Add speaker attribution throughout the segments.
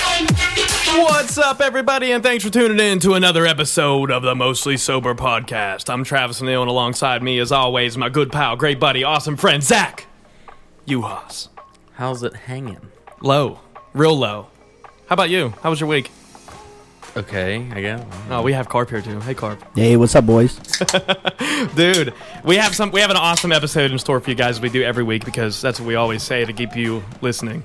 Speaker 1: What's up, everybody, and thanks for tuning in to another episode of the Mostly Sober Podcast. I'm Travis Neal, and alongside me, as always, my good pal, great buddy, awesome friend, Zach Uhas.
Speaker 2: How's it hanging?
Speaker 1: Low, real low. How about you? How was your week?
Speaker 2: Okay, I guess.
Speaker 1: Oh, we have Carp here too. Hey, Carp.
Speaker 3: Hey, what's up, boys?
Speaker 1: dude we have some we have an awesome episode in store for you guys we do every week because that's what we always say to keep you listening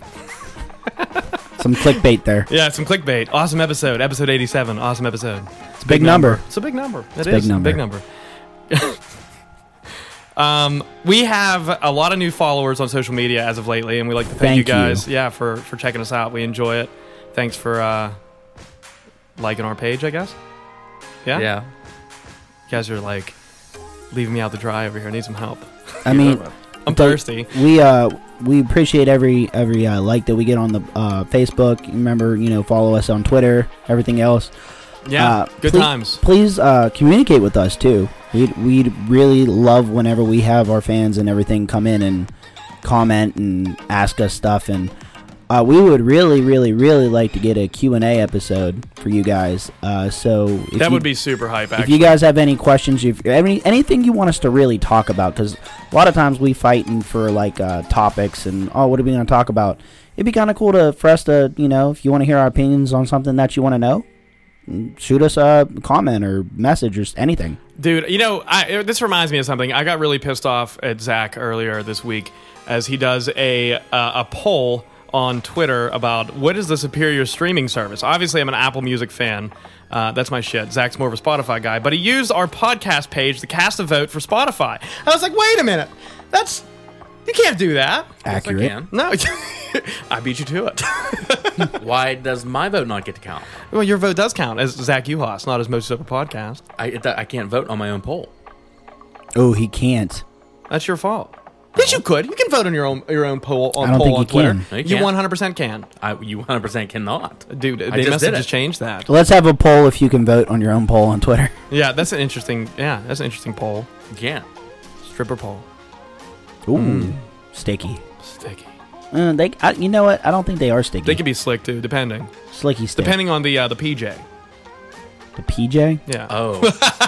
Speaker 3: Some clickbait there.
Speaker 1: yeah some clickbait awesome episode episode 87 awesome episode
Speaker 3: It's a big number.
Speaker 1: it's a big number That is
Speaker 3: a big number.
Speaker 1: big number um we have a lot of new followers on social media as of lately and we like to thank,
Speaker 3: Thank
Speaker 1: you guys
Speaker 3: you.
Speaker 1: yeah for for checking us out we enjoy it thanks for uh liking our page i guess yeah
Speaker 2: Yeah.
Speaker 1: you guys are like leaving me out to dry over here i need some help
Speaker 3: I mean,
Speaker 1: i'm
Speaker 3: Don't-
Speaker 1: thirsty
Speaker 3: we uh we appreciate every every uh, like that we get on the uh, Facebook. Remember, you know, follow us on Twitter, everything else.
Speaker 1: yeah
Speaker 3: Uh,
Speaker 1: good
Speaker 3: please-
Speaker 1: times
Speaker 3: Please uh, communicate with us too. We we really love whenever we have our fans and everything come in and comment and ask us stuff and uh, we would really really really like to get a Q&A episode for you guys. Uh, so if
Speaker 1: That
Speaker 3: you-
Speaker 1: would be super hype.
Speaker 3: if
Speaker 1: Actually,
Speaker 3: you guys have any questions, if any anything you want us to really talk about, because a lot of times we fighting for like uh, topics and oh, what are we going to talk about? It'd be kind of cool to for us to you know if you want to hear our opinions on something that you want to know, mm, shoot us a comment or message or s- anything.
Speaker 1: dude. You know, I, it- this reminds me of something. I got really pissed off at Zach earlier this week as he does a uh, a poll on Twitter about what is the superior streaming service. Obviously, I'm an Apple Music fan. Uh, that's my shit. Zach's more of a Spotify guy, but he used our podcast page to cast a vote for Spotify. I was like, wait a minute, that's you can't do that.
Speaker 3: Accurate.
Speaker 2: can.
Speaker 1: No, I beat you to it.
Speaker 2: Why does my vote not get to count?
Speaker 1: well, your vote does count as Zach Uhas, not as most of a podcast.
Speaker 2: I, it- I can't vote on my own poll.
Speaker 3: Oh, he can't.
Speaker 1: That's your fault. Yes, you could. You can vote on your own your own poll on
Speaker 3: I don't
Speaker 1: poll
Speaker 3: think
Speaker 1: on
Speaker 3: you
Speaker 1: Twitter.
Speaker 3: can.
Speaker 2: No, you
Speaker 1: you
Speaker 2: can't.
Speaker 1: one hundred percent can,
Speaker 2: I, you 100% cannot.
Speaker 1: dude. They
Speaker 2: just
Speaker 1: must have
Speaker 2: did
Speaker 1: just
Speaker 2: it.
Speaker 1: changed that.
Speaker 3: Let's have a poll if you can vote on your own poll on Twitter.
Speaker 1: Yeah, that's an interesting. Yeah, that's an interesting poll.
Speaker 2: You can't.
Speaker 1: Stripper poll.
Speaker 3: Ooh, Hmm. sticky.
Speaker 1: Sticky.
Speaker 3: Uh, they, I, you know what? I don't think they are sticky.
Speaker 1: They could be slick too, depending
Speaker 3: Slicky stick.
Speaker 1: depending on the uh, the PJ.
Speaker 3: the PJ.
Speaker 1: Yeah.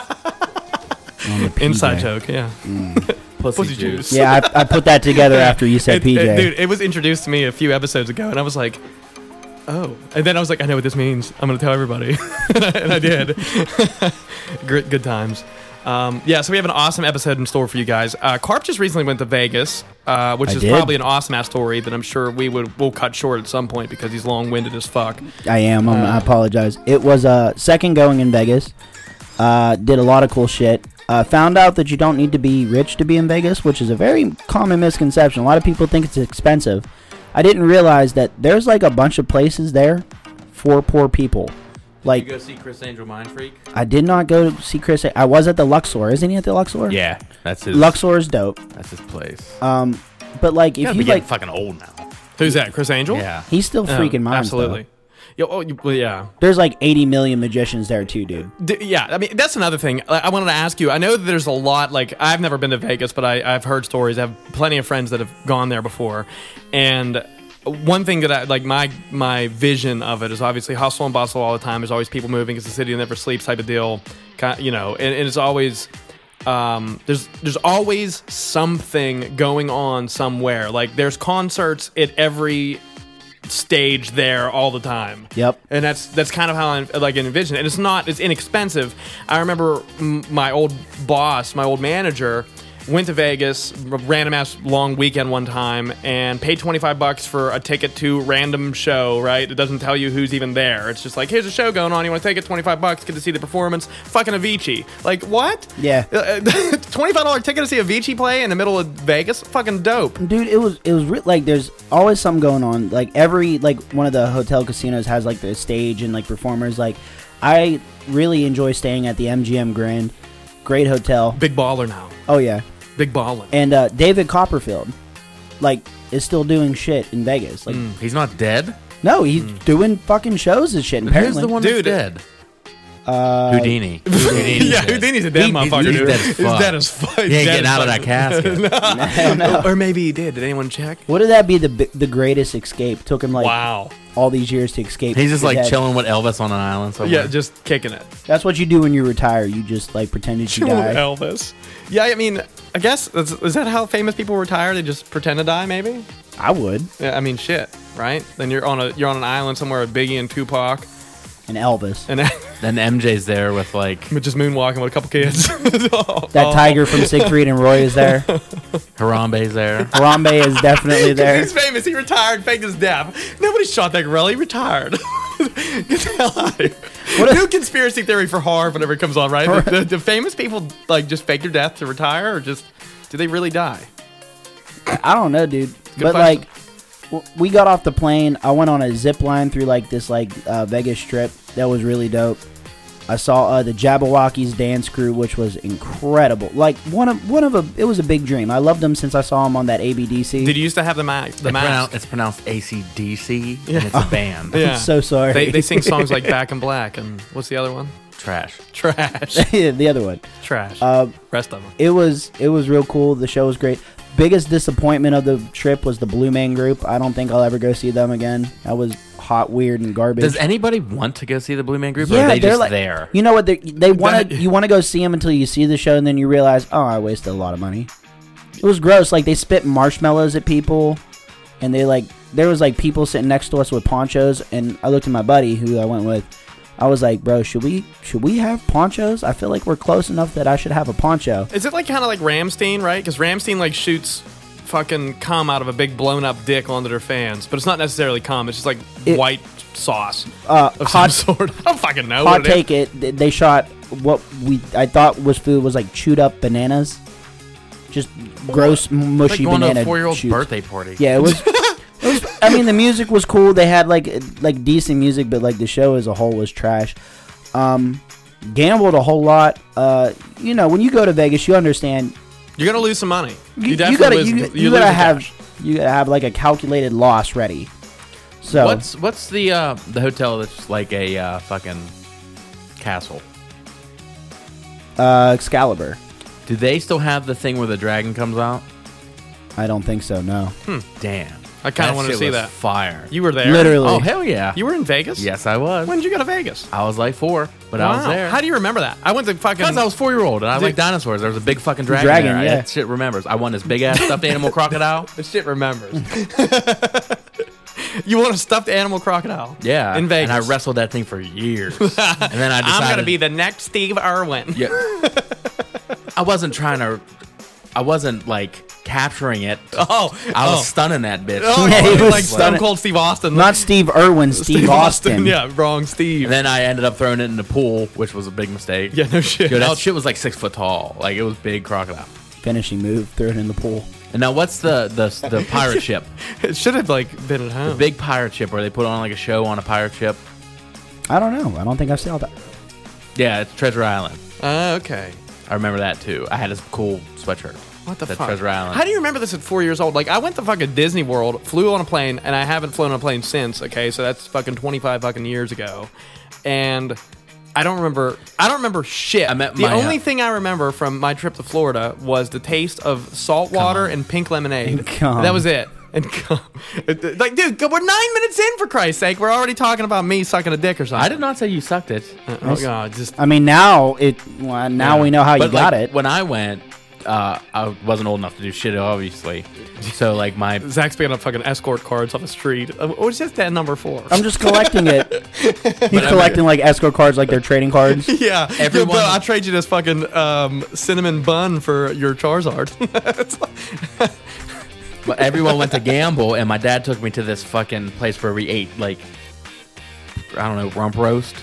Speaker 2: Oh,
Speaker 3: On the PJ.
Speaker 1: Inside joke. Yeah.
Speaker 2: pussy,
Speaker 1: Pussy
Speaker 2: juice.
Speaker 1: juice.
Speaker 3: Mm. Yeah, I, I put that together after you said
Speaker 1: It-
Speaker 3: PJ.
Speaker 1: it- dude, it was introduced to me a few episodes ago, and I was like, oh. And then I was like, I know what this means. I'm going to tell everybody. and I did. good, good times. Um, yeah, so we have an awesome episode in store for you guys. Uh, Carp just recently went to Vegas, uh, which
Speaker 3: I
Speaker 1: is
Speaker 3: did.
Speaker 1: probably an awesome ass story that I'm sure we would will cut short at some point because he's long winded as fuck.
Speaker 3: I am. I'm,
Speaker 2: Uh.
Speaker 3: I apologize. It was a uh, second going in Vegas. Uh, did a lot of cool shit. Uh, found out that you don't need to be rich to be in Vegas, which is a very common misconception. A lot of people think it's expensive. I didn't realize that there's like a bunch of places there for poor people.
Speaker 2: You
Speaker 3: Like
Speaker 2: go see Chris Angel Mind Freak?
Speaker 3: I did not go to see Chris. I was at the Luxor. Isn't he at the Luxor?
Speaker 2: Yeah, that's his.
Speaker 3: Luxor is dope.
Speaker 2: That's his place.
Speaker 1: Uh,
Speaker 3: Um, but like if
Speaker 2: gotta
Speaker 3: you
Speaker 2: be getting Oh,
Speaker 3: like,
Speaker 2: fucking old now.
Speaker 1: Who's that? Chris Angel?
Speaker 3: he's still
Speaker 1: Yeah,
Speaker 3: freaking mine.
Speaker 1: Absolutely. Yo, oh, you- well, yeah.
Speaker 3: There's like 80 million magicians there too, dude.
Speaker 1: D- yeah, I mean that's another thing. I-, I wanted to ask you. I know that there's a lot. Like I've never been to Vegas, but I- I've heard stories. I have plenty of friends that have gone there before, and one thing that I like my my vision of it is obviously hustle and bustle all the time. There's always people moving. It's a city that never sleeps type of deal. Ki- You know, and, and it's always um, there's there's always something going on somewhere. Like there's concerts at every stage there all the time.
Speaker 3: Yep.
Speaker 1: And that's that's kind of how I like envision it. And it's not it's inexpensive. I remember m- my old boss, my old manager, went to Vegas, r- random ass long weekend one time, and paid twenty five bucks for a ticket to random show. Right? It doesn't tell you who's even there. It's just like here's a show going on. You want to take it? Twenty five bucks, get to see the performance. Fucking Avicii. Like what?
Speaker 3: Yeah.
Speaker 1: Twenty five Uh, dollar ticket to see Avicii play in the middle of Vegas. Fucking dope.
Speaker 3: dude it was it was re- like there's always something going on like every like one of the hotel casinos has like the stage and like performers like I really enjoy staying at the MGM Grand. Great hotel.
Speaker 1: Big baller now.
Speaker 3: Oh yeah.
Speaker 1: Big balling.
Speaker 3: And uh, David Copperfield, like, is still doing shit in Vegas. Like,
Speaker 1: Hmm.
Speaker 2: He's not dead.
Speaker 3: no, he's doing fucking shows and shit.
Speaker 2: Who's
Speaker 3: Apparently,
Speaker 2: Mm. the one
Speaker 1: Dude.
Speaker 2: that's dead? Houdini.
Speaker 1: Uh, yeah, Houdini's a dead
Speaker 2: He- he's-
Speaker 1: motherfucker.
Speaker 2: he's
Speaker 1: dude.
Speaker 2: dead as fuck.
Speaker 1: as fuck.
Speaker 2: He ain't
Speaker 1: Dead
Speaker 2: getting
Speaker 1: as
Speaker 2: out of
Speaker 1: fuck.
Speaker 2: that casket.
Speaker 3: I don't know.
Speaker 1: Or maybe he did. Did anyone check?
Speaker 3: Wouldn't that be the bi- the greatest escape? Took him like
Speaker 1: Wow.
Speaker 3: all these years to escape.
Speaker 2: He's just
Speaker 3: his
Speaker 2: like
Speaker 3: head.
Speaker 2: chilling with Elvis on an island somewhere.
Speaker 1: Yeah, just kicking it.
Speaker 3: That's what you do when you retire. You just like pretended you
Speaker 1: Chewing with
Speaker 3: died.
Speaker 1: Elvis. Yeah, I mean, I guess that's, is that how famous people retire? They just pretend to die, maybe.
Speaker 3: I would.
Speaker 1: Yeah, I mean, shit, right? Then you're on a you're on an island somewhere with Biggie and Tupac,
Speaker 3: And Elvis,
Speaker 1: and
Speaker 2: Then MJ's there with like
Speaker 1: just moonwalking with a couple kids. Oh,
Speaker 3: that
Speaker 1: oh.
Speaker 3: tiger from Siegfried and Roy is there.
Speaker 2: Harambe's there.
Speaker 3: Harambe is definitely there.
Speaker 1: He's famous. He retired, faked his death. Nobody shot that gorilla. He retired. Get the hell out of here.
Speaker 3: What a-
Speaker 1: New conspiracy theory for horror whenever it comes on, right? The, the- the famous people like just fake their death to retire, or just do they really die?
Speaker 3: I don't know, dude. but
Speaker 1: question.
Speaker 3: like, w- we got off the plane. I went on a zip line through like this like uh, Vegas strip that was really dope. I saw uh, the Jabberwockies dance crew, which was incredible. Like one of one of a, it was a big dream. I loved them since I saw them on that ABDC.
Speaker 1: Did you used to have the mask? The
Speaker 2: It's, pronoun-
Speaker 1: mask.
Speaker 2: it's pronounced ACDC, and it's a band.
Speaker 1: Yeah.
Speaker 3: I'm so sorry.
Speaker 1: They, they sing songs like Back in Black and what's the other one?
Speaker 2: Trash.
Speaker 1: Trash.
Speaker 3: Yeah, the other one.
Speaker 1: Trash.
Speaker 3: Uh,
Speaker 1: Rest of them.
Speaker 3: it was it was real cool. The show was great. Biggest disappointment of the trip was the Blue Man Group. I don't think I'll ever go see them again. That was hot, weird, and garbage.
Speaker 2: Does anybody want to go see the Blue Man Group, or are they
Speaker 3: they're
Speaker 2: just
Speaker 3: like-
Speaker 2: there?
Speaker 3: You know what? They, they
Speaker 1: That-
Speaker 3: want to. You want to go see them until you see the show, and then you realize, oh, I wasted a lot of money. It was gross. Like they spit marshmallows at people, and they like there was like people sitting next to us with ponchos, and I looked at my buddy who I went with. I was like, bro, should we should we have ponchos? I feel like we're close enough that I should have a poncho.
Speaker 1: Is it like kind of like Ramstein, right? Because Ramstein like shoots fucking cum out of a big blown up dick onto their fans, but it's not necessarily cum. It's just like
Speaker 3: It-
Speaker 1: white sauce
Speaker 3: Uh,
Speaker 1: of
Speaker 3: hot-
Speaker 1: some sort. I don't fucking know. what
Speaker 3: Hot
Speaker 1: it is.
Speaker 3: take it, th- they shot what we I thought was food was like chewed up bananas, just gross
Speaker 2: Like
Speaker 3: mushy
Speaker 2: going to
Speaker 3: banana.
Speaker 2: a four-year-old's
Speaker 3: shoots.
Speaker 2: birthday party.
Speaker 3: Yeah, it was. it was. I mean, the music was cool. They had like like decent music, but like the show as a whole was trash. Um, gambled a whole lot. Uh, you know, when you go to Vegas, you understand.
Speaker 1: You're gonna lose some money.
Speaker 3: You, you
Speaker 1: definitely
Speaker 3: gotta
Speaker 1: lose-
Speaker 3: you, you
Speaker 1: lose
Speaker 3: gotta
Speaker 1: the
Speaker 3: have
Speaker 1: cash.
Speaker 3: you gotta have like a calculated loss ready. So
Speaker 2: What's what's the uh, the hotel that's like a uh, fucking castle?
Speaker 3: uh, Excalibur.
Speaker 2: Do they still have the thing where the dragon comes out?
Speaker 3: I don't think so. No,
Speaker 2: Damn,
Speaker 1: I kinda
Speaker 2: That
Speaker 1: wanna
Speaker 2: shit
Speaker 1: see
Speaker 2: was
Speaker 1: that.
Speaker 2: fire.
Speaker 1: You were there.
Speaker 3: literally.
Speaker 2: oh hell yeah,
Speaker 1: You were in Vegas.
Speaker 2: yes I was.
Speaker 1: When did you go to Vegas?
Speaker 2: I was like four, but I was
Speaker 1: Wow.
Speaker 2: there.
Speaker 1: How do you remember that? I went to fucking.
Speaker 2: Because I was four year old and I
Speaker 1: Dude.
Speaker 2: like dinosaurs. There was a big fucking dragon.
Speaker 3: Dragon,
Speaker 2: there.
Speaker 3: yeah.
Speaker 2: That shit remembers. I won this big ass stuffed animal crocodile.
Speaker 1: This shit remembers. you want a stuffed animal crocodile?
Speaker 2: Yeah,
Speaker 1: In Vegas.
Speaker 2: and I wrestled that thing for years. and then I decided
Speaker 1: I'm gonna be the next Steve Irwin.
Speaker 2: Yeah. I wasn't trying to. I wasn't like capturing it.
Speaker 1: Oh,
Speaker 2: I was
Speaker 1: oh.
Speaker 2: stunning that bitch.
Speaker 1: Oh,
Speaker 3: Yeah, he
Speaker 1: you
Speaker 3: was
Speaker 1: like Stone
Speaker 3: stunning.
Speaker 1: Cold Steve Austin.
Speaker 3: not Steve Irwin, Steve, Austin.
Speaker 1: Yeah, wrong Steve.
Speaker 2: And then I ended up throwing it in the pool, which was a big mistake.
Speaker 1: yeah, no shit.
Speaker 2: Yo,
Speaker 1: I'll-
Speaker 2: that shit was like six foot tall. Like it was big crocodile.
Speaker 3: Finishing move, threw it in the pool.
Speaker 2: And now what's the the, the pirate ship?
Speaker 1: it should have like been at home.
Speaker 2: Big pirate ship where they put on like a show on a pirate ship.
Speaker 3: I don't know. I don't think I've seen all that.
Speaker 2: Yeah, it's Treasure Island.
Speaker 1: Ah, okay.
Speaker 2: I remember that too. I had this cool sweatshirt.
Speaker 1: What the
Speaker 2: that
Speaker 1: fuck?
Speaker 2: Treasure Island.
Speaker 1: How do you remember this at four years old? Like I went to fucking Disney World, flew on a plane, and I haven't flown on a plane since. Okay, so that's fucking twenty five fucking years ago, and I don't remember. I don't remember shit.
Speaker 2: I met
Speaker 1: the
Speaker 2: my, uh,
Speaker 1: only thing I remember from my trip to Florida was the taste of salt water and pink lemonade.
Speaker 3: And cum.
Speaker 1: That was it. And cum. like, dude, we're nine minutes in for Christ's sake. We're already talking about me sucking a dick or something.
Speaker 2: I did not say you sucked it.
Speaker 1: Oh god, just
Speaker 3: I mean, now it. Well, now we know how you
Speaker 2: But, like,
Speaker 3: got it.
Speaker 2: When I went, uh, I wasn't old enough to do shit, obviously. So like my
Speaker 1: Zach's picking up fucking escort cards off the street. Uh, What's just that number four?
Speaker 3: I'm just collecting it. He's collecting like escrow cards, like they're trading cards.
Speaker 1: Yeah,
Speaker 2: Everyone-
Speaker 1: Yo, bro, I trade you this fucking um, cinnamon bun for your Charizard. It's like-
Speaker 2: but everyone went to gamble, and my dad took me to this fucking place where we ate like I don't know rump roast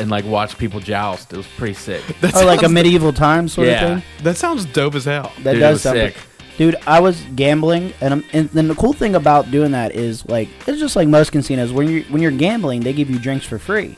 Speaker 2: and like watched people joust. It was pretty sick.
Speaker 3: Or like a medieval time sort
Speaker 2: Yeah.
Speaker 3: of thing.
Speaker 1: that sounds dope as hell.
Speaker 3: That
Speaker 2: Dude, it
Speaker 3: does
Speaker 2: was
Speaker 3: sound
Speaker 2: sick.
Speaker 3: Dude, I was gambling, and I'm, and then the cool thing about doing that is like it's just like most casinos when you when you're gambling, they give you drinks for free.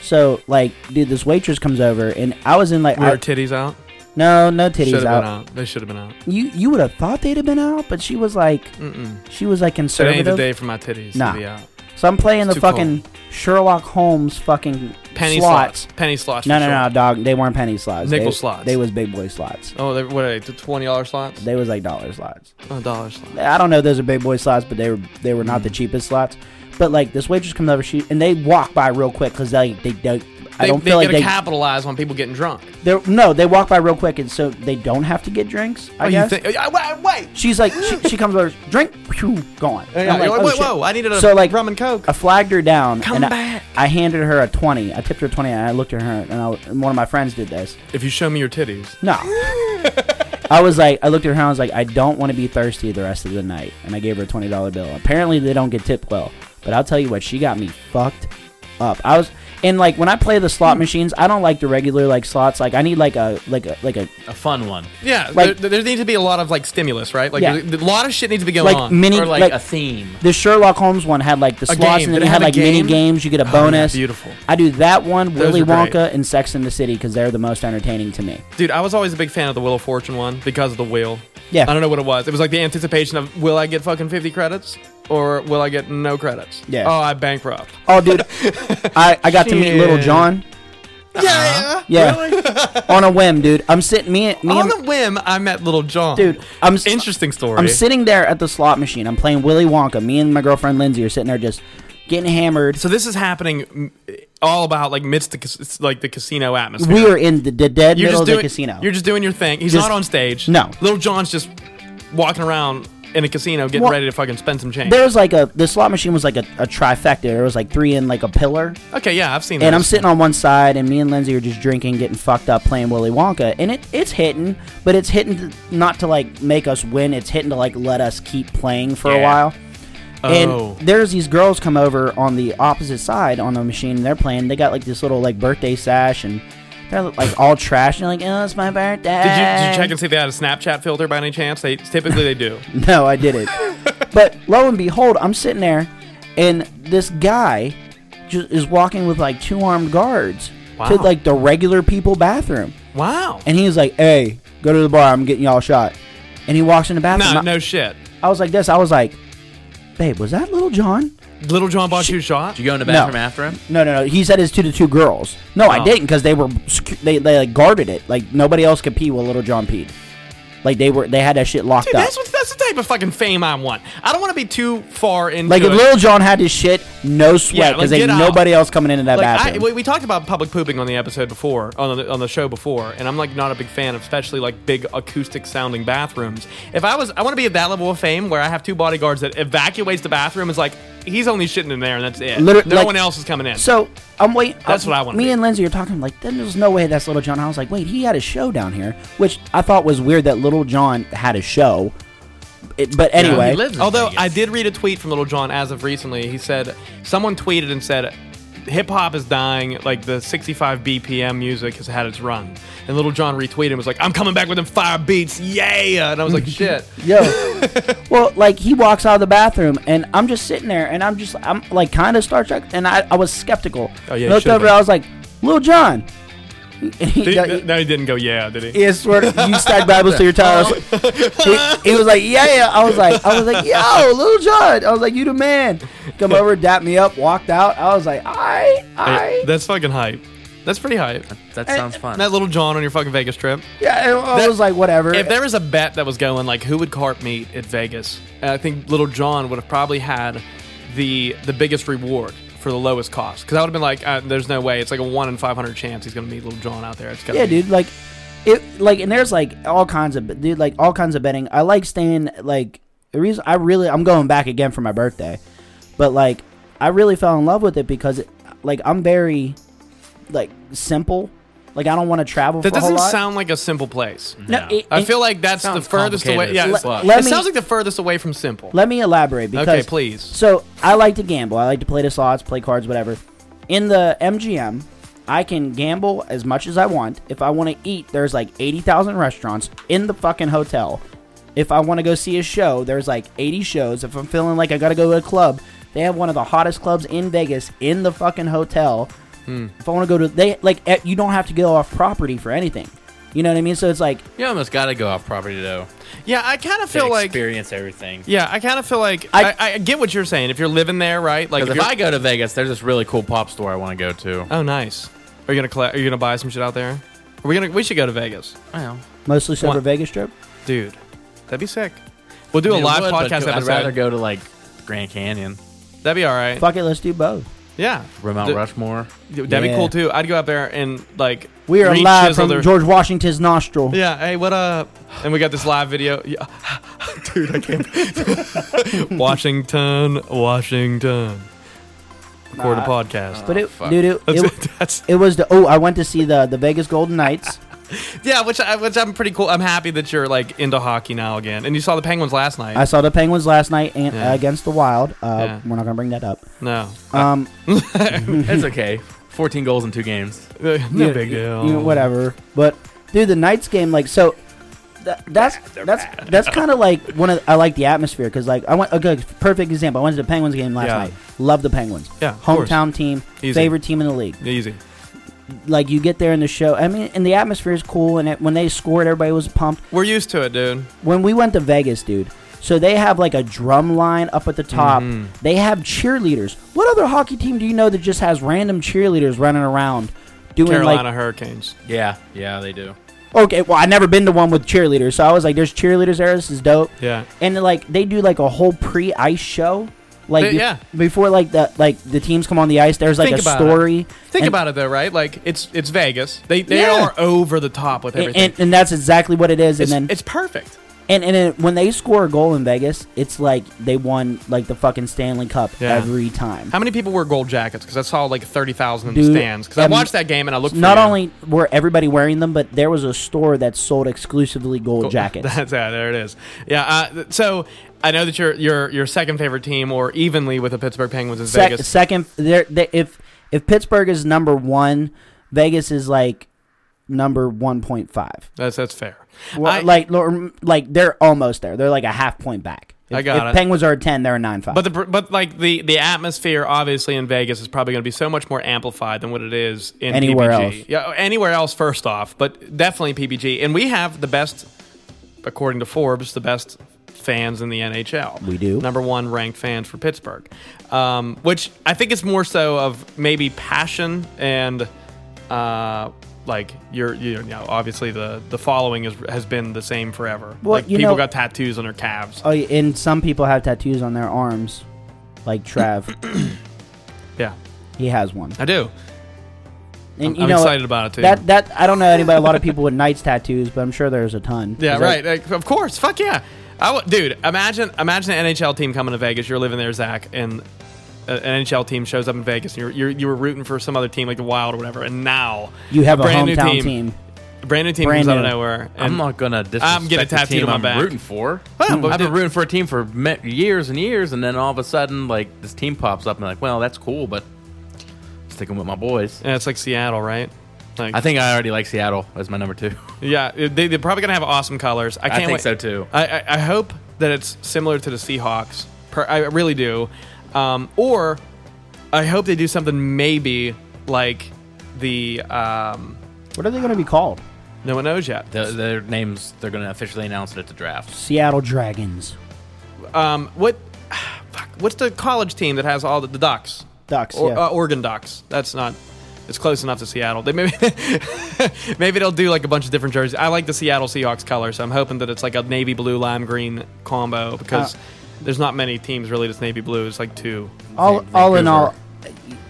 Speaker 3: So like, dude, this waitress comes over, and I was in like,
Speaker 1: Were her
Speaker 3: I-
Speaker 1: titties out?
Speaker 3: no, no titties
Speaker 1: Should've
Speaker 3: out.
Speaker 1: Been out. They should have been out.
Speaker 3: You you would have thought they'd have been out, but she was like,
Speaker 1: Mm-mm.
Speaker 3: she was like
Speaker 1: Today ain't the
Speaker 3: conservative.
Speaker 1: day for my titties
Speaker 3: Nah.
Speaker 1: to be out.
Speaker 3: so I'm playing
Speaker 1: It's
Speaker 3: the
Speaker 1: too cold.
Speaker 3: fucking Sherlock Holmes fucking
Speaker 1: Penny
Speaker 3: slots.
Speaker 1: slots. Penny slots.
Speaker 3: No,
Speaker 1: for
Speaker 3: no,
Speaker 1: sure.
Speaker 3: no, dog. They weren't penny slots.
Speaker 1: Nickel
Speaker 3: they,
Speaker 1: slots.
Speaker 3: They was big boy slots.
Speaker 1: Oh, they, what are they? The twenty dollars slots?
Speaker 3: They was like dollar slots.
Speaker 1: oh, dollar slots.
Speaker 3: I don't know if those are big boy slots, but they were they were not the cheapest slots. But like this waitress comes over, she and they walk by real quick because they they don't. I
Speaker 1: They,
Speaker 3: don't
Speaker 1: they
Speaker 3: feel like
Speaker 1: gotta
Speaker 3: they.
Speaker 1: capitalize on people getting drunk.
Speaker 3: they're no, they walk by real quick, and so they don't have to get drinks. I
Speaker 1: oh,
Speaker 3: guess.
Speaker 1: you think? I, wait, wait.
Speaker 3: She's like, she, she comes over, drink, phew, gone. And
Speaker 1: Yeah,
Speaker 3: I'm like,
Speaker 1: you're
Speaker 3: oh,
Speaker 1: like,
Speaker 3: shit.
Speaker 1: whoa, whoa, I needed a
Speaker 3: So, like,
Speaker 1: rum and coke.
Speaker 3: I flagged her down.
Speaker 1: Come
Speaker 3: and I-
Speaker 1: back.
Speaker 3: I, handed her a twenty. I tipped her twenty, and I looked at her, and, I, and one of my friends did this.
Speaker 1: If you show me your titties,
Speaker 3: No. I was like, I looked at her and I was like, I don't want to be thirsty the rest of the night. And I gave her a twenty dollar bill. Apparently, they don't get tipped well, but I'll tell you what, she got me fucked up. I was, and like when I play the
Speaker 1: Hmm.
Speaker 3: slot machines, I don't like the regular like slots. Like I need like a like a like a
Speaker 2: A fun one.
Speaker 1: yeah,
Speaker 3: Like-
Speaker 1: there, there needs to be a lot of like stimulus, right? Like
Speaker 3: Yeah.
Speaker 1: there- a lot of shit needs to be going
Speaker 3: Like
Speaker 1: on.
Speaker 3: mini-
Speaker 2: or like,
Speaker 3: like-
Speaker 2: a theme.
Speaker 3: The Sherlock Holmes one had like the
Speaker 1: A
Speaker 3: slots,
Speaker 1: game.
Speaker 3: and then
Speaker 1: Did
Speaker 3: it
Speaker 1: it
Speaker 3: had
Speaker 1: have a
Speaker 3: like mini
Speaker 1: game? Oh,
Speaker 3: games. You get a
Speaker 1: yeah,
Speaker 3: bonus.
Speaker 1: beautiful.
Speaker 3: I do that one,
Speaker 1: Those
Speaker 3: Willy
Speaker 1: are great.
Speaker 3: Wonka, and Sex in the City because they're the most entertaining to me.
Speaker 1: Dude, I was always a big fan of the Wheel of Fortune one because of the wheel.
Speaker 3: Yeah.
Speaker 1: I don't know what it was. It was like the anticipation of will I get fucking 50 credits or will I get no credits?
Speaker 3: Yeah.
Speaker 1: Oh, I bankrupt.
Speaker 3: Oh, dude, I I got to meet Little
Speaker 1: Shit. Uh-huh.
Speaker 3: John.
Speaker 1: Yeah.
Speaker 3: Yeah, on a whim, dude. I'm sitting me and- me
Speaker 1: On
Speaker 3: and
Speaker 1: a whim, I met Little John.
Speaker 3: dude. I'm s-
Speaker 1: interesting story.
Speaker 3: I'm sitting there at the slot machine. I'm playing Willy Wonka. Me and my girlfriend Lindsay are sitting there just getting hammered.
Speaker 1: so this is happening mm, all about like midst the cas- it's like the casino atmosphere.
Speaker 3: We are in the, the dead
Speaker 1: you're just
Speaker 3: middle of the
Speaker 1: doing
Speaker 3: casino.
Speaker 1: You're just doing your thing. He's
Speaker 3: Just-
Speaker 1: not on stage.
Speaker 3: No.
Speaker 1: Little John's just walking around in a casino getting
Speaker 3: Well,
Speaker 1: ready to fucking spend some change.
Speaker 3: there was like a the slot machine was like a, a trifecta. There was like three in like a pillar.
Speaker 1: Okay, yeah, I've seen that.
Speaker 3: and I'm sitting on one side, and me and Lindsay are just drinking, getting fucked up, playing Willy Wonka, and it it's hitting, but it's hitting to, not to like make us win. It's hitting to like let us keep playing for a
Speaker 1: Yeah.
Speaker 3: while.
Speaker 1: Oh.
Speaker 3: And there's these girls come over on the opposite side on the machine. And they're playing. They got like this little like birthday sash, and they're like all trash. And they're like, "Oh, it's my birthday."
Speaker 1: Did you, did you check and see if they had a Snapchat filter by any chance? They typically they do.
Speaker 3: No, I didn't. but lo and behold, I'm sitting there, and this guy just is walking with like two armed guards to
Speaker 1: Wow.
Speaker 3: like the regular people bathroom,
Speaker 1: Wow.
Speaker 3: and he was like, "Hey, go to the bar. I'm getting y'all shot." And he walks in the bathroom.
Speaker 1: No,
Speaker 3: I-
Speaker 1: no shit.
Speaker 3: I was like this. I was like, "Babe, was that Little John?"
Speaker 1: Little John bought you a shot.
Speaker 2: Did you go in the bathroom after him?
Speaker 3: No, no, no. He said it's two to two girls. No, I
Speaker 2: Oh.
Speaker 3: didn't because they were sec- they they like guarded it. Like nobody else could pee while Little John peed. Like they were they had that shit locked
Speaker 1: Dude,
Speaker 3: up.
Speaker 1: that's what that's the type of fucking fame I want. I don't want to be too far into
Speaker 3: Like if
Speaker 1: it.
Speaker 3: Lil Jon had his shit, no
Speaker 1: Yeah,
Speaker 3: sweat
Speaker 1: like,
Speaker 3: because
Speaker 1: get
Speaker 3: ain't
Speaker 1: out.
Speaker 3: nobody else coming into that
Speaker 1: like I,
Speaker 3: bathroom.
Speaker 1: we, we talked about public pooping on the episode before on the, on the show before and i'm like not a big fan of especially like big acoustic sounding bathrooms if i was i want to be at that level of fame where i have two bodyguards that evacuates the bathroom is like he's only shitting in there and that's it
Speaker 3: Liter-
Speaker 1: no
Speaker 3: like-
Speaker 1: one else is coming in
Speaker 3: so I'm waiting.
Speaker 1: That's what I wanna
Speaker 3: Me
Speaker 1: be.
Speaker 3: and Lindsay are talking like, then there's no way that's Little John. I was like, wait, he had a show down here, which I thought was weird that Little John had a show. It- but anyway,
Speaker 2: he lives in
Speaker 1: Although
Speaker 2: Vegas.
Speaker 1: I did read a tweet from Little John as of recently. He said someone tweeted and said hip hop is dying. Like the 65 BPM music has had its run. And Little John retweeted and was like, "I'm coming back with them fire beats, yeah!" And I was like, "Shit."
Speaker 3: Yo. well, like he walks out of the bathroom, and I'm just sitting there, and I'm just I'm like kind of Star Trek, and I, I was skeptical.
Speaker 1: Oh, yeah, you
Speaker 3: Looked
Speaker 1: should've
Speaker 3: over,
Speaker 1: been.
Speaker 3: I was like, Lil John. And he,
Speaker 1: Did-
Speaker 3: he-
Speaker 1: no, he didn't go. Yeah, did he?
Speaker 3: he had swear to- you stack Bibles to your tires. he, he was like, yeah, yeah. I was like, I was like, yo, Little John. I was like, you the man. Come over, dap me up, walked out. I was like, all right, all
Speaker 1: Hey,
Speaker 3: right.
Speaker 1: that's fucking hype. That's pretty hype.
Speaker 2: That sounds fun.
Speaker 1: That Little John on your fucking Vegas trip.
Speaker 3: Yeah, and I
Speaker 1: that-
Speaker 3: was like, whatever.
Speaker 1: If there was a bet that was going, like who would Carp meet at Vegas, and I think Little John would have probably had the the biggest reward for the lowest cost. Because I would have been like, uh, "There's no way. It's like a one in five hundred chance he's going to meet Little John out there." It's gotta
Speaker 3: Yeah,
Speaker 1: be-
Speaker 3: dude. Like, it like and there's like all kinds of dude like all kinds of betting. I like staying like the reason I really I'm going back again for my birthday, but like I really fell in love with it because it, like I'm very like simple. Like I don't want to travel.
Speaker 1: That
Speaker 3: for a whole
Speaker 1: doesn't
Speaker 3: lot.
Speaker 1: sound like a simple place.
Speaker 3: No, it-
Speaker 1: I
Speaker 3: it-
Speaker 1: feel like that's the
Speaker 2: Sounds
Speaker 1: furthest away.
Speaker 2: complicated
Speaker 1: Yeah,
Speaker 2: as
Speaker 1: it's-
Speaker 2: fuck.
Speaker 3: Let
Speaker 1: it
Speaker 3: me-
Speaker 1: sounds like the furthest away from simple.
Speaker 3: Let me elaborate because
Speaker 1: Okay, please.
Speaker 3: So I like to gamble. I like to play the slots, play cards, whatever. In the MGM, I can gamble as much as I want. If I want to eat, there's like eighty thousand restaurants in the fucking hotel. If I want to go see a show, there's like eighty shows. If I'm feeling like I gotta go to a club, they have one of the hottest clubs in Vegas in the fucking hotel.
Speaker 1: Hmm.
Speaker 3: If I want to go to they like eh, you don't have to go off property for anything. You know what I mean? So it's like
Speaker 2: You almost got to go off property though.
Speaker 1: Yeah, I kind of
Speaker 2: To
Speaker 1: feel like.
Speaker 2: experience everything.
Speaker 1: Yeah, I kind of feel like
Speaker 3: I-
Speaker 1: I, I, get what you're saying. If you're living there, right? Like,
Speaker 2: Because if
Speaker 1: you're-
Speaker 2: I go to Vegas, there's this really cool pop store I want to go to.
Speaker 1: oh, nice. Are you gonna collect, Are you gonna buy some shit out there? Are we gonna? We should go to Vegas,
Speaker 2: Well,
Speaker 3: mostly sober
Speaker 1: What?
Speaker 3: Vegas trip.
Speaker 1: dude. That'd be sick. We'll do a live podcast episode.
Speaker 2: I'd rather go to like Grand Canyon,
Speaker 1: That'd be all right.
Speaker 3: Fuck it, let's do both.
Speaker 1: Yeah,
Speaker 2: or Mount
Speaker 1: Th-
Speaker 2: Rushmore.
Speaker 1: That'd be
Speaker 3: Yeah.
Speaker 1: cool too. I'd go out there and like
Speaker 3: We are live
Speaker 1: re-chisel
Speaker 3: from
Speaker 1: their-
Speaker 3: George Washington's nostril.
Speaker 1: Yeah. Hey, what up? And we got this live video. Yeah. Dude, I can't. Washington, Washington. Record a podcast.
Speaker 3: But it,
Speaker 2: fuck.
Speaker 3: dude, it,
Speaker 1: That's-
Speaker 3: it,
Speaker 1: that's-
Speaker 3: it was the oh, I went to see the the Vegas Golden Knights.
Speaker 1: yeah, which I, which I'm pretty cool. I'm happy that you're like into hockey now again. And you saw the Penguins last night.
Speaker 3: I saw the Penguins last night and,
Speaker 1: Yeah.
Speaker 3: uh, against the Wild. Uh,
Speaker 1: Yeah. Uh,
Speaker 3: We're not gonna bring that up.
Speaker 1: no,
Speaker 3: Um,
Speaker 2: it's okay. 14 goals in two games.
Speaker 1: no
Speaker 3: you-
Speaker 1: big
Speaker 3: you-
Speaker 1: deal.
Speaker 3: you know, whatever. But dude, the Knights game, like, so tha- that's that's that's kind of like one of I like the atmosphere because like I went a good perfect example. I went to the Penguins game last
Speaker 1: Yeah.
Speaker 3: night. Love the Penguins.
Speaker 1: Yeah, of course.
Speaker 3: hometown team,
Speaker 1: Easy.
Speaker 3: favorite team in the league.
Speaker 1: Easy.
Speaker 3: Like you get there in the show. I mean, and the atmosphere is cool. And it, when they scored, everybody was pumped.
Speaker 1: We're used to it, dude.
Speaker 3: when we went to Vegas, dude. So they have like a drum line up at the top.
Speaker 1: Mm-hmm.
Speaker 3: They have cheerleaders. What other hockey team do you know that just has random cheerleaders running around doing
Speaker 1: Carolina
Speaker 3: like?
Speaker 1: Hurricanes.
Speaker 2: Yeah, yeah, they do.
Speaker 3: Okay, well I never been to one with cheerleaders, so I was like, "There's cheerleaders there. This is dope."
Speaker 1: Yeah.
Speaker 3: And like they do like a whole pre-ice show, like
Speaker 1: They-
Speaker 3: be-
Speaker 1: yeah.
Speaker 3: before like the like the teams come on the ice. There's like
Speaker 1: Think
Speaker 3: a
Speaker 1: about it.
Speaker 3: story.
Speaker 1: Think
Speaker 3: and,
Speaker 1: about it though, right? Like it's it's Vegas. They they
Speaker 3: Yeah.
Speaker 1: are over the top with
Speaker 3: and,
Speaker 1: everything.
Speaker 3: and, and that's exactly what it is.
Speaker 1: it's,
Speaker 3: and then
Speaker 1: it's perfect.
Speaker 3: And and it, when they score a goal in Vegas, it's like they won like the fucking Stanley Cup
Speaker 1: Yeah.
Speaker 3: every time.
Speaker 1: How many people wear gold jackets? Because I saw like thirty thousand in the
Speaker 3: Dude,
Speaker 1: stands. Because I
Speaker 3: um,
Speaker 1: watched that game and I looked.
Speaker 3: Not
Speaker 1: for you.
Speaker 3: only were everybody wearing them, but there was a store that sold exclusively gold
Speaker 1: Cool.
Speaker 3: jackets.
Speaker 1: That's yeah, there it is. Yeah. Uh, th- so I know that your your your second favorite team, or evenly with the Pittsburgh Penguins, is
Speaker 3: Sec-
Speaker 1: Vegas.
Speaker 3: Second, there they, if if Pittsburgh is number one, Vegas is like number one point five.
Speaker 1: That's that's fair.
Speaker 3: Well,
Speaker 1: I-
Speaker 3: like lo- like they're almost there. They're like a half point back. If,
Speaker 1: I got
Speaker 3: if
Speaker 1: it.
Speaker 3: Penguins are a ten, they're a nine five.
Speaker 1: But the pr- but like the the atmosphere obviously in Vegas is probably going to be so much more amplified than what it is in
Speaker 3: Anywhere
Speaker 1: PPG.
Speaker 3: else.
Speaker 1: Yeah, anywhere else first off, but definitely PPG. And we have the best according to Forbes, the best fans in the NHL.
Speaker 3: We do.
Speaker 1: Number one ranked fans for Pittsburgh. Um, which I think it's more so of maybe passion and uh like your you know obviously the the following is, has been the same forever.
Speaker 3: Well,
Speaker 1: like
Speaker 3: you
Speaker 1: people
Speaker 3: know-
Speaker 1: got tattoos on their calves.
Speaker 3: oh, yeah, and some people have tattoos on their arms, like Trav.
Speaker 1: yeah.
Speaker 3: he has one.
Speaker 1: I do.
Speaker 3: And
Speaker 1: I'm excited about it, too.
Speaker 3: That that I don't know anybody. A lot of people with knights tattoos, but I'm sure there's a ton.
Speaker 1: Yeah,
Speaker 3: Is that-
Speaker 1: right. Like, of course. Fuck yeah. I w- dude, imagine imagine an NHL team coming to Vegas. You're living there, Zach, and a- an NHL team shows up in Vegas, and you're, you're you were rooting for some other team like the Wild or whatever, and now
Speaker 3: You have a,
Speaker 1: brand new
Speaker 3: hometown
Speaker 1: team.
Speaker 3: team.
Speaker 1: a brand new team
Speaker 3: Brand
Speaker 1: comes out
Speaker 3: new.
Speaker 1: of nowhere. And
Speaker 2: I'm not gonna disrespect
Speaker 1: I'm getting a tattoo
Speaker 2: the team
Speaker 1: to my
Speaker 2: I'm
Speaker 1: back.
Speaker 2: rooting for.
Speaker 1: Well, but
Speaker 2: I've been
Speaker 1: did-
Speaker 2: rooting for a team for me- years and years, and then all of a sudden, like this team pops up, and I'm like, well, that's cool, but sticking with my boys.
Speaker 1: and it's like Seattle, right? Like,
Speaker 2: I think I already like Seattle as my number two.
Speaker 1: yeah, they, they're probably gonna have awesome colors. I can't
Speaker 2: think
Speaker 1: wait.
Speaker 2: so, too.
Speaker 1: I, I, I hope that it's similar to the Seahawks. Per, I really do. Um, or I hope they do something maybe like the um,
Speaker 3: What are they going to be called?
Speaker 1: no one knows yet.
Speaker 2: The, their names, they're gonna officially announce it at the draft.
Speaker 3: Seattle Dragons,
Speaker 1: Um, what? Fuck, what's the college team that has all the, the Ducks?
Speaker 3: Ducks.
Speaker 1: Or,
Speaker 3: yeah.
Speaker 1: uh, Oregon Ducks. That's not. It's close enough to Seattle. They maybe maybe they'll do like a bunch of different jerseys. I like the Seattle Seahawks color, so I'm hoping that it's like a navy blue lime green combo because there's not many teams really that's navy blue. It's like two.
Speaker 3: all, all in all,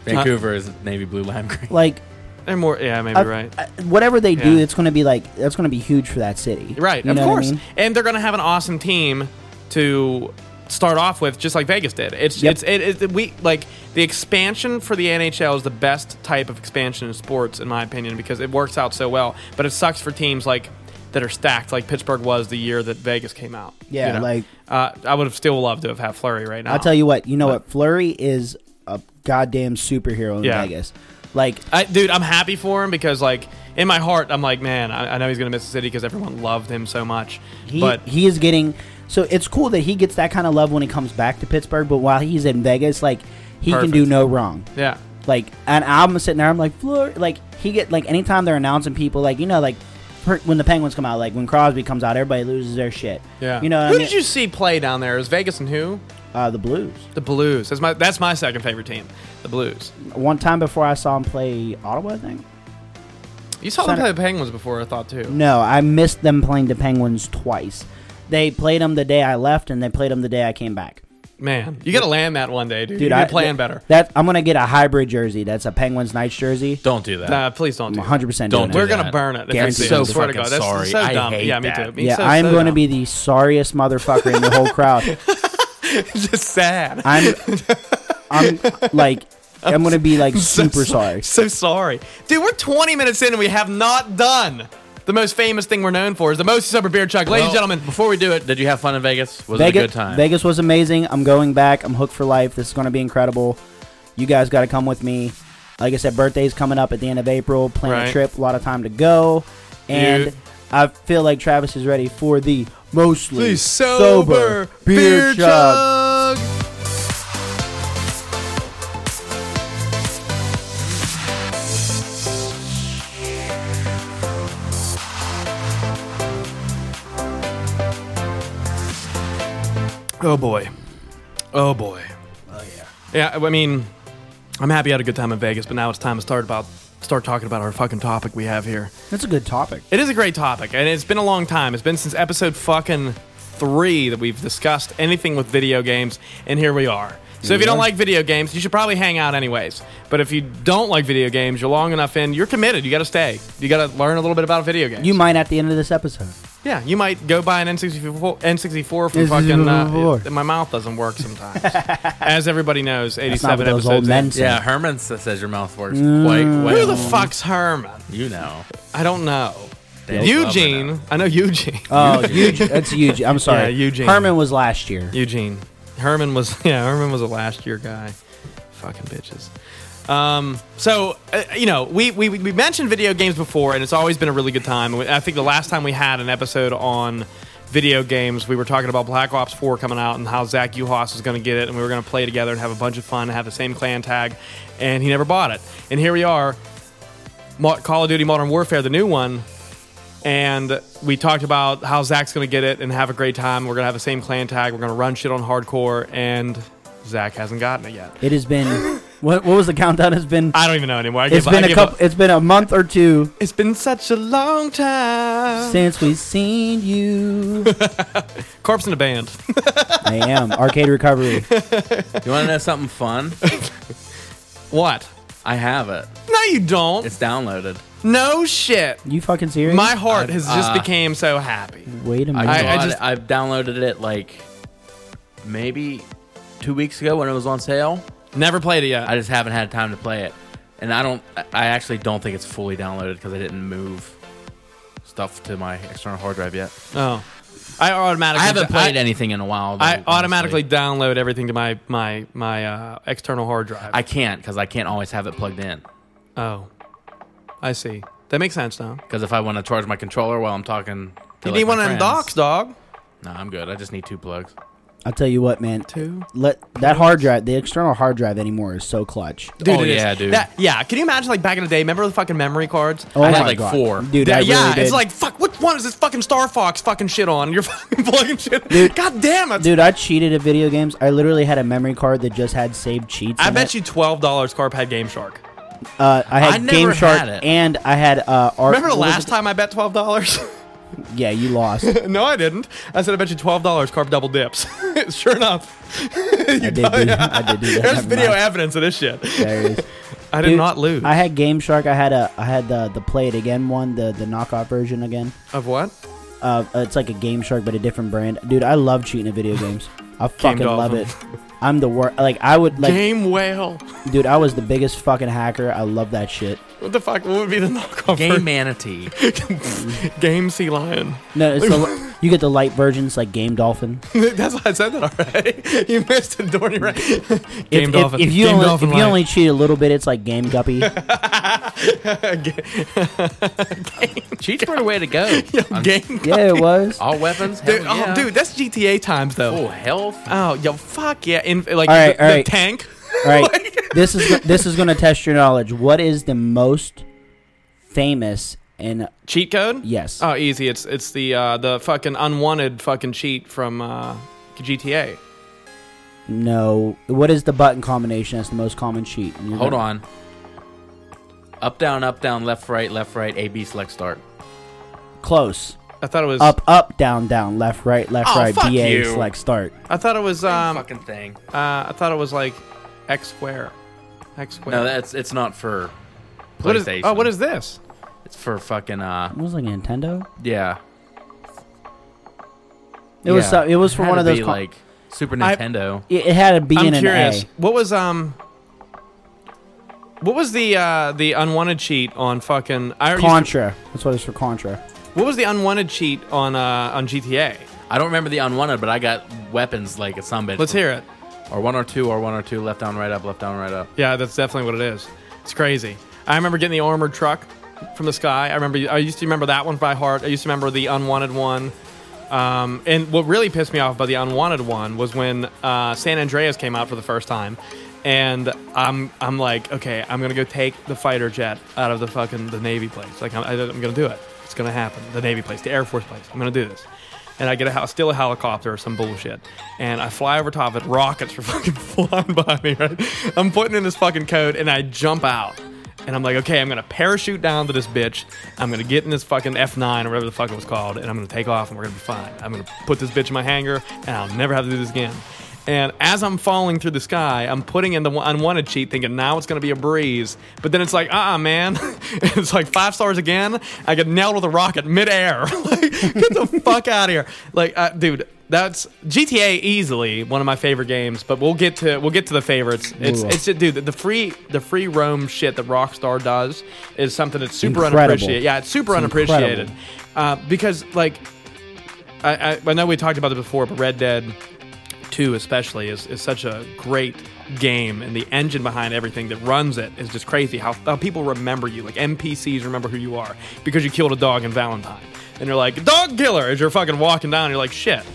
Speaker 2: Vancouver is navy blue, lime green.
Speaker 3: like
Speaker 1: They're more. Yeah, maybe
Speaker 3: I-
Speaker 1: right.
Speaker 3: I- whatever they do,
Speaker 1: Yeah.
Speaker 3: it's going to be like that's going to be huge for that city.
Speaker 1: Right,
Speaker 3: You
Speaker 1: of
Speaker 3: know what I
Speaker 1: course.
Speaker 3: mean?
Speaker 1: And they're going to have an awesome team to start off with, just like Vegas did. It's
Speaker 3: Yep.
Speaker 1: it's it, it, we like the expansion for the NHL is the best type of expansion in sports, in my opinion, because it works out so well. But it sucks for teams like that are stacked, like Pittsburgh was the year that Vegas came out.
Speaker 3: Yeah, like-
Speaker 1: uh, I would have still loved to have had Flurry right now.
Speaker 3: I'll tell you what. You know what? Flurry is a goddamn superhero in
Speaker 1: Yeah.
Speaker 3: Vegas. Like
Speaker 1: I, dude, I'm happy for him because like. In my heart, I'm like, man, I, I know he's gonna miss the city because everyone loved him so much.
Speaker 3: he
Speaker 1: but
Speaker 3: he is getting. So it's cool that he gets that kind of love when he comes back to Pittsburgh. But while he's in Vegas, like he can do
Speaker 1: Perfect.
Speaker 3: no wrong.
Speaker 1: yeah,
Speaker 3: Like, and I'm sitting there, I'm like, Fleur, like he get like anytime they're announcing people, like you know, like per, when the Penguins come out, like when Crosby comes out, everybody loses their shit.
Speaker 1: Yeah.
Speaker 3: you know. What
Speaker 1: who
Speaker 3: I mean?
Speaker 1: did you see play down there? It was Vegas and who?
Speaker 3: Uh, the Blues.
Speaker 1: The Blues. That's my that's my second favorite team. The Blues.
Speaker 3: One time before I saw him play Ottawa, I think.
Speaker 1: You saw them
Speaker 3: Center-
Speaker 1: play the Penguins before, I thought too.
Speaker 3: No, I missed them playing the Penguins twice. They played them the day I left, and they played them the day I came back.
Speaker 1: Man, you gotta land that one day, dude.
Speaker 3: Dude,
Speaker 1: You're
Speaker 3: I
Speaker 1: playing
Speaker 3: th-
Speaker 1: better.
Speaker 3: That I'm gonna get a hybrid jersey. That's a Penguins Knights jersey.
Speaker 2: Don't do that.
Speaker 1: Nah, please don't.
Speaker 3: I'm
Speaker 1: Do
Speaker 3: 100
Speaker 1: that.
Speaker 3: percent
Speaker 2: Don't
Speaker 3: doing
Speaker 2: do
Speaker 1: We're
Speaker 3: it.
Speaker 2: that.
Speaker 1: gonna burn it. If we
Speaker 3: Guaranteed.
Speaker 1: see it.
Speaker 3: So
Speaker 1: I swear to
Speaker 2: fucking
Speaker 1: God, that's
Speaker 2: sorry.
Speaker 1: so
Speaker 2: I
Speaker 1: dumb.
Speaker 2: hate
Speaker 1: yeah, me
Speaker 2: that.
Speaker 1: too. Me
Speaker 3: Yeah,
Speaker 1: so,
Speaker 3: I'm
Speaker 1: so
Speaker 3: going to
Speaker 1: dumb.
Speaker 3: be the sorriest motherfucker in the whole crowd.
Speaker 1: just sad.
Speaker 3: I'm, I'm like, I'm going to be like super sorry.
Speaker 1: So sorry, dude. We're 20 minutes in and we have not done the most famous thing we're known for is the most sober beer chug, ladies
Speaker 2: Well,
Speaker 1: and gentlemen.
Speaker 2: before we do it, did you have fun in Vegas? Was
Speaker 3: Vegas,
Speaker 2: it a good time?
Speaker 3: Vegas was amazing. I'm going back. I'm hooked for life. This is going to be incredible. You guys got to come with me. Like I said, birthday's coming up at the end of April. Plan
Speaker 1: Right.
Speaker 3: a trip. A lot of time to go. And
Speaker 1: Dude.
Speaker 3: I feel like Travis is ready for the mostly
Speaker 1: The sober, beer, chug. Oh boy, oh boy. Oh yeah. Yeah, I mean, I'm happy I had a good time in Vegas, but now it's time to start about start talking about our fucking topic we have here.
Speaker 3: That's a good topic.
Speaker 1: It is a great topic, and it's been a long time. It's been since episode fucking three that we've discussed anything with video games, and here we are. So if you don't like video games, you should probably hang out anyways. But if you don't like video games, you're long enough in, you're committed. You got to stay. You got to learn a little bit about video games.
Speaker 3: You might at the end of this episode.
Speaker 1: yeah, you might go buy an N64, N64 from fucking. Uh,
Speaker 3: N64.
Speaker 1: my mouth doesn't work sometimes, as everybody knows.
Speaker 3: not what
Speaker 1: Eighty-seven
Speaker 3: those
Speaker 1: episodes.
Speaker 3: old men
Speaker 1: in.
Speaker 3: say.
Speaker 2: yeah, Herman s- says your mouth works quite well.
Speaker 1: Who the fuck's Herman?
Speaker 2: You know.
Speaker 1: I don't know.
Speaker 2: Dale's
Speaker 1: Eugene. I know Eugene.
Speaker 3: Oh, Eugene. That's Eugene. I'm sorry.
Speaker 1: Yeah, Eugene.
Speaker 3: Herman was last year.
Speaker 1: Eugene. Herman was yeah, Herman was a last year guy. Fucking bitches. Um, so uh, you know, we, we we mentioned video games before, and it's always been a really good time. I think the last time we had an episode on video games, we were talking about Black Ops Four coming out and how Zach Uhas was going to get it, and we were going to play together and have a bunch of fun and have the same clan tag, and he never bought it. And here we are, Mo- Call of Duty Modern Warfare, the new one, and we talked about how Zach's going to get it and have a great time. We're going to have the same clan tag. We're going to run shit on hardcore, and Zach hasn't gotten it yet.
Speaker 3: It has been. What, what was the countdown? It's been.
Speaker 1: I don't even know anymore. I
Speaker 3: It's
Speaker 1: give- I
Speaker 3: been a
Speaker 1: give
Speaker 3: couple.
Speaker 1: up.
Speaker 3: It's been a month or two
Speaker 1: It's been such a long time.
Speaker 3: since we've seen you.
Speaker 1: Corpse in a band.
Speaker 3: I am arcade recovery.
Speaker 2: You want to know something fun?
Speaker 1: what?
Speaker 2: I have it.
Speaker 1: No, you don't.
Speaker 2: It's downloaded.
Speaker 1: no shit.
Speaker 3: You fucking serious?
Speaker 1: My heart has just
Speaker 2: uh,
Speaker 1: became so happy.
Speaker 3: Wait a minute.
Speaker 2: I,
Speaker 1: I
Speaker 2: I
Speaker 1: just-
Speaker 2: just I've downloaded it like maybe two weeks ago when it was on sale.
Speaker 1: Never played it yet.
Speaker 2: I just haven't had time to play it, and I don't. I- I actually don't think it's fully downloaded because I didn't move stuff to my external hard drive yet.
Speaker 1: oh, I automatically.
Speaker 2: I haven't played
Speaker 1: I,
Speaker 2: anything in a while. though,
Speaker 1: I
Speaker 2: honestly.
Speaker 1: automatically download everything to my my my uh, external hard drive.
Speaker 2: I can't because I can't always have it plugged in.
Speaker 1: oh, I see. That makes sense now.
Speaker 2: Because if I want to charge my controller while I'm talking, to,
Speaker 1: You
Speaker 2: like,
Speaker 1: need
Speaker 2: my
Speaker 1: one of them
Speaker 2: friends-
Speaker 1: docks, dog.
Speaker 2: No, I'm good. I just need two plugs.
Speaker 3: will tell you what, man.
Speaker 1: Two.
Speaker 3: Let that hard drive, the external hard drive anymore is so clutch.
Speaker 2: Oh,
Speaker 1: it is.
Speaker 2: yeah, dude.
Speaker 1: That- yeah, can you imagine like back in the day? Remember the fucking memory cards?
Speaker 3: Oh
Speaker 2: I had
Speaker 3: my
Speaker 2: like
Speaker 3: God.
Speaker 2: four.
Speaker 3: dude. I
Speaker 1: That- yeah,
Speaker 3: really did.
Speaker 1: it's like fuck. Which one is this fucking Star Fox fucking shit on? You're fucking plugging shit. God damn it!
Speaker 3: dude, I cheated at video games. I literally had a memory card that just had saved cheats.
Speaker 1: I
Speaker 3: in
Speaker 1: bet
Speaker 3: it.
Speaker 1: you twelve dollars. Carp had Game Shark.
Speaker 3: Uh, I had
Speaker 2: I never
Speaker 3: Game Shark
Speaker 2: had it.
Speaker 3: and I had uh, art.
Speaker 1: Remember the
Speaker 3: what was
Speaker 1: last time I bet twelve dollars?
Speaker 3: it? Yeah, you lost.
Speaker 1: no, I didn't. I said I bet you twelve dollars. Carp double dips. sure enough,
Speaker 3: I did. Do, I did do that.
Speaker 1: there's
Speaker 3: Never
Speaker 1: video
Speaker 3: mind.
Speaker 1: evidence of this shit.
Speaker 3: There it is.
Speaker 1: I did
Speaker 3: Dude,
Speaker 1: not lose.
Speaker 3: I had Game Shark. I had a. I had the the Play It Again one, the the knockoff version again.
Speaker 1: of what?
Speaker 3: Uh, it's like a Game Shark, but a different brand. Dude, I love cheating at video games. I fucking love
Speaker 1: dolphin.
Speaker 3: it. I'm the worst. Like I would like,
Speaker 1: Game whale.
Speaker 3: dude. I was the biggest fucking hacker. I love that shit.
Speaker 1: What the fuck? What would be the knockoff?
Speaker 2: Game manatee.
Speaker 1: Game sea lion.
Speaker 3: No, it's the, you get the light versions like Game Dolphin.
Speaker 1: That's why I said that already. you missed it, Dorney. Right? Game
Speaker 3: if,
Speaker 1: dolphin.
Speaker 3: If, if you
Speaker 1: Game
Speaker 3: only,
Speaker 1: dolphin
Speaker 3: if you
Speaker 1: life.
Speaker 3: only cheat a little bit, it's like Game Guppy.
Speaker 2: Cheats were the way to go. I'm-
Speaker 1: game.
Speaker 3: yeah, it was.
Speaker 1: Oh
Speaker 2: All weapons.
Speaker 1: Dude,
Speaker 2: hell yeah.
Speaker 1: oh, dude, that's GTA times though.
Speaker 2: Oh, health.
Speaker 1: Oh, yo, fuck yeah! In like
Speaker 3: All right,
Speaker 1: the,
Speaker 3: all
Speaker 1: the
Speaker 3: right.
Speaker 1: tank.
Speaker 3: All right,
Speaker 1: Like-
Speaker 3: this is this is going to test your knowledge. What is the most famous and
Speaker 1: Cheat code?
Speaker 3: yes?
Speaker 1: Oh, easy. It's it's the uh, the fucking unwanted fucking cheat from uh, GTA.
Speaker 3: no. What is the button combination that's the most common cheat? And you're
Speaker 2: Hold
Speaker 3: gonna-
Speaker 2: on. Up, down, up, down, left, right, left, right, A, B, select, start.
Speaker 3: Close.
Speaker 1: I thought it was
Speaker 3: Up, up, down, down, left, right, left,
Speaker 2: Oh,
Speaker 3: right,
Speaker 2: fuck
Speaker 3: BA,
Speaker 2: you.
Speaker 3: select, start.
Speaker 1: I thought it was um. Uh,
Speaker 2: fucking thing.
Speaker 1: I thought it was like X square. X square.
Speaker 2: No, that's it's not for PlayStation.
Speaker 1: what is? Oh, what is this?
Speaker 2: It's for fucking uh
Speaker 3: It was like Nintendo.
Speaker 2: yeah.
Speaker 3: It was so- it was for
Speaker 2: had
Speaker 3: one
Speaker 2: to
Speaker 3: of those
Speaker 2: be,
Speaker 3: com-
Speaker 2: like Super
Speaker 1: I-
Speaker 2: Nintendo.
Speaker 3: It, it had a B
Speaker 1: I'm
Speaker 3: and an
Speaker 1: curious.
Speaker 3: A.
Speaker 1: What was um? What was the uh, the unwanted cheat on fucking? I used to-
Speaker 3: Contra. That's what it's for. Contra.
Speaker 1: what was the unwanted cheat on uh, on GTA?
Speaker 2: I don't remember the unwanted, but I got weapons like a some bitch.
Speaker 1: Let's hear it.
Speaker 2: Or one or two, or one or two, left down, right up, left down, right up.
Speaker 1: Yeah, that's definitely what it is. It's crazy. I remember getting the armored truck from the sky. I remember. I used to remember that one by heart. I used to remember the unwanted one. Um, and what really pissed me off about the unwanted one was when uh, San Andreas came out for the first time, and I'm I'm like, okay, I'm gonna go take the fighter jet out of the fucking the Navy place. Like I'm, I- I'm gonna do it. It's gonna happen. The Navy place, the Air Force place. I'm gonna do this. And I get a hel- still a helicopter or some bullshit, and I fly over top of it. Rockets are fucking flying by me. Right, I'm putting in this fucking code, and I jump out. And I'm like, okay, I'm gonna parachute down to this bitch. I'm gonna get in this fucking F9 or whatever the fuck it was called, and I'm gonna take off and we're gonna be fine. I'm gonna put this bitch in my hangar, and I'll never have to do this again. And as I'm falling through the sky, I'm putting in the one- unwanted cheat, thinking now it's gonna be a breeze. But then it's like, uh-uh, man. it's like five stars again. I get nailed with a rocket midair. like, get the fuck out of here. Like, uh, dude, that's GTA easily one of my favorite games, but we'll get to we'll get to the favorites. It's
Speaker 3: will.
Speaker 1: it's dude the free the free roam shit that Rockstar does is something that's super
Speaker 3: Incredible.
Speaker 1: unappreciated. Yeah, it's super
Speaker 3: It's
Speaker 1: unappreciated
Speaker 3: incredible.
Speaker 1: uh, because like I, I I know we talked about it before, but Red Dead Two especially is is such a great game, and the engine behind everything that runs it is just crazy. How, how people remember you, like NPCs remember who you are because you killed a dog in Valentine, and you're like dog killer as you're fucking walking down, and you're like shit.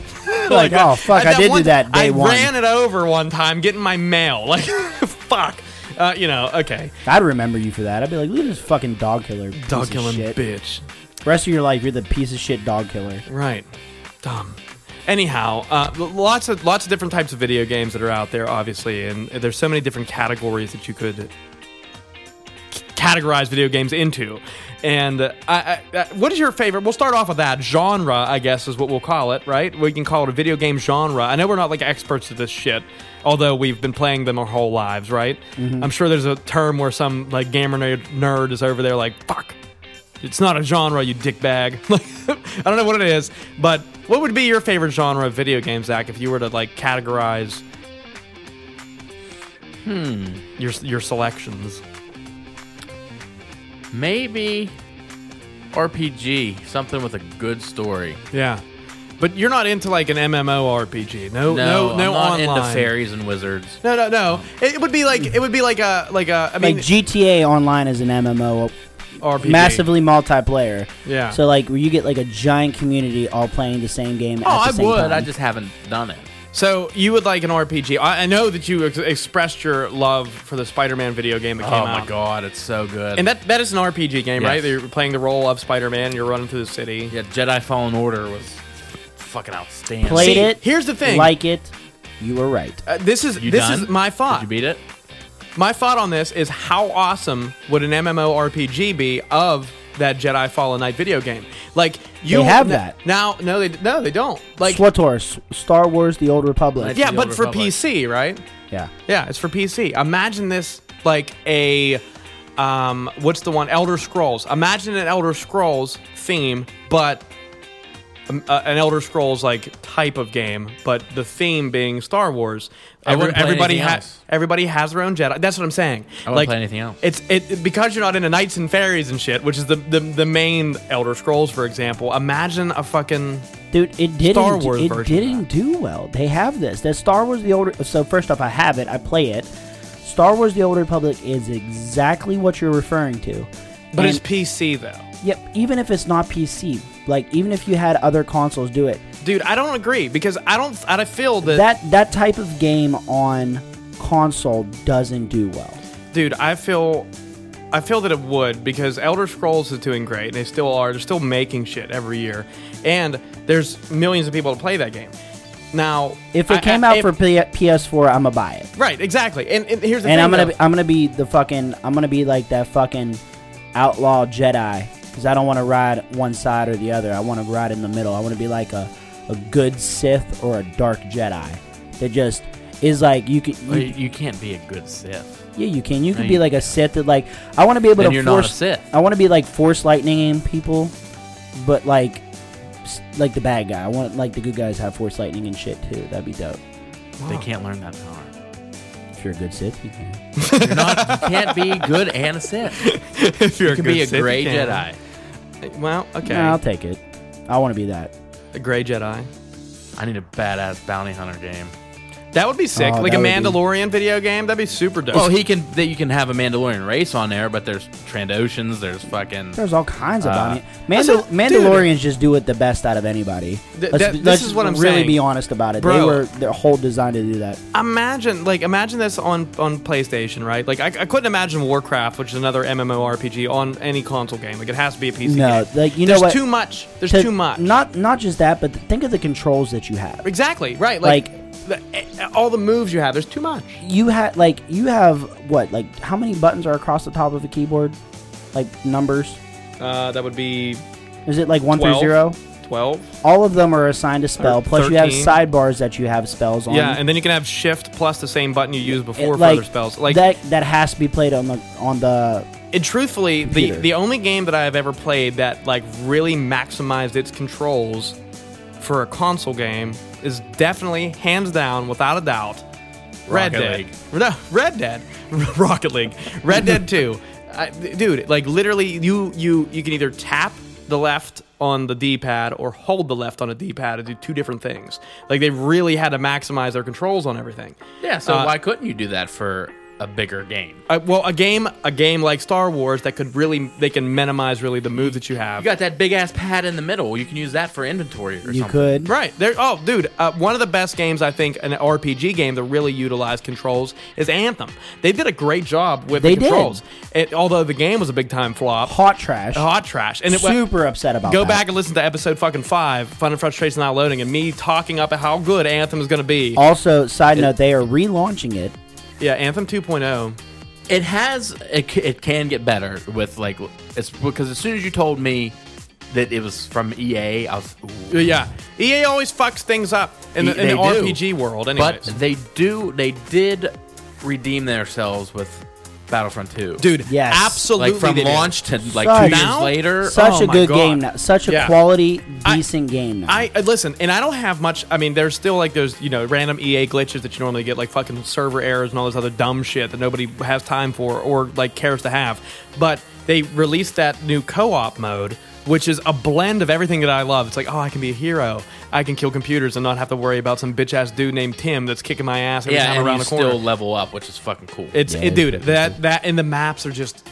Speaker 3: Like, oh, fuck, I
Speaker 1: that
Speaker 3: did do
Speaker 1: one-
Speaker 3: that day
Speaker 1: I
Speaker 3: one.
Speaker 1: ran it over one time getting my mail. Like, fuck. Uh, you know, okay.
Speaker 3: I'd remember you for that. I'd be like, look at this fucking dog killer. piece
Speaker 1: Dog
Speaker 3: of
Speaker 1: killing
Speaker 3: shit.
Speaker 1: bitch.
Speaker 3: Rest of your life, you're the piece of shit dog killer.
Speaker 1: Right. Dumb. Anyhow, uh, l- lots of lots of different types of video games that are out there, obviously, and there's so many different categories that you could c- categorize video games into. And uh, I, I, I, what is your favorite? We'll start off with that genre, I guess, is what we'll call it, right? We can call it a video game genre. I know we're not like experts at this shit, although we've been playing them our whole lives, right? I'm sure there's a term where some like gamer nerd, nerd is over there like, "Fuck, it's not a genre, you dickbag. I don't know what it is, but what would be your favorite genre of video games, Zach, if you were to like categorize hmm. your your selections?
Speaker 2: Maybe RPG, something with a good story.
Speaker 1: Yeah, but you're not into like an MMORPG. No, no, no,
Speaker 2: I'm not
Speaker 1: online.
Speaker 2: into fairies and wizards.
Speaker 1: no, no, no. It would be like it would be like a like a I
Speaker 3: Like
Speaker 1: mean
Speaker 3: GTA Online is an MMO,
Speaker 1: RPG.
Speaker 3: massively multiplayer.
Speaker 1: Yeah.
Speaker 3: So like, where you get like a giant community all playing the same game.
Speaker 2: Oh,
Speaker 3: at the
Speaker 2: I
Speaker 3: same
Speaker 2: would.
Speaker 3: Time.
Speaker 2: I just haven't done it.
Speaker 1: So you would like an RPG? I, I know that you ex- expressed your love for the Spider-Man video game that came
Speaker 2: oh
Speaker 1: out.
Speaker 2: my god, it's so good.
Speaker 1: And that that is an RPG game,
Speaker 2: Yes.
Speaker 1: right? You're playing the role of Spider-Man. and You're running through the city.
Speaker 2: yeah, Jedi Fallen Order was fucking outstanding.
Speaker 3: played
Speaker 1: See,
Speaker 3: it.
Speaker 1: here's the thing.
Speaker 3: Like it. You were right.
Speaker 1: Uh, this is
Speaker 2: You
Speaker 1: this
Speaker 2: done?
Speaker 1: is my
Speaker 2: Did
Speaker 1: thought.
Speaker 2: you beat it?
Speaker 1: my thought on this is how awesome would an MMORPG be of that Jedi Fallen Knight video game? Like you
Speaker 3: They have
Speaker 1: n-
Speaker 3: that.
Speaker 1: now. No, they no they don't. Like
Speaker 3: SWTOR, S- Star Wars: The Old Republic.
Speaker 1: yeah,
Speaker 2: The
Speaker 1: but
Speaker 2: Old
Speaker 1: for
Speaker 2: Republic.
Speaker 1: PC, right?
Speaker 3: Yeah.
Speaker 1: Yeah, it's for PC. Imagine this like a um what's the one Elder Scrolls. Imagine an Elder Scrolls theme but um, uh, an Elder Scrolls like type of game, but the theme being Star Wars.
Speaker 2: I wouldn't play
Speaker 1: everybody
Speaker 2: anything
Speaker 1: has
Speaker 2: else.
Speaker 1: everybody has their own Jedi. That's what I'm saying.
Speaker 2: I wouldn't
Speaker 1: like
Speaker 2: play anything else.
Speaker 1: It's it it- because you're not into knights and fairies and shit, which is the the, the main Elder Scrolls for example. Imagine a fucking
Speaker 3: Dude, it didn't.
Speaker 1: Star Wars
Speaker 3: it
Speaker 1: version of
Speaker 3: didn't do well. They have this. That Star Wars: The Old. So first off, I have it. I play it. Star Wars: The Old Republic is exactly what you're referring to.
Speaker 1: but
Speaker 3: And-
Speaker 1: it's PC though.
Speaker 3: Yep. Even if it's not PC, like even if you had other consoles do it,
Speaker 1: Dude, I don't agree because I don't I feel that
Speaker 3: that that type of game on console doesn't do well.
Speaker 1: dude i feel i feel that it would because elder scrolls is doing great and they still are they're still making shit every year and there's millions of people to play that game now
Speaker 3: If it
Speaker 1: I-
Speaker 3: came
Speaker 1: I-
Speaker 3: out
Speaker 1: if-
Speaker 3: for P- PS4, I'm gonna buy it.
Speaker 1: right exactly and, and here's the
Speaker 3: and
Speaker 1: thing
Speaker 3: I'm gonna
Speaker 1: though.
Speaker 3: be, I'm gonna be the fucking I'm gonna be like that fucking outlaw Jedi because I don't want to ride one side or the other. I want to ride in the middle. I want to be like a a good Sith or a dark Jedi that just is like you could
Speaker 2: Well,
Speaker 3: you,
Speaker 2: You, you can't be a good Sith.
Speaker 3: yeah you can you
Speaker 2: No,
Speaker 3: could
Speaker 2: you
Speaker 3: be like a Sith that like I want to be able
Speaker 2: Then
Speaker 3: to
Speaker 2: you're not a
Speaker 3: force
Speaker 2: Sith.
Speaker 3: I want to be like force lightning people, but like s- like the bad guy. I want like the good guys to have force lightning and shit too. That'd be dope.
Speaker 2: They can't learn that power.
Speaker 3: If you're a good Sith, you can.
Speaker 2: You're not. You can't be good and a Sith. You
Speaker 1: if you're
Speaker 2: can
Speaker 1: good
Speaker 2: be a
Speaker 1: Sith,
Speaker 2: gray
Speaker 1: you can.
Speaker 2: Jedi.
Speaker 1: well okay
Speaker 3: Nah, I'll take it. I want to be that.
Speaker 1: a gray jedi
Speaker 2: I need a badass bounty hunter game.
Speaker 1: that would be sick
Speaker 3: Oh,
Speaker 1: like a
Speaker 3: that would be-
Speaker 1: mandalorian video game that'd be super dope
Speaker 2: Well, he can. That you can have a Mandalorian race on there, but there's Trandoshans. There's fucking.
Speaker 3: There's all kinds of
Speaker 2: Uh,
Speaker 3: bounty.
Speaker 1: that's
Speaker 3: Mandal-
Speaker 1: a-
Speaker 3: Mandalorians just do it the best out of anybody.
Speaker 1: Th-
Speaker 3: let's
Speaker 1: that-
Speaker 3: be-
Speaker 1: this
Speaker 3: let's
Speaker 1: is what I'm
Speaker 3: really
Speaker 1: saying.
Speaker 3: be honest about it. They
Speaker 1: Bro.
Speaker 3: were their whole design to do that.
Speaker 1: imagine like imagine this on on PlayStation, right? Like I, I couldn't imagine Warcraft, which is another MMORPG, on any console game. Like it has to be a PC
Speaker 3: No,
Speaker 1: game.
Speaker 3: like, you know
Speaker 1: there's
Speaker 3: what?
Speaker 1: too much. There's
Speaker 3: To-
Speaker 1: too much.
Speaker 3: Not not just that, but think of the controls that you have.
Speaker 1: exactly right. Like, the, eh, all the moves you have. There's too much.
Speaker 3: You had like you have what like how many buttons are across the top of a keyboard? Like numbers?
Speaker 1: Uh, that would be
Speaker 3: Is it like one
Speaker 1: 12,
Speaker 3: through zero?
Speaker 1: Twelve.
Speaker 3: All of them are assigned a spell.
Speaker 1: Or
Speaker 3: Plus, you have
Speaker 1: 13.
Speaker 3: sidebars that you have spells on.
Speaker 1: Yeah, and then you can have Shift plus the same button you used before for
Speaker 3: It, like,
Speaker 1: other spells. Like
Speaker 3: that that has to be played on the on the
Speaker 1: And truthfully, the,
Speaker 3: Computer.
Speaker 1: the only game that I have ever played that like really maximized its controls for a console game is definitely hands down, without a doubt, Red
Speaker 2: Rocket
Speaker 1: Dead.
Speaker 2: League.
Speaker 1: No, Red Dead, Rocket League, Red Dead Two. I, dude, like literally, you you you can either tap the left on the D-pad or hold the left on a D-pad to do two different things. Like they really had to maximize their controls on everything.
Speaker 2: Yeah. So
Speaker 1: Uh,
Speaker 2: why couldn't you do that for a bigger game?
Speaker 1: Uh, well, a game, a game like Star Wars that could really, they can minimize really the move that you have.
Speaker 2: You got that big ass pad in the middle. You can use that for inventory or
Speaker 3: you
Speaker 2: something.
Speaker 3: could
Speaker 1: right there. Oh, dude, uh, one of the best games I think an RPG game that really utilized controls is Anthem. They did a great job with
Speaker 3: They
Speaker 1: the
Speaker 3: did.
Speaker 1: controls. It, although the game was a big time flop,
Speaker 3: hot trash.
Speaker 1: hot trash, Uh, and it wa-
Speaker 3: super upset about.
Speaker 1: Go
Speaker 3: that.
Speaker 1: back and listen to episode fucking five, Fun and Frustration Not Loading, and me talking up how good Anthem is going to be.
Speaker 3: Also, side note, they are relaunching it.
Speaker 1: yeah, Anthem oh. 2.0.
Speaker 2: It has. It, c- it can get better with like. It's because as soon as you told me that it was from EA, I was. ooh.
Speaker 1: Yeah, EA always fucks things up in the, in
Speaker 2: E, They
Speaker 1: the
Speaker 2: do.
Speaker 1: RPG world. Anyways.
Speaker 2: But they do. They did redeem themselves with Battlefront Two,
Speaker 1: Dude,
Speaker 3: Yes.
Speaker 1: absolutely.
Speaker 2: Like from
Speaker 1: they did.
Speaker 2: launch to like
Speaker 3: Such-
Speaker 2: two years
Speaker 1: Now?
Speaker 2: later.
Speaker 3: Such
Speaker 1: Oh
Speaker 3: a
Speaker 1: my
Speaker 3: good
Speaker 1: God.
Speaker 3: game now. Such a
Speaker 1: Yeah.
Speaker 3: quality,
Speaker 1: I-
Speaker 3: decent game now.
Speaker 1: I uh, listen, and I don't have much. I mean, there's still like those you know random EA glitches that you normally get, like fucking server errors and all this other dumb shit that nobody has time for or like cares to have. But they released that new co-op mode, which is a blend of everything that I love. It's like, oh, I can be a hero. I can kill computers and not have to worry about some bitch ass dude named Tim that's kicking my ass every
Speaker 2: yeah,
Speaker 1: time
Speaker 2: and
Speaker 1: around
Speaker 2: you
Speaker 1: the corner.
Speaker 2: still level up, which is fucking cool.
Speaker 1: It's
Speaker 3: Yeah,
Speaker 1: it,
Speaker 3: it's
Speaker 1: dude.
Speaker 3: pretty
Speaker 1: that that and the maps are just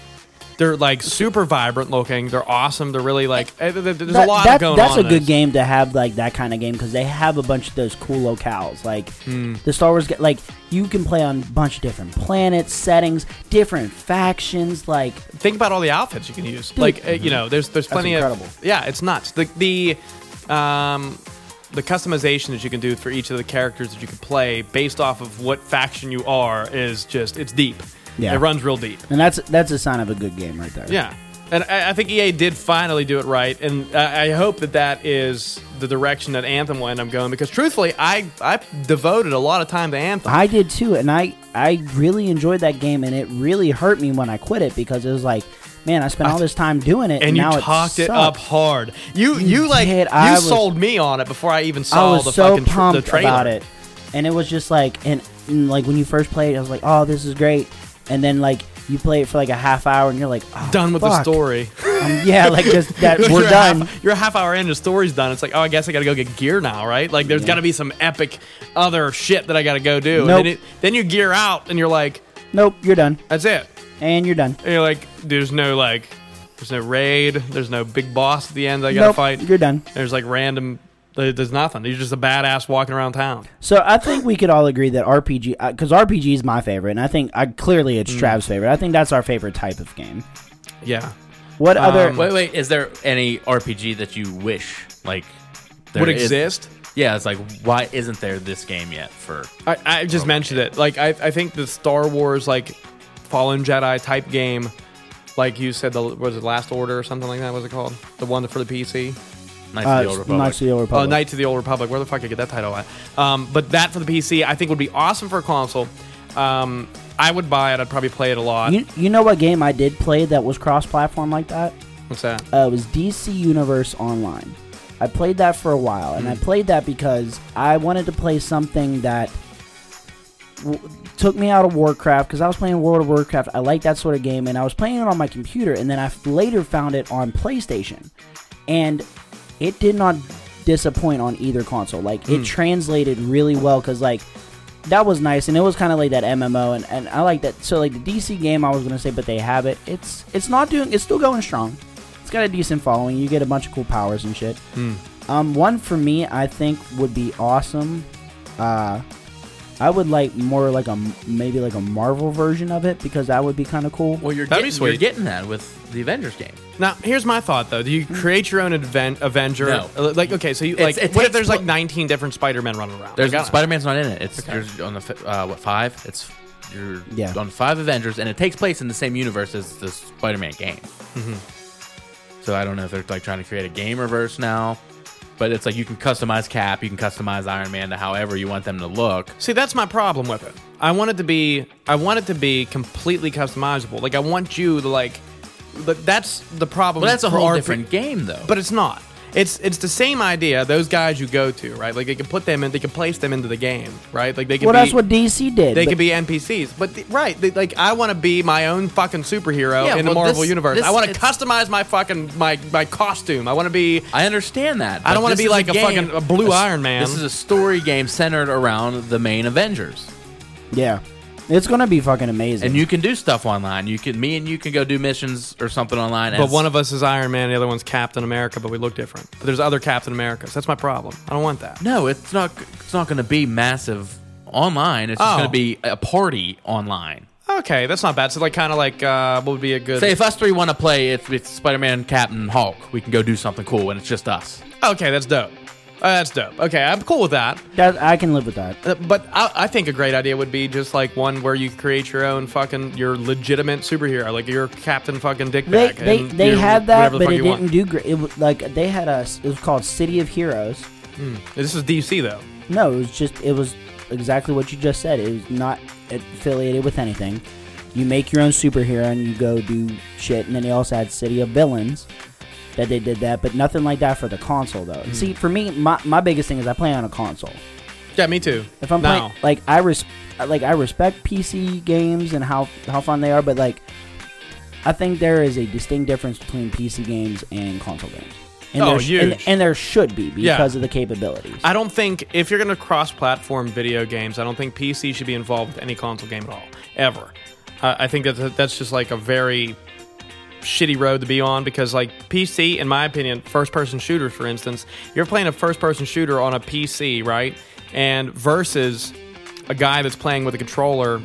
Speaker 1: they're like super vibrant looking. They're awesome. They're really like eh, th- th- there's
Speaker 3: That-
Speaker 1: a lot
Speaker 3: that-
Speaker 1: going
Speaker 3: that's
Speaker 1: on.
Speaker 3: a good
Speaker 1: those.
Speaker 3: game to have, like that kind of game, because they have a bunch of those cool locales. Like
Speaker 1: Hmm.
Speaker 3: the Star Wars, ga- like you can play on a bunch of different planets, settings, different factions. Like
Speaker 1: Think about all the outfits you can use. Like eh, you know, there's there's plenty
Speaker 3: Hmm. incredible.
Speaker 1: of yeah, it's nuts. The the um the customization that you can do for each of the characters that you can play based off of what faction you are is just it's deep.
Speaker 3: Yeah.
Speaker 1: it runs real deep.
Speaker 3: and that's that's a sign of a good game right there.
Speaker 1: Yeah. And I, I think EA did finally do it right, and I, I hope that that is the direction that Anthem will end up going. Because truthfully, I I devoted a lot of time to Anthem.
Speaker 3: I did too, and I I really enjoyed that game, and it really hurt me when I quit it because it was like, man, I spent all this time doing it, and,
Speaker 1: and you
Speaker 3: now
Speaker 1: talked
Speaker 3: it,
Speaker 1: it, up
Speaker 3: sucks.
Speaker 1: hard. You you, like
Speaker 3: did.
Speaker 1: you
Speaker 3: I was-
Speaker 1: sold me on it before I even
Speaker 3: I
Speaker 1: saw
Speaker 3: was
Speaker 1: the
Speaker 3: so
Speaker 1: fucking tr- the
Speaker 3: pumped
Speaker 1: trailer.
Speaker 3: about it, and it was just like, and, and, like when you first played, it, I was like, oh, this is great, and then like you play it for like a half hour, and you're like, oh,
Speaker 1: Done with the
Speaker 3: fuck.
Speaker 1: story.
Speaker 3: Um, yeah, like just that
Speaker 1: You're
Speaker 3: we're
Speaker 1: a
Speaker 3: done.
Speaker 1: Half, you're a half hour in, the story's done. It's like, oh, I guess I got to go get gear now, right? Like, there's got to be some epic other shit that I got to go do. And
Speaker 3: Nope.
Speaker 1: then, it, then you gear out, and you're like,
Speaker 3: Nope, you're done,
Speaker 1: that's it.
Speaker 3: and you're done.
Speaker 1: And you're like, there's no like, there's no raid, there's no big boss at the end that I gotta
Speaker 3: Nope,
Speaker 1: fight.
Speaker 3: you're done.
Speaker 1: There's like random There- There's nothing. You're just a badass walking around town.
Speaker 3: So I think we could all agree that RPG, because RPG is my favorite, and I think I clearly
Speaker 1: Mm.
Speaker 3: it's Trav's favorite. I think that's our favorite type of game.
Speaker 1: Yeah. Um,
Speaker 3: What other?
Speaker 2: Wait, wait. Is there any RPG that you wish like there
Speaker 1: Would
Speaker 2: is-
Speaker 1: exist?
Speaker 2: Yeah, it's like why isn't there this game yet for?
Speaker 1: I, I just mentioned it. Like I, I think the Star Wars like Fallen Jedi type game, like you said, the was it Last Order or something like that? Was it called the one for the PC?
Speaker 2: Knights
Speaker 3: uh,
Speaker 2: of the Old Republic.
Speaker 3: Knights of the Old
Speaker 1: Oh,
Speaker 3: Republic.
Speaker 1: Knights of the Old Republic. Where the fuck I get that title at? Um, but that for the PC, I think would be awesome for a console. Um, I would buy it. I'd probably play it a lot.
Speaker 3: you, you know what game I did play that was cross-platform like that?
Speaker 1: What's that?
Speaker 3: uh, it was DC Universe Online. I played that for a while, and I played that because I wanted to play something that w- took me out of Warcraft because I was playing World of Warcraft. I like that sort of game, and I was playing it on my computer, and then I f- later found it on PlayStation, and it did not disappoint on either console. Like
Speaker 1: Hmm.
Speaker 3: it translated really well because like that was nice, and it was kind of like that MMO, and, and I like that. So like the DC game, I was gonna say, but they have it. It's it's not doing. It's still going strong. It's got a decent following. You get a bunch of cool powers and shit.
Speaker 1: Hmm.
Speaker 3: Um, one for me, I think would be awesome. Uh, I would like more like a m- maybe like a Marvel version of it because that would be kind of cool.
Speaker 2: Well, you're
Speaker 1: That'd
Speaker 2: getting,
Speaker 1: be
Speaker 2: you're
Speaker 1: sweet.
Speaker 2: getting that with the Avengers game.
Speaker 1: Now, here's my thought though. Do you create your own advent Avenger?
Speaker 2: Mm. No.
Speaker 1: Uh, Like, okay, so you
Speaker 2: It's-
Speaker 1: like,
Speaker 2: it
Speaker 1: what if
Speaker 2: takes-
Speaker 1: there's like 19 different Spider-Men running around?
Speaker 2: There's
Speaker 1: Like, I don't-
Speaker 2: Spider Man's not in it. It's you're on the fi- uh, what five? It's you're
Speaker 3: Yeah.
Speaker 2: on five Avengers, and it takes place in the same universe as the Spider Man game.
Speaker 1: Mm-hmm.
Speaker 2: So I don't know if they're like trying to create a game reverse now, but it's like you can customize Cap, you can customize Iron Man to however you want them to look.
Speaker 1: See, that's my problem with it. I want it to be I want it to be completely customizable. Like I want you to like but that's the problem.
Speaker 2: Well, that's a
Speaker 1: for
Speaker 2: whole
Speaker 1: RP
Speaker 2: different game though.
Speaker 1: But it's not. It's it's the same idea. Those guys you go to, right? Like they can put them in, they can place them into the game, right? Like they can.
Speaker 3: Well,
Speaker 1: be,
Speaker 3: that's what DC did.
Speaker 1: they
Speaker 3: but-
Speaker 1: could be NPCs, but the, right, they, like I want to be my own fucking superhero
Speaker 2: Yeah,
Speaker 1: in the
Speaker 2: well,
Speaker 1: Marvel
Speaker 2: this-
Speaker 1: universe.
Speaker 2: this-
Speaker 1: I want to
Speaker 2: it's-
Speaker 1: customize my fucking my my costume. I want to be
Speaker 2: I understand that.
Speaker 1: I don't
Speaker 2: but
Speaker 1: wanna
Speaker 2: this
Speaker 1: be
Speaker 2: is
Speaker 1: like a
Speaker 2: game-
Speaker 1: fucking- a blue
Speaker 2: s-
Speaker 1: Iron Man.
Speaker 2: This is a story game centered around the main Avengers.
Speaker 3: yeah. It's gonna be fucking amazing.
Speaker 2: And you can do stuff online. You can me and you can go do missions or something online.
Speaker 1: But
Speaker 2: as-
Speaker 1: one of us is Iron Man, the other one's Captain America, but we look different. But there's other Captain Americas. That's my problem. I don't want that.
Speaker 2: no, it's not. It's not going to be massive online. It's just
Speaker 1: Oh.
Speaker 2: going to be a party online.
Speaker 1: Okay, that's not bad. So like kind of like uh, what would be a good
Speaker 2: Say if us three want to play, it's, it's Spider Man, Captain, Hulk. We can go do something cool, and it's just us.
Speaker 1: Okay, that's dope. Uh, that's dope. Okay, I'm cool with that.
Speaker 3: that, I can live with that.
Speaker 1: Uh, But I, I think a great idea would be just like one where you create your own fucking your legitimate superhero, like your Captain fucking
Speaker 3: They
Speaker 1: Dickback.
Speaker 3: they,
Speaker 1: and
Speaker 3: they
Speaker 1: your
Speaker 3: had that,
Speaker 1: whatever the
Speaker 3: but
Speaker 1: fuck
Speaker 3: it
Speaker 1: you
Speaker 3: didn't
Speaker 1: want.
Speaker 3: do great. It was like they had a it was called City of Heroes.
Speaker 1: This is DC though.
Speaker 3: No, it was just it was exactly what you just said. It was not affiliated with anything. You make your own superhero and you go do shit. And then they also had City of Villains that they did that, but nothing like that for the console though.
Speaker 1: Hmm.
Speaker 3: See, for me, my, my biggest thing is I play on a console.
Speaker 1: Yeah, me too.
Speaker 3: If I'm
Speaker 1: now,
Speaker 3: playing, like I res- like I respect PC games and how how fun they are, but like I think there is a distinct difference between PC games and console games. And
Speaker 1: Oh,
Speaker 3: there sh- and,
Speaker 1: huge.
Speaker 3: and there should be because
Speaker 1: Yeah.
Speaker 3: of the capabilities.
Speaker 1: I don't think if you're going to cross-platform video games, I don't think PC should be involved with any console game at all, ever. Uh, I think that that's just like a very shitty road to be on because, like PC, in my opinion, first-person shooters, for instance, you're playing a first-person shooter on a PC, right? And versus a guy that's playing with a controller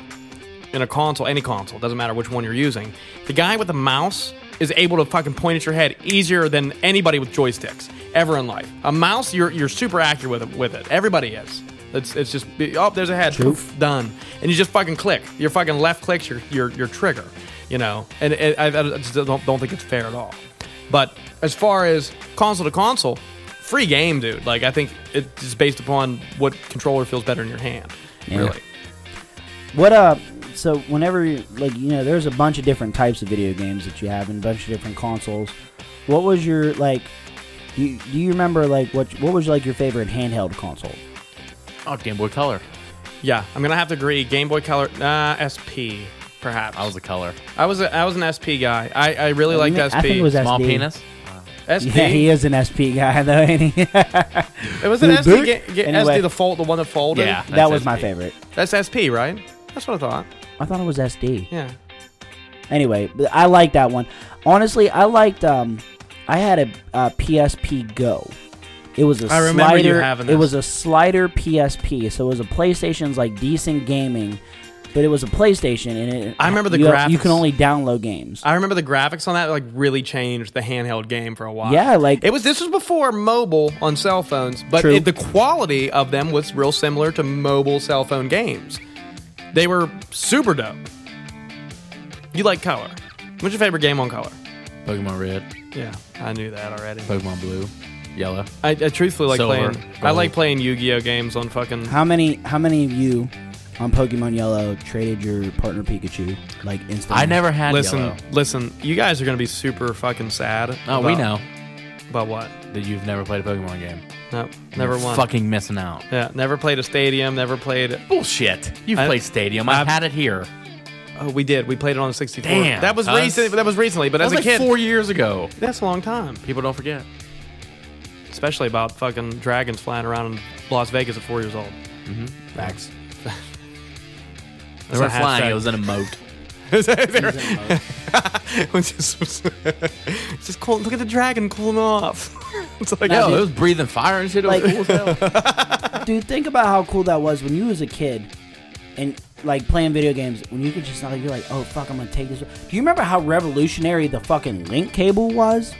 Speaker 1: in a console, any console, doesn't matter which one you're using. The guy with the mouse is able to fucking point at your head easier than anybody with joysticks ever in life. A mouse, you're you're super accurate with it. With it. Everybody is. It's, it's just oh, there's a head, poof, done, and you just fucking click. Your fucking left clicks your your, your trigger, you know. And it, I, I just don't don't think it's fair at all. But as far as console to console, free game, dude. Like I think it's just based upon what controller feels better in your hand. Really.
Speaker 3: What uh? So whenever you like, you know, there's a bunch of different types of video games that you have and a bunch of different consoles. What was your like? You, do you remember like what what was like your favorite handheld console?
Speaker 2: Oh, Game Boy Color.
Speaker 1: Yeah, I'm gonna have to agree. Game Boy Color, uh, SP, perhaps.
Speaker 2: I was a color.
Speaker 1: I was a, I was an SP guy. I, I really liked
Speaker 3: I
Speaker 1: SP.
Speaker 3: think it was
Speaker 2: Small
Speaker 3: SD.
Speaker 2: penis.
Speaker 1: SP.
Speaker 3: Yeah, he is an SP guy though, ain't he?
Speaker 1: It was an
Speaker 3: Dude,
Speaker 1: SP.
Speaker 3: big.
Speaker 1: Ga- ga-
Speaker 3: Anyway.
Speaker 1: SD the fold, the one that folded.
Speaker 2: Yeah.
Speaker 3: that
Speaker 2: That's
Speaker 3: was my
Speaker 2: SP.
Speaker 3: favorite.
Speaker 1: That's SP, right? That's what I thought.
Speaker 3: I thought it was SD.
Speaker 1: Yeah.
Speaker 3: Anyway, but I like that one. Honestly, I liked. Um, I had a, uh PSP Go, It was a
Speaker 4: I remember you
Speaker 3: slider.
Speaker 4: having
Speaker 3: It
Speaker 4: this.
Speaker 3: was a slider PSP, so it was a PlayStation's like decent gaming, but it was a PlayStation, and it.
Speaker 1: I remember the
Speaker 3: you, You
Speaker 1: graphics.
Speaker 3: can only download games.
Speaker 1: I remember the graphics on that like really changed the handheld game for a while.
Speaker 3: Yeah, like-
Speaker 1: it was. This was before mobile on cell phones, but
Speaker 3: True.
Speaker 1: it, the quality of them was real similar to mobile cell phone games. They were super dope. You like color? What's your favorite game on color?
Speaker 2: Pokemon Red,
Speaker 1: Yeah, I knew that already.
Speaker 2: Pokemon Blue, Yellow.
Speaker 1: I, I truthfully like
Speaker 2: Silver.
Speaker 1: playing. I
Speaker 2: Gold.
Speaker 1: like playing Yu-Gi-Oh games on fucking.
Speaker 3: how many? How many of you on Pokemon Yellow traded your partner Pikachu like instantly?
Speaker 2: I never had
Speaker 1: Listen,
Speaker 2: Yellow.
Speaker 1: listen. You guys are gonna be super fucking sad.
Speaker 2: Oh,
Speaker 1: about,
Speaker 2: we know
Speaker 1: about what?
Speaker 2: that you've never played a Pokemon game.
Speaker 1: No, never
Speaker 2: You're
Speaker 1: won.
Speaker 2: Fucking missing out.
Speaker 1: Yeah, never played a stadium. Never played.
Speaker 2: Bullshit. You've
Speaker 1: I-
Speaker 2: played Stadium. I've,
Speaker 1: I've-
Speaker 2: had it here.
Speaker 1: Oh, we did. We played it on a 64.
Speaker 2: Damn,
Speaker 1: that was
Speaker 2: us.
Speaker 1: recent. That was recently, but
Speaker 2: That
Speaker 1: as
Speaker 2: was
Speaker 1: a
Speaker 2: like
Speaker 1: kid,
Speaker 2: four years ago.
Speaker 1: that's a long time.
Speaker 2: People don't forget.
Speaker 1: Especially about fucking dragons flying around in Las Vegas at four years old.
Speaker 2: Facts.
Speaker 1: That's
Speaker 2: They were
Speaker 1: a
Speaker 2: flying.
Speaker 1: hashtag.
Speaker 2: It was in a moat.
Speaker 1: It's just, it's just cool. Look at the dragon cooling off. it's like oh,
Speaker 2: Yo, it was breathing fire and shit. It was
Speaker 3: Like-
Speaker 2: cool as hell.
Speaker 3: Dude, think about how cool that was when you was a kid and like playing video games when you could just not you're like, oh fuck, I'm gonna take this. Do you remember how revolutionary the fucking link cable was?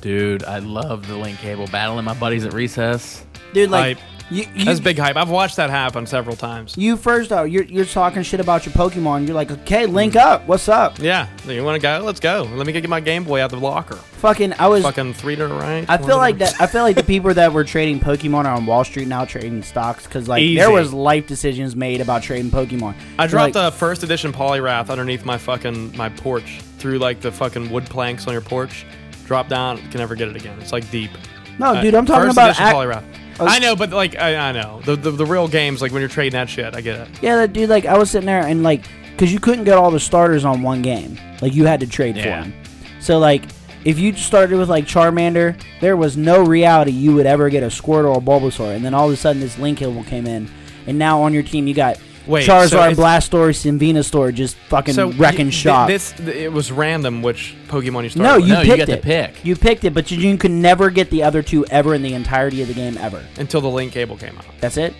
Speaker 2: Dude, I love the link cable battling my buddies at recess.
Speaker 3: Dude, like
Speaker 1: Hype.
Speaker 3: you, you,
Speaker 1: that's big hype. I've watched that happen several times.
Speaker 3: you first though, you're you're talking shit about your Pokemon. You're like, okay, link up. What's up?
Speaker 1: Yeah, you want to go? Let's go. Let me get my Game Boy out the locker.
Speaker 3: Fucking, I was.
Speaker 1: Fucking three to the right.
Speaker 3: I feel like
Speaker 1: whatever.
Speaker 3: that. I feel like the people that were trading Pokemon are on Wall Street now trading stocks because like
Speaker 1: Easy.
Speaker 3: there was life decisions made about trading Pokemon.
Speaker 1: I
Speaker 3: You're
Speaker 1: dropped
Speaker 3: like,
Speaker 1: a first edition Polyrath underneath my fucking my porch through like the fucking wood planks on your porch. Drop down, can never get it again. It's like deep.
Speaker 3: No,
Speaker 1: Uh,
Speaker 3: Oh, dude, I'm talking
Speaker 1: first
Speaker 3: about
Speaker 1: edition
Speaker 3: ac-
Speaker 1: Polyrath.
Speaker 3: Oh.
Speaker 1: I know, but like I, I know the, the the real games like when you're trading that shit. I get it.
Speaker 3: Yeah, that dude, like, I was sitting there and, like, because you couldn't get all the starters on one game. Like, you had to trade
Speaker 2: Yeah.
Speaker 3: for them. So, like, if you started with, like, Charmander, there was no reality you would ever get a Squirtle or Bulbasaur. And then all of a sudden, this Link Hill came in. And now on your team, you got
Speaker 1: Wait,
Speaker 3: Charizard,
Speaker 1: so it's-
Speaker 3: Blastoise, and Venusaur just fucking wrecking
Speaker 1: y- thi-
Speaker 3: shop.
Speaker 1: This th- it was random which Pokemon you started.
Speaker 3: no,
Speaker 1: with.
Speaker 3: you
Speaker 2: Oh, No, you
Speaker 3: picked
Speaker 2: got to
Speaker 3: it.
Speaker 2: pick.
Speaker 3: You picked it, but you, you could never get the other two ever in the entirety of the game ever.
Speaker 1: until the link cable came out.
Speaker 3: That's it.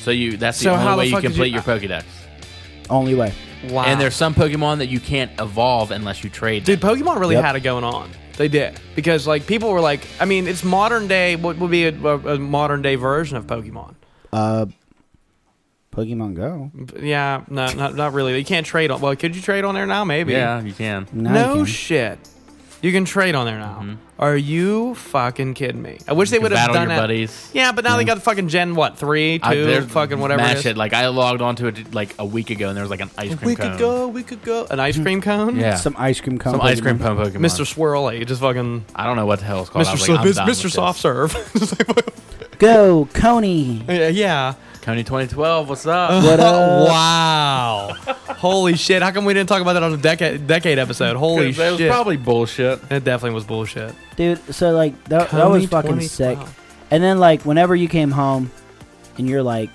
Speaker 2: So you that's the
Speaker 1: So how
Speaker 2: only
Speaker 1: the
Speaker 2: way you
Speaker 1: fuck did
Speaker 2: complete
Speaker 1: you-
Speaker 2: your Pokedex.
Speaker 3: Only way.
Speaker 1: Wow.
Speaker 2: And there's some Pokemon that you can't evolve unless you trade.
Speaker 1: Dude,
Speaker 2: them.
Speaker 1: Pokemon really
Speaker 3: Yep.
Speaker 1: had it going on. They did because like people were like, I mean, it's modern day. What would be a, a, a modern day version of Pokemon?
Speaker 3: Uh, Pokemon Go.
Speaker 1: Yeah, no, not not really. You can't trade on. Well, could you trade on there now? Maybe.
Speaker 2: yeah, you can. Mm-hmm.
Speaker 3: Now you
Speaker 1: No
Speaker 3: can.
Speaker 1: shit. You can trade on there now. Are you fucking kidding me? I wish they
Speaker 2: can
Speaker 1: would have
Speaker 2: battle
Speaker 1: done
Speaker 2: your
Speaker 1: that.
Speaker 2: buddies. Mm.
Speaker 1: Yeah, but now they got fucking Gen what three,
Speaker 2: I-
Speaker 1: two,
Speaker 2: there's
Speaker 1: fucking whatever.
Speaker 2: Mash
Speaker 1: it is.
Speaker 2: it. Like I logged onto it like a week ago, and there was like an ice cream.
Speaker 1: we
Speaker 2: cone. Mm.
Speaker 1: could go. We could go. An ice cream cone.
Speaker 2: Yeah,
Speaker 3: Some ice cream cone.
Speaker 2: some ice cream
Speaker 3: Pokemon.
Speaker 2: cone Pokemon.
Speaker 1: Mr. Swirly, just fucking
Speaker 2: I don't know what the hell it's called.
Speaker 1: Mr.
Speaker 2: I was
Speaker 1: Sl-
Speaker 2: Like, I'm done with
Speaker 1: Mr.
Speaker 2: this.
Speaker 1: Soft Serve. Just like,
Speaker 3: Go, Coney.
Speaker 1: yeah, yeah.
Speaker 2: Coney 2012. What's up?
Speaker 3: What up?
Speaker 1: wow. Holy shit! How come we didn't talk about that on the decade decade episode? Holy
Speaker 2: That was
Speaker 1: shit!
Speaker 2: probably bullshit.
Speaker 1: it definitely was bullshit.
Speaker 3: Dude, so like that, that
Speaker 1: Coney
Speaker 3: was fucking
Speaker 1: 20
Speaker 3: sick.
Speaker 1: wow.
Speaker 3: And then like whenever you came home and you're like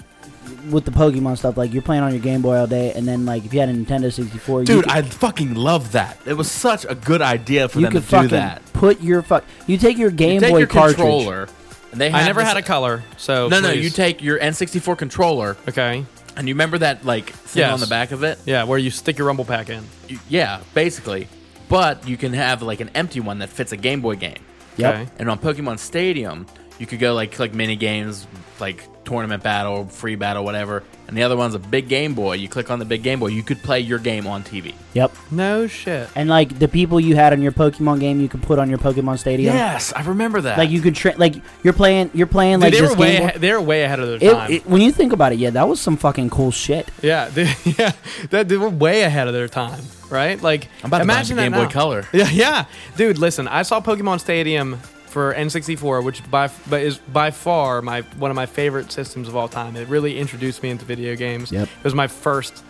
Speaker 3: with the Pokemon stuff, like you're playing on your Game Boy all day, and then like if you had a Nintendo 64, you
Speaker 2: Dude,
Speaker 3: could,
Speaker 2: I fucking love that. It was such a good idea for
Speaker 3: you
Speaker 2: them to
Speaker 3: could
Speaker 2: do
Speaker 3: fucking
Speaker 2: that.
Speaker 3: put your fuck. You take your Game
Speaker 2: You take
Speaker 3: Boy
Speaker 2: your
Speaker 3: cartridge.
Speaker 2: controller. And they
Speaker 1: I never
Speaker 2: this-
Speaker 1: had a color, so
Speaker 2: No, no.
Speaker 1: please.
Speaker 2: You take your N64 controller,
Speaker 1: okay.
Speaker 2: and you remember that like thing
Speaker 1: Yes.
Speaker 2: on the back of it.
Speaker 1: Yeah, where you stick your rumble pack in.
Speaker 2: You- yeah, basically. But you can have like an empty one that fits a Game Boy game.
Speaker 3: Yep.
Speaker 1: Okay.
Speaker 2: And on Pokemon Stadium, you could go like click mini games, like tournament battle, free battle, whatever. And the other one's a big Game Boy. You click on the big Game Boy, you could play your game on TV.
Speaker 3: Yep.
Speaker 1: No shit.
Speaker 3: And like the people you had on your Pokemon game, you could put on your Pokemon Stadium.
Speaker 2: Yes, I remember that.
Speaker 3: Like you could tra- like you're playing you're playing
Speaker 1: Dude,
Speaker 3: like
Speaker 1: they
Speaker 3: this
Speaker 1: were way
Speaker 3: Game Boy-
Speaker 1: ahe- they were way ahead of their
Speaker 3: It-
Speaker 1: time.
Speaker 3: it- when you think about it, yeah, that was some fucking cool shit.
Speaker 1: yeah, they, yeah, that, they were way ahead of their time, right? Like,
Speaker 2: I'm about to buy
Speaker 1: imagine
Speaker 2: the
Speaker 1: that
Speaker 2: Game Boy
Speaker 1: now.
Speaker 2: Color.
Speaker 1: Yeah, yeah, dude. Listen, I saw Pokemon Stadium for N64, which by f- but is by far my one of my favorite systems of all time. It really introduced me into video games.
Speaker 3: Yep.
Speaker 1: It was my first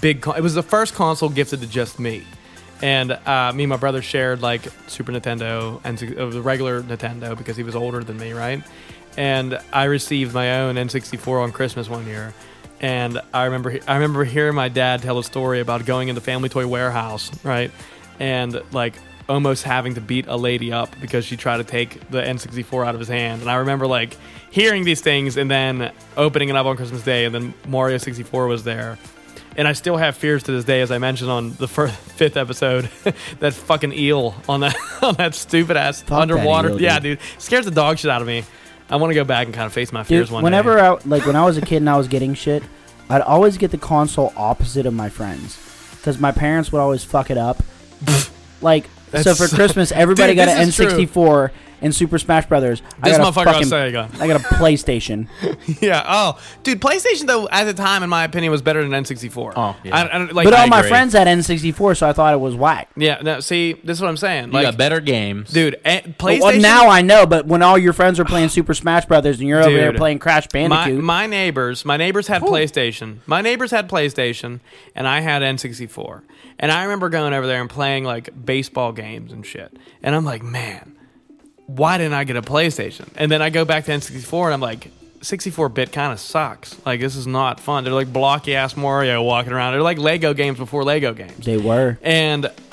Speaker 1: big. Con- it was the first console gifted to just me. And uh, me and my brother shared like Super Nintendo and s- uh, the regular Nintendo because he was older than me, right? And I received my own N64 on Christmas one year. And I remember, he- I remember hearing my dad tell a story about going in the Family Toy Warehouse, right? And like almost having to beat a lady up because she tried to take the N64 out of his hand. And I remember like hearing these things and then opening it up on Christmas Day, and then Mario 64 was there. And I still have fears to this day, as I mentioned on the first, fifth episode, that fucking eel on that on that stupid ass
Speaker 3: that
Speaker 1: underwater.
Speaker 3: eel,
Speaker 1: yeah,
Speaker 3: dude.
Speaker 1: dude, scares the dog shit out of me. I want to go back and kind of face my fears
Speaker 3: Dude,
Speaker 1: one
Speaker 3: whenever
Speaker 1: day.
Speaker 3: I like when I was a kid and I was getting shit, I'd always get the console opposite of my friends because my parents would always fuck it up. like so
Speaker 1: That's
Speaker 3: for
Speaker 1: so-
Speaker 3: Christmas, everybody
Speaker 1: Dude,
Speaker 3: got
Speaker 1: this
Speaker 3: an
Speaker 1: is true.
Speaker 3: N64 and Super Smash Brothers.
Speaker 1: This
Speaker 3: I got a
Speaker 1: motherfucker got
Speaker 3: fucking-
Speaker 1: Sega.
Speaker 3: I got a PlayStation.
Speaker 1: Yeah. Oh, dude, PlayStation though at the time, in my opinion, was better than N64.
Speaker 2: Oh, yeah.
Speaker 1: I, I don't- like,
Speaker 3: but
Speaker 1: I
Speaker 3: all my
Speaker 1: agree.
Speaker 3: friends had N64, so I thought it was whack.
Speaker 1: Yeah. No. See, this is what I'm saying.
Speaker 2: You
Speaker 1: Like,
Speaker 2: got better games.
Speaker 1: dude, eh, PlayStation.
Speaker 3: Well, now I know, but when all your friends are playing Super Smash Brothers and you're over
Speaker 1: Dude.
Speaker 3: there playing Crash
Speaker 1: my,
Speaker 3: Bandicoot,
Speaker 1: my neighbors, my neighbors had PlayStation. My neighbors had PlayStation, and I had N64. And I remember going over there and playing like baseball games and shit. And I'm like, man, why didn't I get a PlayStation? And then I go back to N64, and I'm like. 64 bit kind of sucks. Like, this is not fun. They're like blocky ass Mario walking around. They're like Lego games before Lego games.
Speaker 3: they were.
Speaker 1: and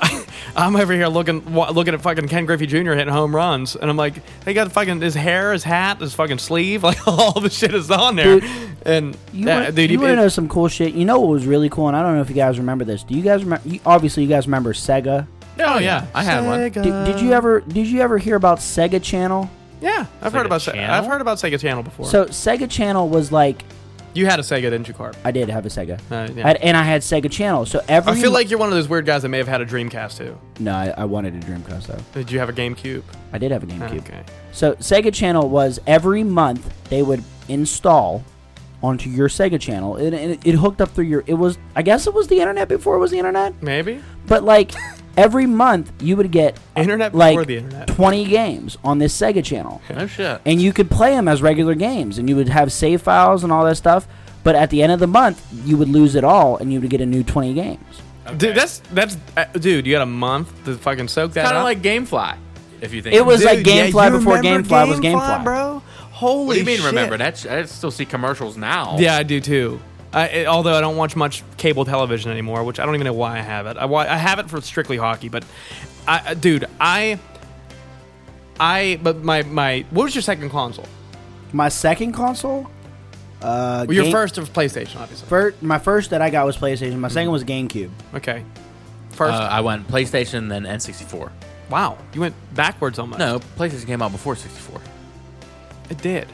Speaker 1: I'm over here looking wa- looking at fucking Ken Griffey Jr. hitting home runs, and I'm like, they got fucking his hair, his hat, his fucking sleeve, like all the shit is on there.
Speaker 3: Dude,
Speaker 1: and
Speaker 3: You,
Speaker 1: uh,
Speaker 3: want,
Speaker 1: dude,
Speaker 3: you
Speaker 1: you-
Speaker 3: want to know some cool shit? You know what was really cool, and I don't know if you guys remember this. Do you guys remember? You, obviously, you guys remember Sega.
Speaker 2: Oh yeah, I had one.
Speaker 3: Did, did
Speaker 1: Uh,
Speaker 3: you ever? Did you ever hear about Sega Channel?
Speaker 1: yeah, I've
Speaker 2: Sega
Speaker 1: heard about Se-
Speaker 2: Channel?
Speaker 1: I've heard about Sega Channel before.
Speaker 3: So Sega Channel was like
Speaker 1: you had a Sega, didn't you, Carp?
Speaker 3: I did have a Sega,
Speaker 1: Uh, yeah.
Speaker 3: I had- and I had Sega Channel. So every
Speaker 1: I feel like you're one of those weird guys that may have had a Dreamcast too.
Speaker 3: no, I, I wanted a Dreamcast though.
Speaker 1: Did you have a GameCube?
Speaker 3: I did have a GameCube.
Speaker 1: Okay.
Speaker 3: So Sega Channel was every month they would install onto your Sega Channel, and, and it, it hooked up through your. It was I guess it was the internet before it was the internet,
Speaker 1: Maybe.
Speaker 3: but like every month you would get uh,
Speaker 1: Internet
Speaker 3: like
Speaker 1: before the internet.
Speaker 3: twenty games on this Sega Channel.
Speaker 2: No shit.
Speaker 3: and you could play them as regular games and you would have save files and all that stuff but at the end of the month you would lose it all and you would get a new 20 games
Speaker 1: Dude, that's that's uh, dude. You had a month to fucking soak that.
Speaker 2: Kind of
Speaker 1: up.
Speaker 2: like GameFly. If you think
Speaker 3: It was
Speaker 2: Dude,
Speaker 3: like Gamefly
Speaker 1: you
Speaker 3: before
Speaker 1: remember
Speaker 3: Gamefly was Gamefly.
Speaker 1: bro. Holy
Speaker 2: What do you mean?
Speaker 1: shit.
Speaker 2: Remember that? I still see commercials now.
Speaker 1: Yeah, I do too. I, it- although I don't watch much cable television anymore, which I don't even know why I have it. I, wa- I have it for strictly hockey, but I, I- dude, I, I, but my my, what was your second console?
Speaker 3: my second console uh
Speaker 1: Well, your
Speaker 3: Game-
Speaker 1: first of PlayStation, obviously.
Speaker 3: fir- my first that i got was playstation my second was gamecube
Speaker 1: Okay, first.
Speaker 2: Uh, I went PlayStation, then N64.
Speaker 1: wow, you went backwards almost.
Speaker 2: No, PlayStation came out before 64.
Speaker 1: It did.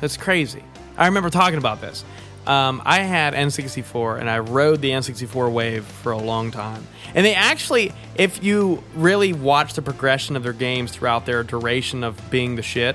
Speaker 1: That's crazy. I remember talking about this. Um, I had N64 and I rode the N64 wave for a long time. And they actually, if you really watch the progression of their games throughout their duration of being the shit,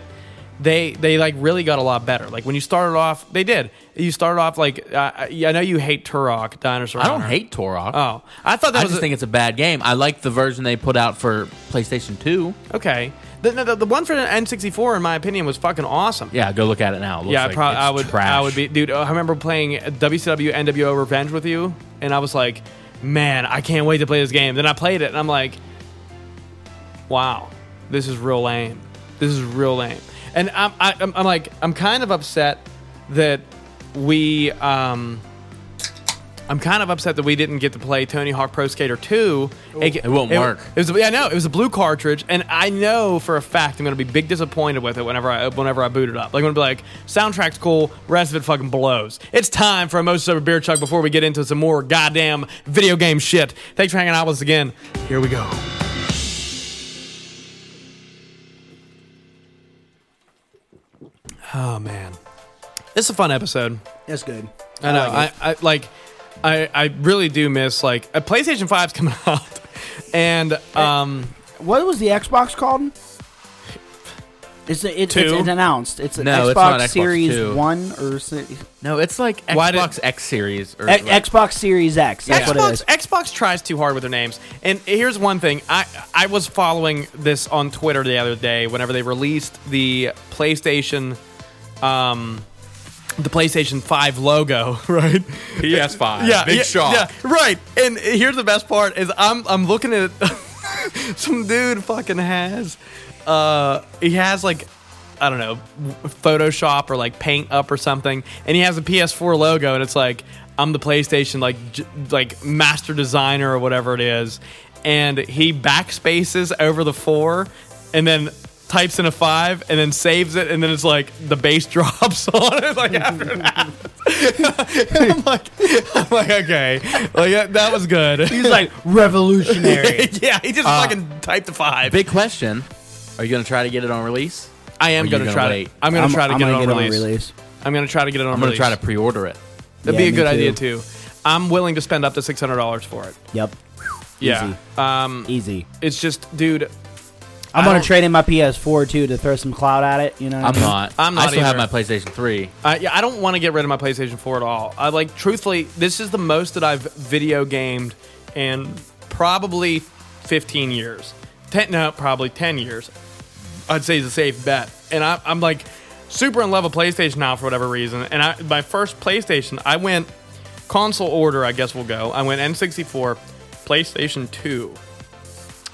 Speaker 1: they they like really got a lot better. Like when you started off, they did. You started off like uh, I I know you hate Turok, Dinosaur.
Speaker 2: I don't
Speaker 1: Hunter.
Speaker 2: hate Torok.
Speaker 1: Oh, I thought that
Speaker 2: I
Speaker 1: was
Speaker 2: just
Speaker 1: a-
Speaker 2: think it's a bad game. I like the version they put out for PlayStation 2.
Speaker 1: okay. The, the, the one for the N64, in my opinion, was fucking awesome.
Speaker 2: Yeah, go look at it now. It looks
Speaker 1: yeah, I
Speaker 2: like
Speaker 1: prob-
Speaker 2: it's
Speaker 1: I would.
Speaker 2: trash.
Speaker 1: I would be, dude. I remember playing WCW NWO Revenge with you, and I was like, man, I can't wait to play this game. Then I played it, and I'm like, wow, this is real lame. This is real lame. And I'm, I, I'm, I'm like, I'm kind of upset that we, um, I'm kind of upset that we didn't get to play Tony Hawk Pro Skater 2.
Speaker 2: It won't work.
Speaker 1: It was, a- yeah, I know. It was a blue cartridge, and I know for a fact I'm going to be big disappointed with it whenever I whenever I boot it up. Like, I'm going to be like, soundtrack's cool, rest of it fucking blows. It's time for a most sober beer chug before we get into some more goddamn video game shit. Thanks for hanging out with us again. Here we go. Oh man, this is a fun episode.
Speaker 3: that's good
Speaker 1: I know. I, I like. I, I really do miss like a PlayStation 5's coming out, and um,
Speaker 3: what was the xbox called it's, a, it's, it's
Speaker 1: Two?
Speaker 3: it's announced it's an
Speaker 2: No,
Speaker 3: xbox,
Speaker 2: it's not Xbox
Speaker 3: series
Speaker 2: Two.
Speaker 3: 1 or si- e-
Speaker 2: No, it's like
Speaker 1: Why did-
Speaker 2: Xbox X Series or
Speaker 3: xbox series x that's what it
Speaker 1: Xbox
Speaker 3: is
Speaker 1: Xbox tries too hard with their names. And here's one thing: I I was following this on Twitter the other day. Whenever they released the PlayStation, um, the PlayStation 5 logo, right?
Speaker 2: PS5.
Speaker 1: yeah, yeah, Yeah, right. And here's the best part is I'm I'm looking at some dude fucking has uh he has like I don't know Photoshop or like Paint Up or something, and he has a PS4 logo, and it's like I'm the PlayStation like j- like master designer or whatever it is. and he backspaces over the four and then types in a five and then saves it and then it's like the bass drops on it like after that. I'm like I'm like okay. Like that- that was good.
Speaker 4: He's like revolutionary.
Speaker 1: yeah, he just fucking typed a five.
Speaker 2: Big question. Are you going to try to get it on release?
Speaker 1: I
Speaker 2: Or
Speaker 1: am
Speaker 2: you
Speaker 1: gonna,
Speaker 2: gonna
Speaker 1: try
Speaker 2: wait?
Speaker 1: to I'm gonna try to get,
Speaker 3: gonna
Speaker 1: it, on release.
Speaker 3: release.
Speaker 1: I'm gonna try to get it on
Speaker 2: I'm going to
Speaker 1: release.
Speaker 2: try to pre order it.
Speaker 1: That'd
Speaker 3: Yeah,
Speaker 1: be a
Speaker 3: me
Speaker 1: good
Speaker 3: too.
Speaker 1: idea too. I'm willing to spend up to six hundred dollars for it.
Speaker 3: Yep.
Speaker 1: Yeah. Um,
Speaker 3: Easy.
Speaker 1: it's just, dude.
Speaker 3: I'm
Speaker 1: I
Speaker 3: gonna
Speaker 1: don't-
Speaker 3: trade in my PS4 too to throw some cloud at it. You know.
Speaker 2: I'm not.
Speaker 1: I'm not
Speaker 2: I still have my
Speaker 1: either.
Speaker 2: PlayStation 3.
Speaker 1: I, Uh, yeah, I don't want to get rid of my PlayStation 4 at all. I like, truthfully, this is the most that I've video gamed in probably 15 years. Ten, no, probably 10 years. I'd say is a safe bet. And I, I'm like super in love with PlayStation now for whatever reason. And I, my first PlayStation, I went console order, I guess we'll go. I went N64, PlayStation 2.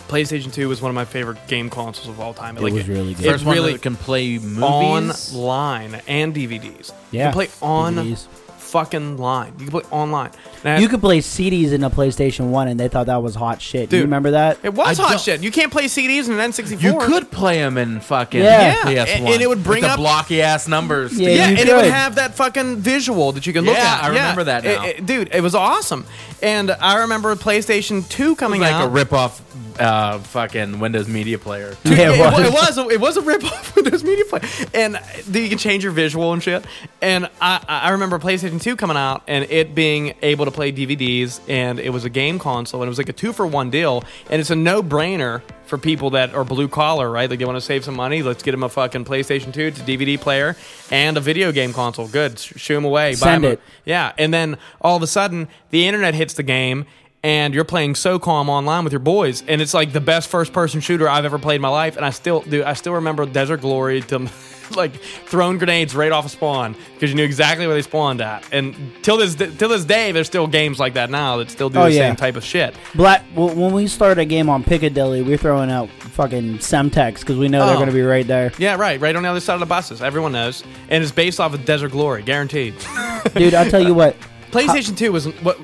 Speaker 1: PlayStation 2 was one of my favorite game consoles of all time. It
Speaker 3: was really good.
Speaker 2: First
Speaker 1: It
Speaker 2: one
Speaker 1: really
Speaker 2: that can play movies.
Speaker 1: online and DVDs.
Speaker 3: Yeah,
Speaker 1: You can play on
Speaker 3: DVDs.
Speaker 1: fucking line. You can play online. Now,
Speaker 3: You could play CDs in a PlayStation One, and they thought that was hot shit. Do you
Speaker 1: Dude.
Speaker 3: remember that?
Speaker 1: It was
Speaker 2: I
Speaker 1: hot
Speaker 2: don't-
Speaker 1: shit. You can't play CDs in an N64.
Speaker 2: You could play them in fucking
Speaker 3: Yeah.
Speaker 1: Yeah,
Speaker 2: PS1.
Speaker 1: and- and it would bring
Speaker 2: with
Speaker 1: up-
Speaker 2: the blocky ass numbers.
Speaker 3: Yeah,
Speaker 1: Yeah,
Speaker 3: you
Speaker 1: and it would
Speaker 3: could.
Speaker 1: have that fucking visual that you can look
Speaker 2: Yeah,
Speaker 1: at.
Speaker 2: I remember that
Speaker 1: It-
Speaker 2: now.
Speaker 1: it- dude, it was awesome. And I remember PlayStation 2 coming
Speaker 2: like
Speaker 1: out.
Speaker 2: a rip off uh, fucking Windows Media Player.
Speaker 3: Yeah, it
Speaker 1: it,
Speaker 3: was.
Speaker 1: it was it was a ripoff with those media play, and then you can change your visual and shit. And I I remember PlayStation Two coming out and it being able to play DVDs, and it was a game console, and it was like a two for one deal, and it's a no brainer for people that are blue collar, right? Like they want to save some money, let's get them a fucking PlayStation Two, it's a DVD player, and a video game console. Good, Sh- shoo them away. buy 'em
Speaker 3: Send
Speaker 1: a-
Speaker 3: it.
Speaker 1: yeah, and then all of a sudden the internet hits the game and you're playing SOCOM online with your boys and it's like the best first person shooter I've ever played in my life and I still do I still remember Desert Glory to like throwing grenades right off a spawn because you knew exactly where they spawned at and till this till this day there's still games like that now that still do
Speaker 3: Oh,
Speaker 1: the
Speaker 3: yeah.
Speaker 1: same type of shit.
Speaker 3: Black. w- When we start a game on Piccadilly, we're throwing out fucking Semtex because we know they're
Speaker 1: Oh.
Speaker 3: gonna be right there.
Speaker 1: Yeah, right, right on the other side of the buses. Everyone knows. And it's based off of Desert Glory, guaranteed.
Speaker 3: Dude, I'll tell you what.
Speaker 1: PlayStation 2 was what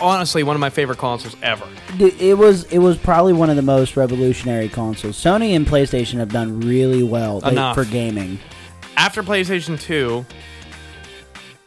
Speaker 1: honestly one of my favorite consoles ever.
Speaker 3: Dude, it was it was probably one of the most revolutionary consoles. Sony and PlayStation have done really well like,
Speaker 1: Enough.
Speaker 3: for gaming.
Speaker 1: after PlayStation 2,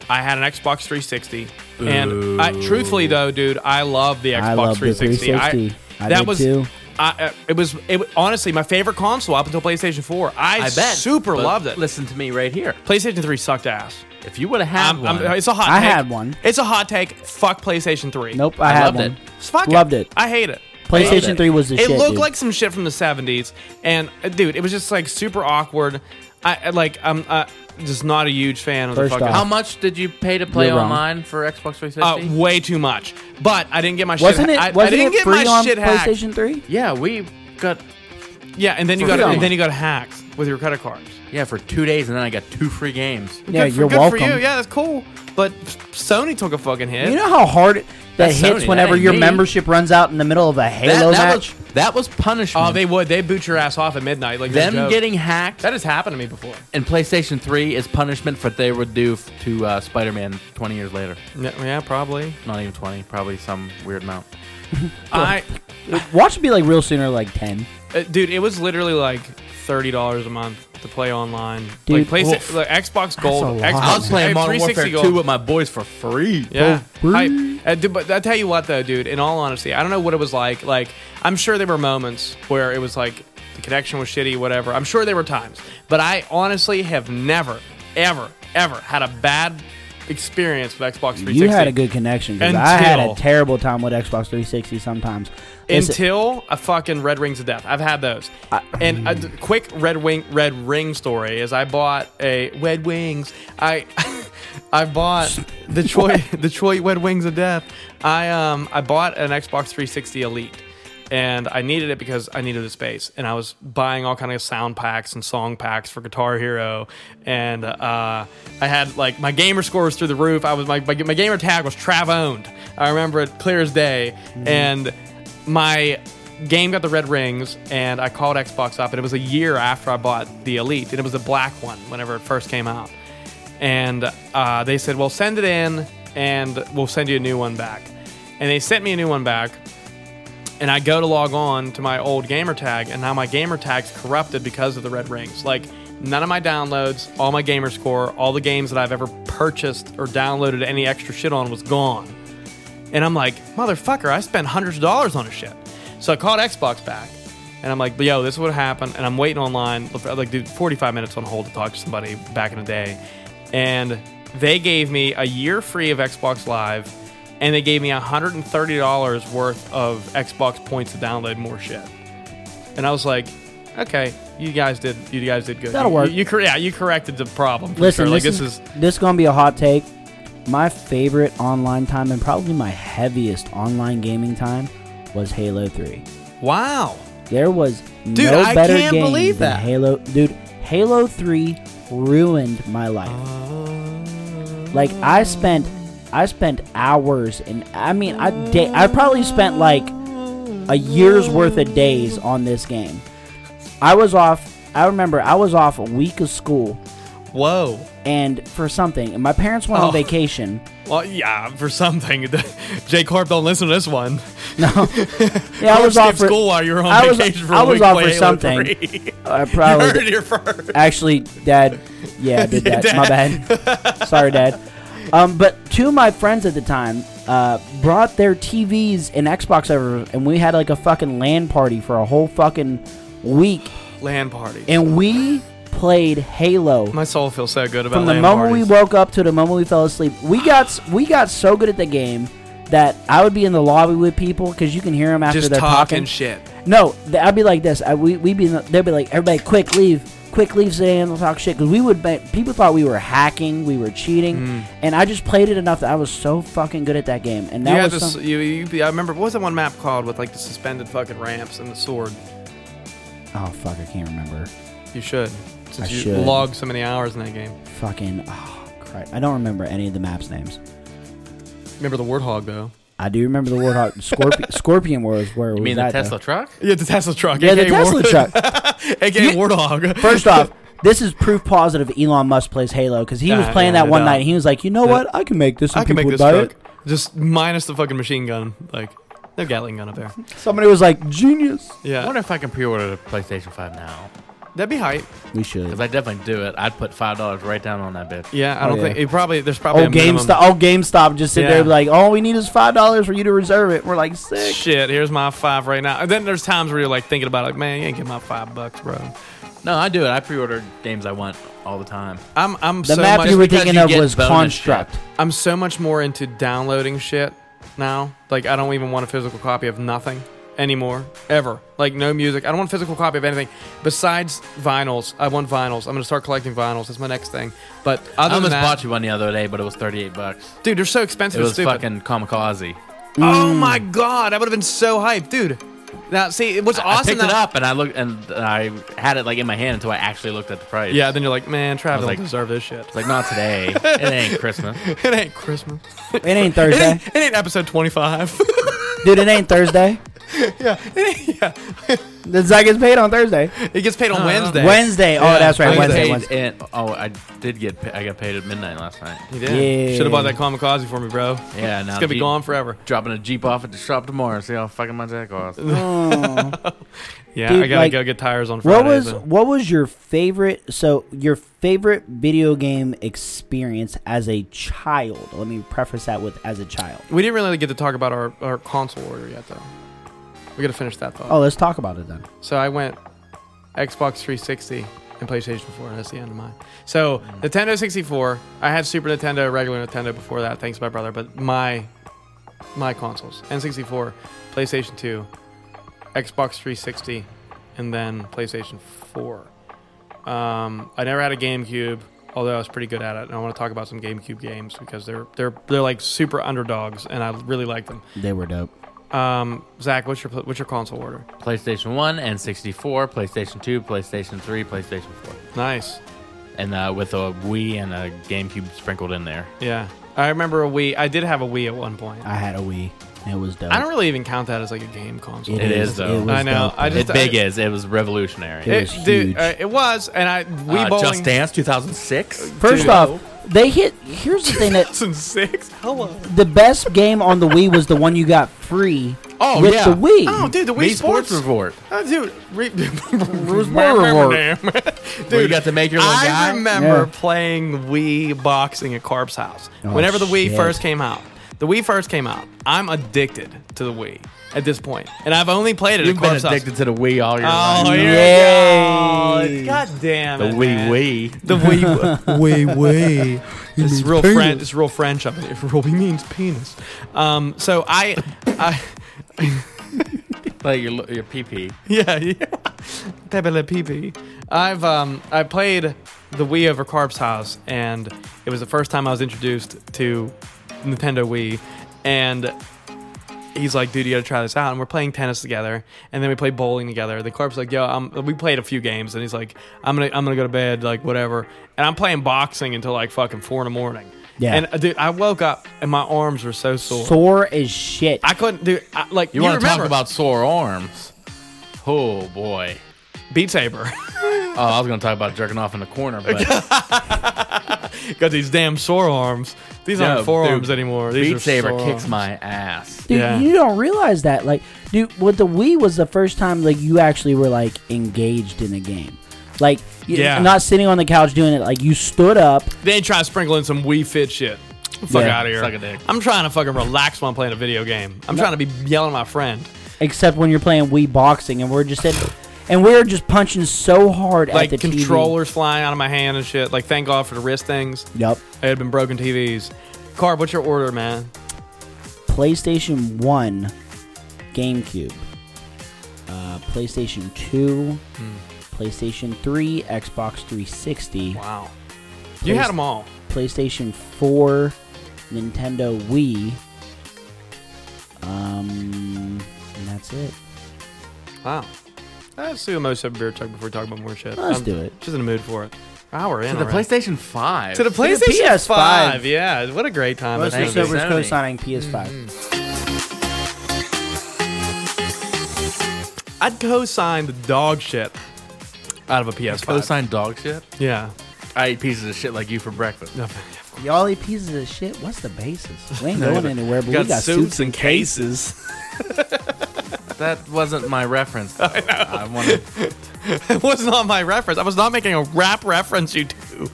Speaker 1: I had an Xbox 360. And I, truthfully, though, dude, I love the Xbox
Speaker 3: I love the
Speaker 1: 360.
Speaker 3: 360. I
Speaker 1: that
Speaker 3: did
Speaker 1: was
Speaker 3: too.
Speaker 1: I, uh, it was it, was- honestly my favorite console up until PlayStation 4. I,
Speaker 2: I bet.
Speaker 1: super
Speaker 2: But
Speaker 1: loved it.
Speaker 2: Listen to me right here.
Speaker 1: PlayStation 3 sucked ass.
Speaker 2: If you would have had
Speaker 1: I'm-
Speaker 2: one,
Speaker 1: I'm- it's a hot.
Speaker 3: I
Speaker 1: take.
Speaker 3: had one.
Speaker 1: It's a hot take. Fuck PlayStation 3.
Speaker 3: Nope, I, had
Speaker 2: loved
Speaker 3: one.
Speaker 2: it.
Speaker 1: Fuck
Speaker 3: Loved it.
Speaker 1: I hate it.
Speaker 3: PlayStation
Speaker 2: it.
Speaker 3: Three was the
Speaker 1: it
Speaker 3: shit.
Speaker 1: looked
Speaker 3: dude.
Speaker 1: like some shit from the 70s and uh, dude it was just like super awkward i I, like i'm uh, just not a huge fan of
Speaker 3: First
Speaker 1: the fucking
Speaker 3: off,
Speaker 2: how much did you pay to play
Speaker 3: You're wrong.
Speaker 2: online for Xbox 360?
Speaker 1: uh, way too much but i didn't get my
Speaker 3: wasn't
Speaker 1: shit
Speaker 3: it?
Speaker 1: I,
Speaker 3: Wasn't
Speaker 1: I didn't
Speaker 3: it
Speaker 1: get my
Speaker 3: free on
Speaker 1: shit hacked
Speaker 3: PlayStation Three?
Speaker 2: yeah, we got
Speaker 1: yeah and then you
Speaker 2: For
Speaker 1: got
Speaker 2: free.
Speaker 1: and then you got hacked with your credit cards
Speaker 2: yeah for two days, and then I got two free games.
Speaker 3: Yeah,
Speaker 1: good for,
Speaker 3: you're
Speaker 1: good
Speaker 3: welcome.
Speaker 1: for you yeah that's cool but sony took a fucking hit
Speaker 3: You know how hard it, that
Speaker 2: That's Sony,
Speaker 3: hits
Speaker 2: that
Speaker 3: whenever
Speaker 2: ain't
Speaker 3: your
Speaker 2: me.
Speaker 3: membership runs out in the middle of a Halo
Speaker 2: That, that
Speaker 3: match.
Speaker 2: was that was punishment.
Speaker 1: oh they would they boot your ass off at midnight like no
Speaker 2: them
Speaker 1: joke.
Speaker 2: getting hacked
Speaker 1: that has happened to me before
Speaker 2: and PlayStation 3 is punishment for what they would do f- to uh, Spider-Man 20 years later.
Speaker 1: yeah, yeah probably
Speaker 2: Not even 20, probably some weird amount.
Speaker 1: i
Speaker 3: Watch it be like real sooner, like ten.
Speaker 1: Uh, dude, it was literally like thirty dollars a month to play online.
Speaker 3: Dude,
Speaker 1: like, play,
Speaker 3: oof.
Speaker 1: like Xbox Gold,
Speaker 3: a lot.
Speaker 1: Xbox
Speaker 2: I was playing
Speaker 1: uh,
Speaker 2: Modern Warfare
Speaker 1: 360
Speaker 2: 2 with my boys for free.
Speaker 1: Yeah, I, uh, dude, but I tell you what though, dude. In all honesty, I don't know what it was like. Like, I'm sure there were moments where it was like the connection was shitty, whatever. I'm sure there were times, but I honestly have never, ever, ever had a bad experience with Xbox 360.
Speaker 3: You had a good connection because I had a
Speaker 1: Until-
Speaker 3: terrible time with Xbox 360 sometimes. It's-
Speaker 1: until a fucking red rings of death. I've had those. and a d- quick red wing red ring story is I bought a red wings. I I bought Detroit Detroit red wings of death. I um I bought an Xbox 360 Elite. And I needed it because I needed the space, and I was buying all kind of sound packs and song packs for Guitar Hero, and uh, I had like my gamer score was through the roof. I was my, my, my gamer tag was Trav owned. I remember it clear as day, and my game got the red rings and I called Xbox up and it was a year after I bought the Elite and it was the black one whenever it first came out. And uh, they said, "Well, send it in and we'll send you a new one back." And they sent me a new one back and I go to log on to my old gamer tag, and now my gamer tag's corrupted because of the red rings. Like none of my downloads, all my gamer score, all the games that I've ever purchased or downloaded any extra shit on was gone. And I'm like, motherfucker, I spent hundreds of dollars on a shit. So I called Xbox back. And I'm like, yo, this is what happened. And I'm waiting online, like, dude, 45 minutes on hold to talk to somebody back in the day. And they gave me a year free of Xbox Live. And they gave me $130 worth of Xbox points to download more shit. And I was like, okay, you guys did, you guys did good.
Speaker 3: That'll
Speaker 1: You-
Speaker 3: work.
Speaker 1: You, cor- yeah, you corrected the problem. For
Speaker 3: Listen,
Speaker 1: sure. like
Speaker 3: this, is, this is gonna be a hot take. My favorite online time and probably my heaviest online gaming time was Halo Three.
Speaker 1: wow.
Speaker 3: There was
Speaker 1: Dude,
Speaker 3: no
Speaker 1: I
Speaker 3: better
Speaker 1: can't
Speaker 3: game
Speaker 1: believe
Speaker 3: than
Speaker 1: that.
Speaker 3: Halo. Dude, Halo Three ruined my life.
Speaker 1: Oh.
Speaker 3: like I spent, I spent hours, and I mean, I da- I probably spent like a year's worth of days on this game. I was off. I remember I was off a week of school
Speaker 1: Whoa.
Speaker 3: and for something, and my parents went
Speaker 1: Oh.
Speaker 3: on vacation.
Speaker 1: Well, yeah, for something. J Corp, don't listen to this one.
Speaker 3: Yeah, I was
Speaker 1: Corp
Speaker 3: off
Speaker 1: skipped
Speaker 3: for
Speaker 1: school while you were on
Speaker 3: I was-
Speaker 1: vacation for
Speaker 3: I
Speaker 1: a
Speaker 3: was
Speaker 1: week.
Speaker 3: off
Speaker 1: play
Speaker 3: for
Speaker 1: Halo
Speaker 3: something.
Speaker 1: 3.
Speaker 3: I
Speaker 1: you
Speaker 3: probably
Speaker 1: heard it here first.
Speaker 3: Actually, Dad, yeah, I did that. My bad. Sorry, Dad. Um, but two of my friends at the time uh, brought their TVs and Xbox over, and we had like a fucking LAN party for a whole fucking week,
Speaker 1: Land party.
Speaker 3: and we played Halo
Speaker 1: My soul feels so good about
Speaker 3: from the
Speaker 1: land
Speaker 3: moment
Speaker 1: parties.
Speaker 3: we woke up to the moment we fell asleep. We got s- we got so good at the game that I would be in the lobby with people because you can hear them after
Speaker 1: Just
Speaker 3: they're
Speaker 1: talking
Speaker 3: talking.
Speaker 1: shit.
Speaker 3: No, th- I'd be like this. I, we, we'd be, in the- they'd be like, everybody, quick, leave. Quick, leave Zan. We'll talk shit. Because we would, ba- people thought we were hacking, we were cheating.
Speaker 1: Mm.
Speaker 3: And I just played it enough that I was so fucking good at that game.
Speaker 1: You
Speaker 3: And that
Speaker 1: had
Speaker 3: was
Speaker 1: this,
Speaker 3: some,
Speaker 1: you, you, I remember, what was that one map called with like the suspended fucking ramps and the sword?
Speaker 3: Oh, fuck, I can't remember.
Speaker 1: You should. Since
Speaker 3: I
Speaker 1: you
Speaker 3: should.
Speaker 1: logged so many hours in that game.
Speaker 3: Fucking, oh, Christ. I don't remember any of the map's names.
Speaker 1: Remember the Warthog, though?
Speaker 3: I do remember the Warthog. Scorpi- Scorpion War is where it
Speaker 2: You
Speaker 3: was
Speaker 2: mean the
Speaker 3: at, though.
Speaker 2: Tesla truck?
Speaker 1: Yeah, the Tesla truck.
Speaker 3: Yeah, the
Speaker 1: aka
Speaker 3: Tesla truck.
Speaker 1: AKA Warthog.
Speaker 3: First off, this is proof positive Elon Musk plays Halo because he was
Speaker 1: Ah,
Speaker 3: playing
Speaker 1: yeah,
Speaker 3: that
Speaker 1: no
Speaker 3: one
Speaker 1: doubt.
Speaker 3: night. And he was like, you know what? I can make this. And
Speaker 1: I can make
Speaker 3: people
Speaker 1: this
Speaker 3: buy
Speaker 1: truck.
Speaker 3: It.
Speaker 1: Just minus the fucking machine gun. Like, no Gatling gun up there.
Speaker 3: Somebody was like, genius.
Speaker 1: Yeah.
Speaker 2: I wonder if I can pre-order the PlayStation 5 now.
Speaker 1: That'd be hype.
Speaker 3: We should.
Speaker 2: Because I definitely do it. I'd put $5 right down on that bitch.
Speaker 1: Yeah, I
Speaker 3: Oh,
Speaker 1: don't
Speaker 3: yeah.
Speaker 1: think it probably there's probably
Speaker 3: Oh
Speaker 1: a minimum.
Speaker 3: GameStop! Oh GameStop! Just sit there,
Speaker 1: Yeah.
Speaker 3: and be like, all we need is five dollars for you to reserve it. We're like sick.
Speaker 1: Shit, here's my five right now. And then there's times where you're like thinking about it, like, man, you ain't get my five bucks, bro.
Speaker 2: No, I do it. I pre-order games I want all the time.
Speaker 1: I'm I'm
Speaker 3: The
Speaker 1: so
Speaker 3: map
Speaker 1: much
Speaker 3: you were
Speaker 2: because
Speaker 3: thinking
Speaker 2: you
Speaker 3: of
Speaker 2: get
Speaker 3: was
Speaker 2: bonus
Speaker 3: Construct.
Speaker 1: I'm so much more into downloading shit now. Like I don't even want a physical copy of nothing anymore ever. Like no music. I don't want a physical copy of anything besides vinyls. I want vinyls. I'm gonna start collecting vinyls. That's my next thing. But
Speaker 2: I
Speaker 1: other than
Speaker 2: almost
Speaker 1: that,
Speaker 2: bought you one the other day, but it was 38 bucks.
Speaker 1: dude, they're so expensive.
Speaker 2: It
Speaker 1: and
Speaker 2: was
Speaker 1: stupid.
Speaker 2: fucking Mm. kamikaze.
Speaker 1: Oh my god, I would have been so hyped, dude. Now see, what's
Speaker 2: I
Speaker 1: awesome
Speaker 2: picked it
Speaker 1: that-
Speaker 2: up and I looked and and I had it like in my hand until I actually looked at the price.
Speaker 1: Yeah, then you're like, man, Travis
Speaker 2: was
Speaker 1: don't
Speaker 2: like-
Speaker 1: deserve this shit.
Speaker 2: It's like not today. it ain't Christmas.
Speaker 1: it ain't Christmas.
Speaker 3: It ain't
Speaker 1: It
Speaker 3: Thursday,
Speaker 1: ain't, it ain't episode 25.
Speaker 3: dude. It ain't Thursday.
Speaker 1: yeah.
Speaker 3: The Zach gets paid on Thursday.
Speaker 1: It gets
Speaker 3: Uh,
Speaker 1: paid on
Speaker 2: No, no, no.
Speaker 1: Wednesday.
Speaker 3: Wednesday. Oh,
Speaker 1: Yeah,
Speaker 3: that's right.
Speaker 2: I
Speaker 3: Wednesday.
Speaker 2: paid
Speaker 3: Wednesday.
Speaker 2: and- oh, I did get. pa- I got paid at midnight last night.
Speaker 3: Yeah.
Speaker 1: Should have bought that kamikaze for me, bro.
Speaker 2: Yeah, now
Speaker 1: It's gonna be
Speaker 2: Jeep-
Speaker 1: gone forever.
Speaker 2: Dropping a jeep off at the shop tomorrow. See how fucking my jack off.
Speaker 1: Yeah,
Speaker 3: Dude,
Speaker 1: I gotta
Speaker 3: like,
Speaker 1: go get tires on Friday.
Speaker 3: What was
Speaker 1: though.
Speaker 3: what was your favorite? So your favorite video game experience as a child? Let me preface that with as a child.
Speaker 1: We didn't really get to talk about our, our console order yet, though. We gotta finish that thought.
Speaker 3: Oh, let's talk about it then.
Speaker 1: So I went Xbox 360 and PlayStation 4. That's the end of mine. So Nintendo 64. I had Super Nintendo, regular Nintendo before that, thanks to my brother. But my my consoles: N64, PlayStation 2, Xbox 360, and then PlayStation 4. Um, I never had a GameCube, although I was pretty good at it. And I want to talk about some GameCube games because they're they're they're like super underdogs, and I really like them.
Speaker 3: They were dope.
Speaker 1: Um, Zach, what's your pl- what's your console order?
Speaker 2: PlayStation One and 64, PlayStation Two, PlayStation Three, PlayStation Four,
Speaker 1: Nice.
Speaker 2: and uh, with a Wii and a GameCube sprinkled in there.
Speaker 1: Yeah. I remember a Wii. I did have a Wii at one point.
Speaker 3: I had a Wii. It was dope.
Speaker 1: I don't really even count that as like a game console.
Speaker 2: It is, though.
Speaker 3: was
Speaker 1: I know.
Speaker 3: dope,
Speaker 1: I
Speaker 3: though.
Speaker 1: just
Speaker 2: It big
Speaker 1: I,
Speaker 2: is. It was revolutionary.
Speaker 3: It was huge.
Speaker 1: dude, uh, it was, and I we
Speaker 2: Uh,
Speaker 1: bowling
Speaker 2: Just Dance 2006.
Speaker 3: First
Speaker 1: Dude.
Speaker 3: off, they hit. Here's the thing that
Speaker 1: 2006. Hello.
Speaker 3: the best game on the Wii was the one you got free
Speaker 1: Oh
Speaker 3: with
Speaker 1: yeah.
Speaker 3: the Wii.
Speaker 1: Oh, dude, the Wii,
Speaker 2: Wii Sports, Report.
Speaker 1: Oh, dude, re- dude,
Speaker 2: Where you got to make your little
Speaker 1: I
Speaker 2: guy?
Speaker 1: remember
Speaker 3: Yeah.
Speaker 1: playing Wii boxing at Carp's house.
Speaker 3: Oh,
Speaker 1: Whenever the Wii
Speaker 3: shit.
Speaker 1: first came out, the Wii first came out. I'm addicted to the Wii at this point, and I've only played it
Speaker 2: You've
Speaker 1: at
Speaker 2: been
Speaker 1: Carp's house.
Speaker 2: addicted to the Wii all your
Speaker 1: Oh,
Speaker 2: life.
Speaker 1: here
Speaker 3: Yay.
Speaker 1: we go. God damn
Speaker 2: The
Speaker 1: it. man.
Speaker 2: Wii Wii.
Speaker 1: The Wii
Speaker 4: Wait, wait.
Speaker 1: It's real French. It's real French up there. Roby means penis. Um, so I, I
Speaker 2: Like your, your PP.
Speaker 1: yeah, yeah. Pepe Le Pepe. I've um I played the Wii over Carp's house, and it was the first time I was introduced to Nintendo Wii, and he's like, dude, you gotta try this out. And we're playing tennis together, and then we play bowling together. The corp's like, yo, i we played a few games, and he's like, I'm gonna, I'm gonna go to bed, like whatever. And I'm playing boxing until like fucking four in the morning.
Speaker 3: Yeah.
Speaker 1: And uh, dude, I woke up and my arms were so sore.
Speaker 3: Sore as shit.
Speaker 1: I couldn't do I, like
Speaker 2: You,
Speaker 1: you
Speaker 2: want to talk
Speaker 1: remember
Speaker 2: about sore arms? Oh boy.
Speaker 1: Beat Saber.
Speaker 2: Oh, I was gonna talk about jerking off in the corner, but
Speaker 1: Got these damn sore arms. These
Speaker 2: No,
Speaker 1: aren't forearms
Speaker 2: dude,
Speaker 1: anymore. These
Speaker 2: Beat
Speaker 1: are
Speaker 2: Saber
Speaker 1: sore
Speaker 2: kicks
Speaker 1: arms.
Speaker 2: my ass.
Speaker 3: Dude,
Speaker 1: Yeah.
Speaker 3: you don't realize that. Like, dude, with the Wii was the first time like you actually were like engaged in a game. Like, you,
Speaker 1: Yeah.
Speaker 3: not sitting on the couch doing it. Like, you stood up.
Speaker 1: Then try sprinkling some Wii Fit shit. Fuck
Speaker 3: Yeah,
Speaker 1: out of here.
Speaker 2: suck a dick.
Speaker 1: I'm trying to fucking relax when I'm playing a video game. I'm trying to be yelling at my friend.
Speaker 3: Except when you're playing Wii boxing, and we're just sitting, and we're just punching so hard
Speaker 1: Like
Speaker 3: at the
Speaker 1: controllers flying out of my hand and shit. Like thank God for the wrist things.
Speaker 3: TV. Yep.
Speaker 1: It had been broken TVs. Carb, what's your order, man?
Speaker 3: PlayStation One, GameCube, uh, PlayStation Two, PlayStation Three, Xbox 360.
Speaker 1: Wow. You had them all.
Speaker 3: PlayStation 4, Nintendo Wii. Um, and that's it.
Speaker 1: Wow. Let's do a most of beer chug before we talk about more shit.
Speaker 3: Let's do it.
Speaker 1: Just in the mood for it. Wow, we're in
Speaker 2: To the
Speaker 1: already.
Speaker 2: PlayStation Five.
Speaker 1: to the PlayStation
Speaker 3: PS5.
Speaker 1: 5. Yeah, what a great time.
Speaker 3: Most
Speaker 1: that's
Speaker 2: Thank
Speaker 1: gonna
Speaker 3: of
Speaker 2: you, Mm-hmm.
Speaker 1: be.
Speaker 3: Sober's
Speaker 2: Sony.
Speaker 3: co-signing PS5.
Speaker 1: I'd co-sign the dog shit out of a PS5.
Speaker 2: co-sign dog shit.
Speaker 1: Yeah.
Speaker 2: I eat pieces of shit like you for breakfast.
Speaker 3: Y'all eat pieces of shit. What's the basis? We ain't going anywhere, but we got suits.
Speaker 1: and cases.
Speaker 2: That wasn't my reference. though. I, want to.
Speaker 1: it was not my reference. I was not making a rap reference, you two.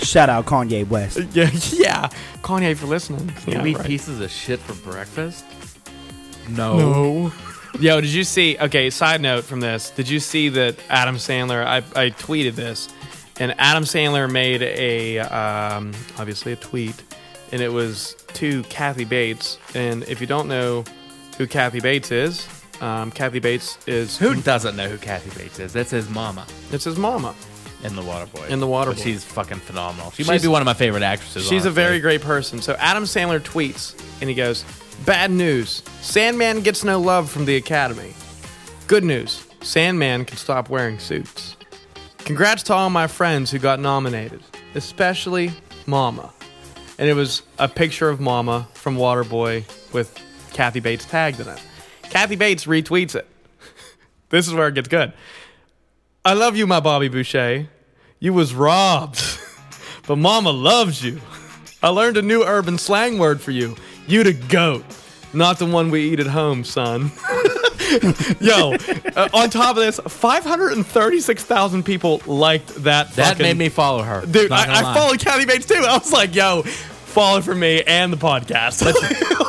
Speaker 3: Shout out Kanye West.
Speaker 1: yeah, yeah. Kanye, if you're listening.
Speaker 2: You
Speaker 1: Yeah,
Speaker 2: eat
Speaker 1: right.
Speaker 2: pieces of shit for breakfast? No.
Speaker 1: Yo, did you see? Okay, side note from this. Did you see that Adam Sandler? I, I tweeted this, and Adam Sandler made a um, obviously a tweet, and it was to Kathy Bates. And if you don't know who Kathy Bates is, um, Kathy Bates is
Speaker 2: Who doesn't know who Kathy Bates is? That's his mama
Speaker 1: It's his mama.
Speaker 2: in The Waterboy.
Speaker 1: In The Waterboy.
Speaker 2: But She's fucking phenomenal. She
Speaker 1: She's-
Speaker 2: might be one of my favorite actresses.
Speaker 1: She's a
Speaker 2: honestly.
Speaker 1: very great person. So Adam Sandler tweets and he goes, Bad news. Sandman gets no love from the Academy. Good news. Sandman can stop wearing suits. Congrats to all my friends who got nominated, especially Mama. And it was a picture of Mama from Waterboy with Kathy Bates tagged in it. Kathy Bates retweets it. this is where it gets good. I love you, my Bobby Boucher. You was robbed. but mama loves you. I learned a new urban slang word for you. You the goat. Not the one we eat at home, son. Yo, uh, on top of this, 536,000 people liked that.
Speaker 2: That
Speaker 1: fucking-
Speaker 2: made me follow her.
Speaker 1: Dude,
Speaker 2: Not gonna
Speaker 1: I, I
Speaker 2: lie.
Speaker 1: followed Kathy Bates too. I was like, yo, follow for me and the podcast.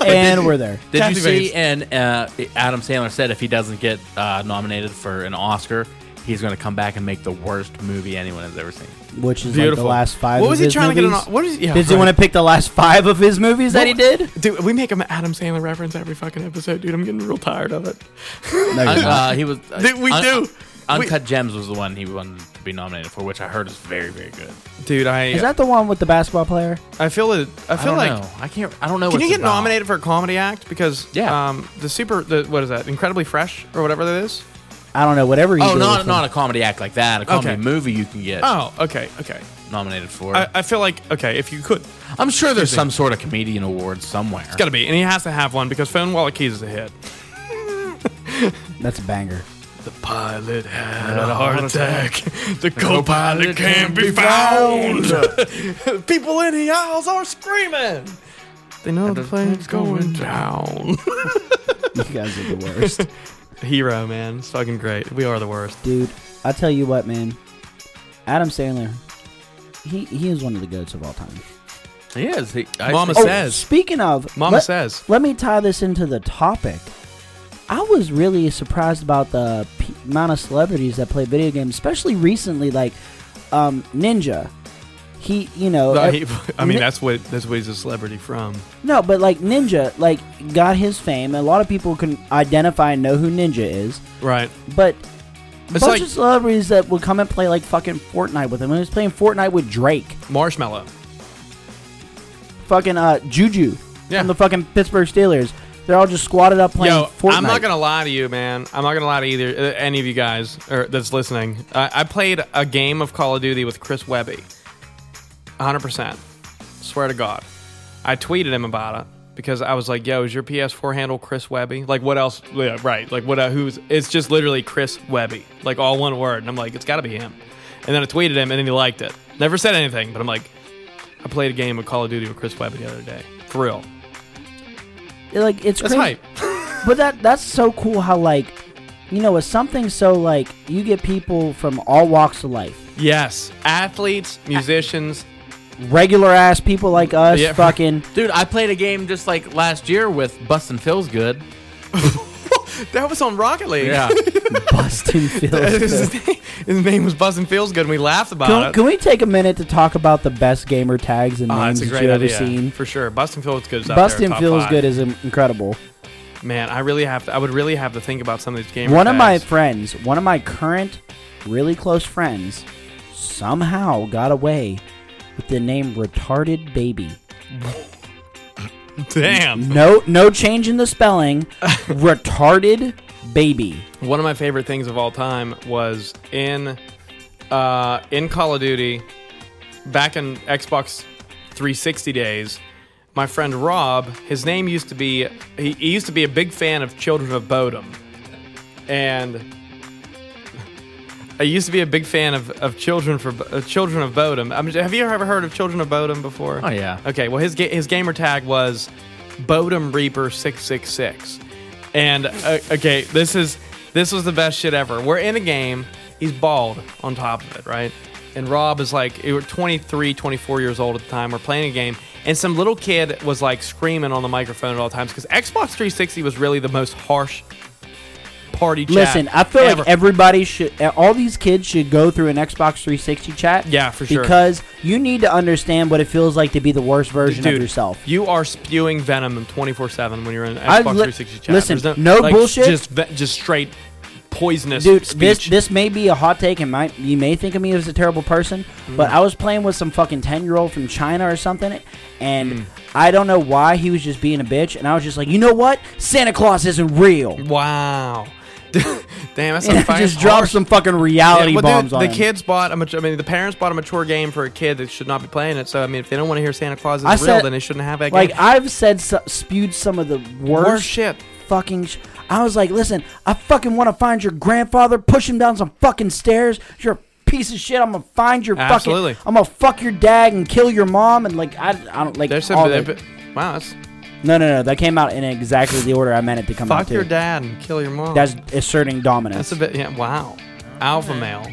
Speaker 3: and we're there.
Speaker 2: Did
Speaker 1: Kathy
Speaker 2: you see?
Speaker 1: Bates.
Speaker 2: And uh, Adam Sandler said if he doesn't get uh, nominated for an Oscar, he's going to come back and make the worst movie anyone has ever seen.
Speaker 3: Which is like
Speaker 1: Beautiful.
Speaker 3: the last five
Speaker 1: What
Speaker 3: of
Speaker 1: was he
Speaker 3: his
Speaker 1: trying to get
Speaker 3: movies.
Speaker 1: an- what is- yeah,
Speaker 3: Did you
Speaker 1: right.
Speaker 3: want to pick the last five of his movies that he did?
Speaker 1: Dude, we make an Adam Sandler reference every fucking episode, dude. I'm getting real tired of it.
Speaker 3: No, you're not.
Speaker 2: Uh, he was. uh,
Speaker 1: Dude, we do.
Speaker 2: Uncut Gems was the one he wanted to be nominated for, which I heard is very, very good.
Speaker 1: Dude, I
Speaker 3: Is that the one with the basketball player?
Speaker 1: I feel it. I
Speaker 2: I
Speaker 1: feel
Speaker 2: don't
Speaker 1: like
Speaker 2: know. I can't. I don't know.
Speaker 1: Can
Speaker 2: what
Speaker 1: you
Speaker 2: it's
Speaker 1: get
Speaker 2: about.
Speaker 1: nominated for a comedy act? Because
Speaker 2: Yeah.
Speaker 1: um, the super the what is that? Incredibly fresh or whatever that is.
Speaker 3: I don't know. Whatever. He
Speaker 2: Oh,
Speaker 3: did
Speaker 2: not
Speaker 3: with
Speaker 2: not
Speaker 3: him.
Speaker 2: a comedy act like that. A comedy
Speaker 1: Okay.
Speaker 2: movie you can get
Speaker 1: Oh, okay, okay.
Speaker 2: nominated for.
Speaker 1: I,
Speaker 2: I,
Speaker 1: I feel like okay if you could, it's
Speaker 2: am sure there's some sort of comedian award somewhere.
Speaker 1: gotta be, and he has to have one because Phone Wallet Keys is a hit.
Speaker 3: That's a banger.
Speaker 1: The pilot had a heart attack. The co-pilot can't be found. People in the aisles are screaming. They know the plane's going down.
Speaker 3: You guys are the worst.
Speaker 1: Hero, man. It's fucking great. We are the worst.
Speaker 3: Dude, I tell you what, man. Adam Sandler, he, he is one of the goats of all time.
Speaker 2: He is. He, I,
Speaker 1: Mama
Speaker 3: Oh,
Speaker 1: says.
Speaker 3: speaking of,
Speaker 1: Mama
Speaker 3: let-
Speaker 1: says.
Speaker 3: Let me tie this into the topic. I was really surprised about the p- amount of celebrities that play video games, especially recently, like um, Ninja. He, you know,
Speaker 1: No,
Speaker 3: ev-
Speaker 1: he- I mean,
Speaker 3: Ni-
Speaker 1: that's what that's what he's a celebrity from.
Speaker 3: no, but like Ninja, like got his fame. A lot of people can identify and know who Ninja is,
Speaker 1: Right.
Speaker 3: but a
Speaker 1: It's
Speaker 3: bunch
Speaker 1: like-
Speaker 3: of celebrities that would come and play like fucking Fortnite with him. He was playing Fortnite with Drake,
Speaker 1: Marshmallow.
Speaker 3: fucking uh, Juju
Speaker 1: Yeah.
Speaker 3: from the fucking Pittsburgh Steelers. They're all just squatted up playing
Speaker 1: Yo,
Speaker 3: Fortnite.
Speaker 1: I'm not gonna lie to you, man. I'm not gonna lie to either uh, any of you guys or that's listening. Uh, I played a game of Call of Duty with Chris Webby. 100. percent Swear to God, I tweeted him about it because I was like, "Yo, is your PS4 handle Chris Webby? Like, what else? Yeah, right? Like, what? Uh, who's? It's just literally Chris Webby, like all one word." And I'm like, "It's got to be him." And then I tweeted him, and then he liked it. Never said anything, but I'm like, I played a game of Call of Duty with Chris Webby the other day. For real,
Speaker 3: like it's
Speaker 1: that's
Speaker 3: crazy.
Speaker 1: hype.
Speaker 3: But that that's so cool how like you know, with something so like you get people from all walks of life.
Speaker 1: Yes, athletes, musicians,
Speaker 3: Regular ass people like us
Speaker 1: Yeah.
Speaker 3: fucking
Speaker 2: dude, I played a game just like last year with Bustin' Feels Good.
Speaker 1: That was on Rocket League.
Speaker 3: Bustin Fields.
Speaker 1: his, name, his name was Buzzin' Feels Good, and we laughed about
Speaker 3: Can,
Speaker 1: it.
Speaker 3: can we take a minute to talk about the best gamer tags and
Speaker 1: Oh,
Speaker 3: names
Speaker 1: that's a
Speaker 3: that
Speaker 1: great
Speaker 3: you've ever
Speaker 1: idea
Speaker 3: seen?
Speaker 1: for sure. Bustin' Feels Good is out there,
Speaker 3: Bustin
Speaker 1: top
Speaker 3: Feels
Speaker 1: five.
Speaker 3: Good is in- incredible.
Speaker 1: Man, I really have to. I would really have to think about some of these games.
Speaker 3: one of my friends, one of my current really close friends, somehow got away with the name Retarded Baby.
Speaker 1: damn.
Speaker 3: No no change in the spelling. retarded Baby.
Speaker 1: One of my favorite things of all time was in uh, in Call of Duty back in Xbox 360 days. My friend Rob, his name used to be he, he used to be a big fan of Children of Bodom. and I used to be a big fan of, of children for Bo- uh, children of Bodom. I mean, have you ever heard of Children of Bodom before?
Speaker 2: Oh, yeah.
Speaker 1: Okay. Well, his ga- his gamer tag was Bodom Reaper six six six, and uh, okay, this is this was the best shit ever. We're in a game. He's bald on top of it, right? And Rob is like, we were 23, 24 years old at the time. We're playing a game, and some little kid was like screaming on the microphone at all times because Xbox 360 was really the most harsh party chat.
Speaker 3: Listen, I feel
Speaker 1: ever.
Speaker 3: like everybody should, all these kids should go through an Xbox 360 chat.
Speaker 1: Yeah, for sure.
Speaker 3: Because you need to understand what it feels like to be the worst version of
Speaker 1: Dude,
Speaker 3: yourself.
Speaker 1: You are spewing venom 24 7 when you're in Xbox
Speaker 3: I've li-
Speaker 1: 360 chat.
Speaker 3: listen,
Speaker 1: There's
Speaker 3: no bullshit.
Speaker 1: Just, ve- just straight poisonous
Speaker 3: Dude, this
Speaker 1: speech.
Speaker 3: this may be a hot take, and might you may think of me as a terrible person,
Speaker 1: Mm.
Speaker 3: but I was playing with some fucking ten year old from China or something, and
Speaker 1: Mm.
Speaker 3: I don't know why he was just being a bitch, and I was just like, you know what, Santa Claus isn't real,
Speaker 1: wow. Damn, that's
Speaker 3: and
Speaker 1: some
Speaker 3: I
Speaker 1: fire.
Speaker 3: just dropped some fucking reality
Speaker 1: well, dude,
Speaker 3: bombs on
Speaker 1: the
Speaker 3: him.
Speaker 1: kids bought a mature, I mean, the parents bought a mature game for a kid that should not be playing it. So, I mean, if they don't want to hear Santa Claus is
Speaker 3: I
Speaker 1: real,
Speaker 3: said-
Speaker 1: then they shouldn't have that
Speaker 3: Like
Speaker 1: game.
Speaker 3: I've said, so, spewed some of the worst,
Speaker 1: Worst shit.
Speaker 3: Fucking. Sh- I was like, listen, I fucking want to find your grandfather, push him down some fucking stairs. You're a piece of shit. I'm gonna find your
Speaker 1: Absolutely.
Speaker 3: fucking. I'm gonna fuck your dad and kill your mom and like I, I don't like
Speaker 1: There's some.
Speaker 3: all
Speaker 1: there-
Speaker 3: that-
Speaker 1: but- wow, that's
Speaker 3: No, no, no. That came out in exactly the order I meant it to come out.
Speaker 1: fuck
Speaker 3: to.
Speaker 1: your dad and kill your mom.
Speaker 3: That's asserting dominance.
Speaker 1: that's a bit. Yeah, wow. Alpha male.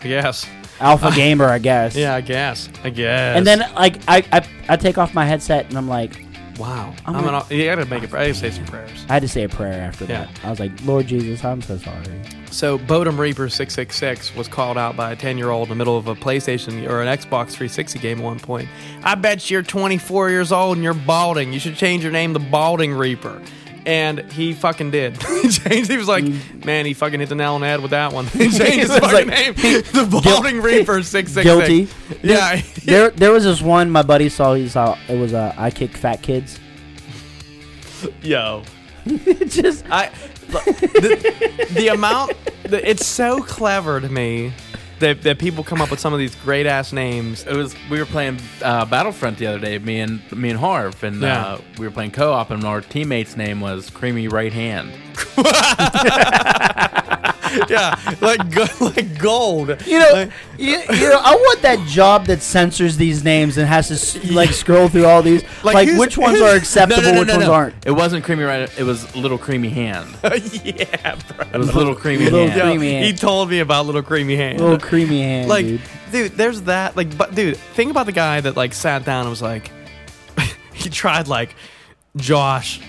Speaker 1: I guess.
Speaker 3: Alpha gamer, I guess.
Speaker 1: Yeah, I guess. I guess.
Speaker 3: And then like I, I, I take off my headset and I'm like,
Speaker 1: Wow.
Speaker 3: I'm
Speaker 1: I'm,
Speaker 3: gonna-
Speaker 1: an, au- you gotta make it. I gotta say some prayers.
Speaker 3: I had to say a prayer after
Speaker 1: Yeah.
Speaker 3: that. I was like, Lord Jesus, I'm so sorry.
Speaker 1: So Bodum Reaper six six six was called out by a ten year old in the middle of a PlayStation or an Xbox three sixty game at one point. I bet you're twenty four years old and you're balding. You should change your name to Balding Reaper. And he fucking did. he changed. He was like, man, he fucking hit the nail on the head with that one. He changed his
Speaker 3: It's
Speaker 1: fucking
Speaker 3: Mm. like-
Speaker 1: name to Balding Reaper six six six.
Speaker 3: Guilty.
Speaker 1: Yeah.
Speaker 3: there there was this one my buddy saw he saw it was uh, I kick fat kids.
Speaker 1: Yo.
Speaker 3: It just
Speaker 1: I look, the, the amount the, it's so clever to me that, that people come up with some of these great ass names.
Speaker 2: It was we were playing uh, Battlefront the other day, me and me and Harv, and
Speaker 1: Yeah.
Speaker 2: uh, we were playing co-op, and our teammate's name was Creamy Right Hand.
Speaker 1: yeah, like go- like gold.
Speaker 3: You know, you, you know, I want that job that censors these names and has to s- like scroll through all these, like,
Speaker 1: who's-
Speaker 3: which ones are acceptable, which ones aren't.
Speaker 2: It wasn't creamy right. It was little creamy hand.
Speaker 1: yeah, bro.
Speaker 2: It was little creamy
Speaker 3: Little
Speaker 2: hand.
Speaker 3: Creamy
Speaker 1: Yo,
Speaker 3: hand.
Speaker 1: He told me about little creamy hand.
Speaker 3: Little creamy hand,
Speaker 1: like,
Speaker 3: dude.
Speaker 1: there's that. Like, but dude, think about the guy that like sat down and was like, he tried like Josh,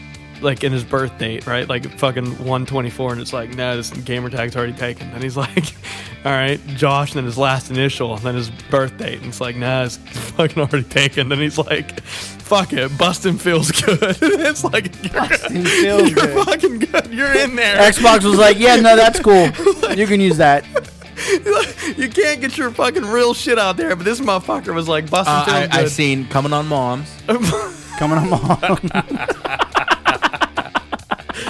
Speaker 1: like in his birth date, right? Like fucking 124, and it's like, no, this gamer tag's already taken. And he's like, all right, Josh, and then his last initial, and then his birth date, and it's like, nah, it's fucking already taken. Then he's like. Fuck it, busting feels good. it's like you're,
Speaker 3: feels
Speaker 1: you're
Speaker 3: good.
Speaker 1: fucking good. You're in there.
Speaker 3: Xbox was like, yeah, no, that's cool. You can use that.
Speaker 1: you can't get your fucking real shit out there, but this motherfucker was like busting
Speaker 2: Uh,
Speaker 1: feels
Speaker 2: I, I
Speaker 1: good.
Speaker 2: seen coming on moms.
Speaker 3: Coming on mom.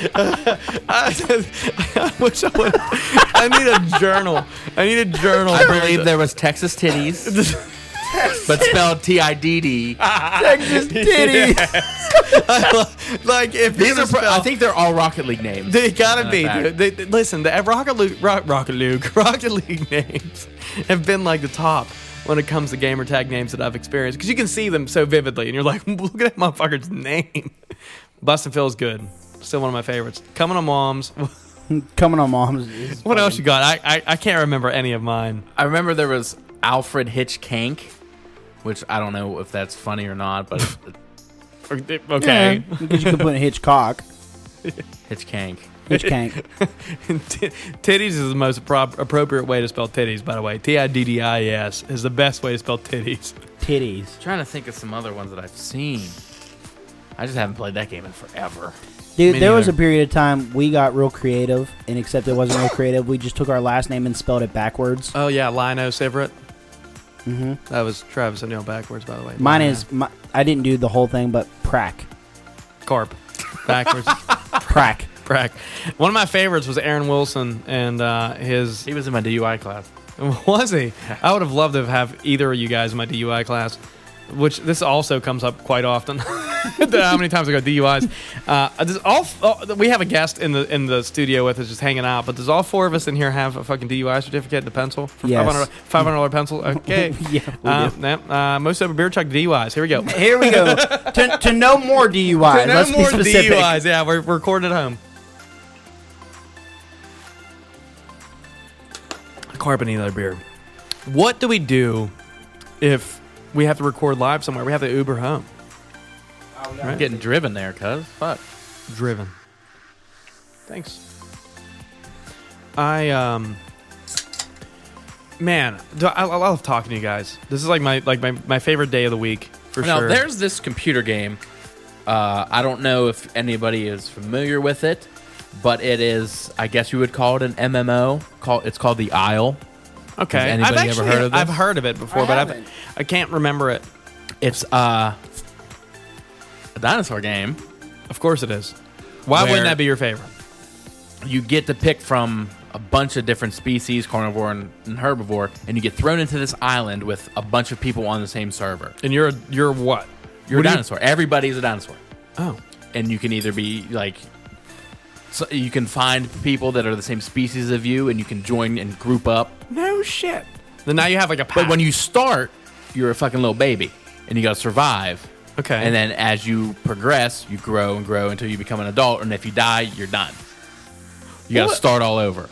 Speaker 1: I wish I would. I need a journal. I need a journal.
Speaker 2: I believe there was Texas titties, but spelled T I D D.
Speaker 3: Texas titties.
Speaker 1: like if
Speaker 2: These
Speaker 1: you
Speaker 2: are.
Speaker 1: spell,
Speaker 2: Pro- I think they're all Rocket League names.
Speaker 1: they gotta be.
Speaker 2: fact.
Speaker 1: Dude. They, they- listen, the Rocket League, Ro- Rocket League, Rocket League names have been like the top when it comes to gamer tag names that I've experienced because you can see them so vividly, and you're like, look at that motherfucker's name. Bustin' feels good. Still one of my favorites. Coming on moms.
Speaker 3: Coming on moms. is-
Speaker 1: What else you got? I, I I can't remember any of mine.
Speaker 2: I remember there was Alfred Hitchkank, which I don't know if that's funny or not, but
Speaker 1: Okay.
Speaker 3: Because you can put in Hitchcock.
Speaker 2: Hitchkank.
Speaker 3: Hitchcank.
Speaker 1: T- titties is the most appro- appropriate way to spell titties, by the way. T I D D I E S is the best way to spell titties.
Speaker 3: Titties.
Speaker 2: Trying to think of some other ones that I've seen. I just haven't played that game in forever.
Speaker 3: Dude,
Speaker 1: Me
Speaker 3: there was a
Speaker 1: neither.
Speaker 3: period of time we got real creative, and except it wasn't real creative, we just took our last name and spelled it backwards.
Speaker 1: Oh, yeah, Lino Sivert. Mm-hmm. That was Travis O'Neill backwards, by the way.
Speaker 3: Mine is, my, I didn't do the whole thing, but Prack.
Speaker 1: Carp. Backwards.
Speaker 3: Prack.
Speaker 1: Brack. One of my favorites was Aaron Wilson and uh, his.
Speaker 2: He was in my DUI class.
Speaker 1: Was he? I would have loved to have either of you guys in my DUI class, which this also comes up quite often. How many times I go DUIs? Uh, does all f- oh, we have a guest in the in the studio with us just hanging out, but does all four of us in here have a fucking DUI certificate and a pencil?
Speaker 3: Yes.
Speaker 1: Five hundred dollar pencil. Okay.
Speaker 3: Yeah, we
Speaker 1: Uh,
Speaker 3: do.
Speaker 1: yeah, uh, most sober beer chuck DUIs. Here we go.
Speaker 3: Here we go. to, to no more DUIs.
Speaker 1: no
Speaker 3: Let's
Speaker 1: more
Speaker 3: be specific.
Speaker 1: DUIs. Yeah, we're we're recording at home. Carbon another beer. What do we do if we have to record live somewhere? We have to Uber home.
Speaker 2: I'm getting driven there, cuz. Fuck.
Speaker 1: Driven. Thanks. I um. Man, do I, I love talking to you guys. This is like my like my, my favorite day of the week for
Speaker 2: now,
Speaker 1: sure.
Speaker 2: there's this computer game. Uh, I don't know if anybody is familiar with it, but it is, I guess you would call it an MMO. Call It's called The Isle.
Speaker 1: okay.
Speaker 2: has
Speaker 1: I've
Speaker 2: anybody ever
Speaker 1: actually-
Speaker 2: heard of this?
Speaker 1: I've heard of it before, but I've, I can't remember it.
Speaker 2: It's uh, a dinosaur game.
Speaker 1: Of course it is. Why
Speaker 2: Where-
Speaker 1: wouldn't that be your favorite?
Speaker 2: you get to pick from a bunch of different species, carnivore and, and herbivore, and you get thrown into this island with a bunch of people on the same server.
Speaker 1: And you're you're what?
Speaker 2: You're
Speaker 1: What do
Speaker 2: a
Speaker 1: you-
Speaker 2: dinosaur. Everybody's a dinosaur,
Speaker 1: oh,
Speaker 2: and you can either be like, so you can find people that are the same species of you, and you can join and group up.
Speaker 1: no shit. Then now you have like a pack.
Speaker 2: But when you start, you're a fucking little baby, and you gotta survive.
Speaker 1: Okay.
Speaker 2: And then as you progress, you grow and grow until you become an adult, and if you die, you're done. You gotta
Speaker 1: What?
Speaker 2: start all over. Uh,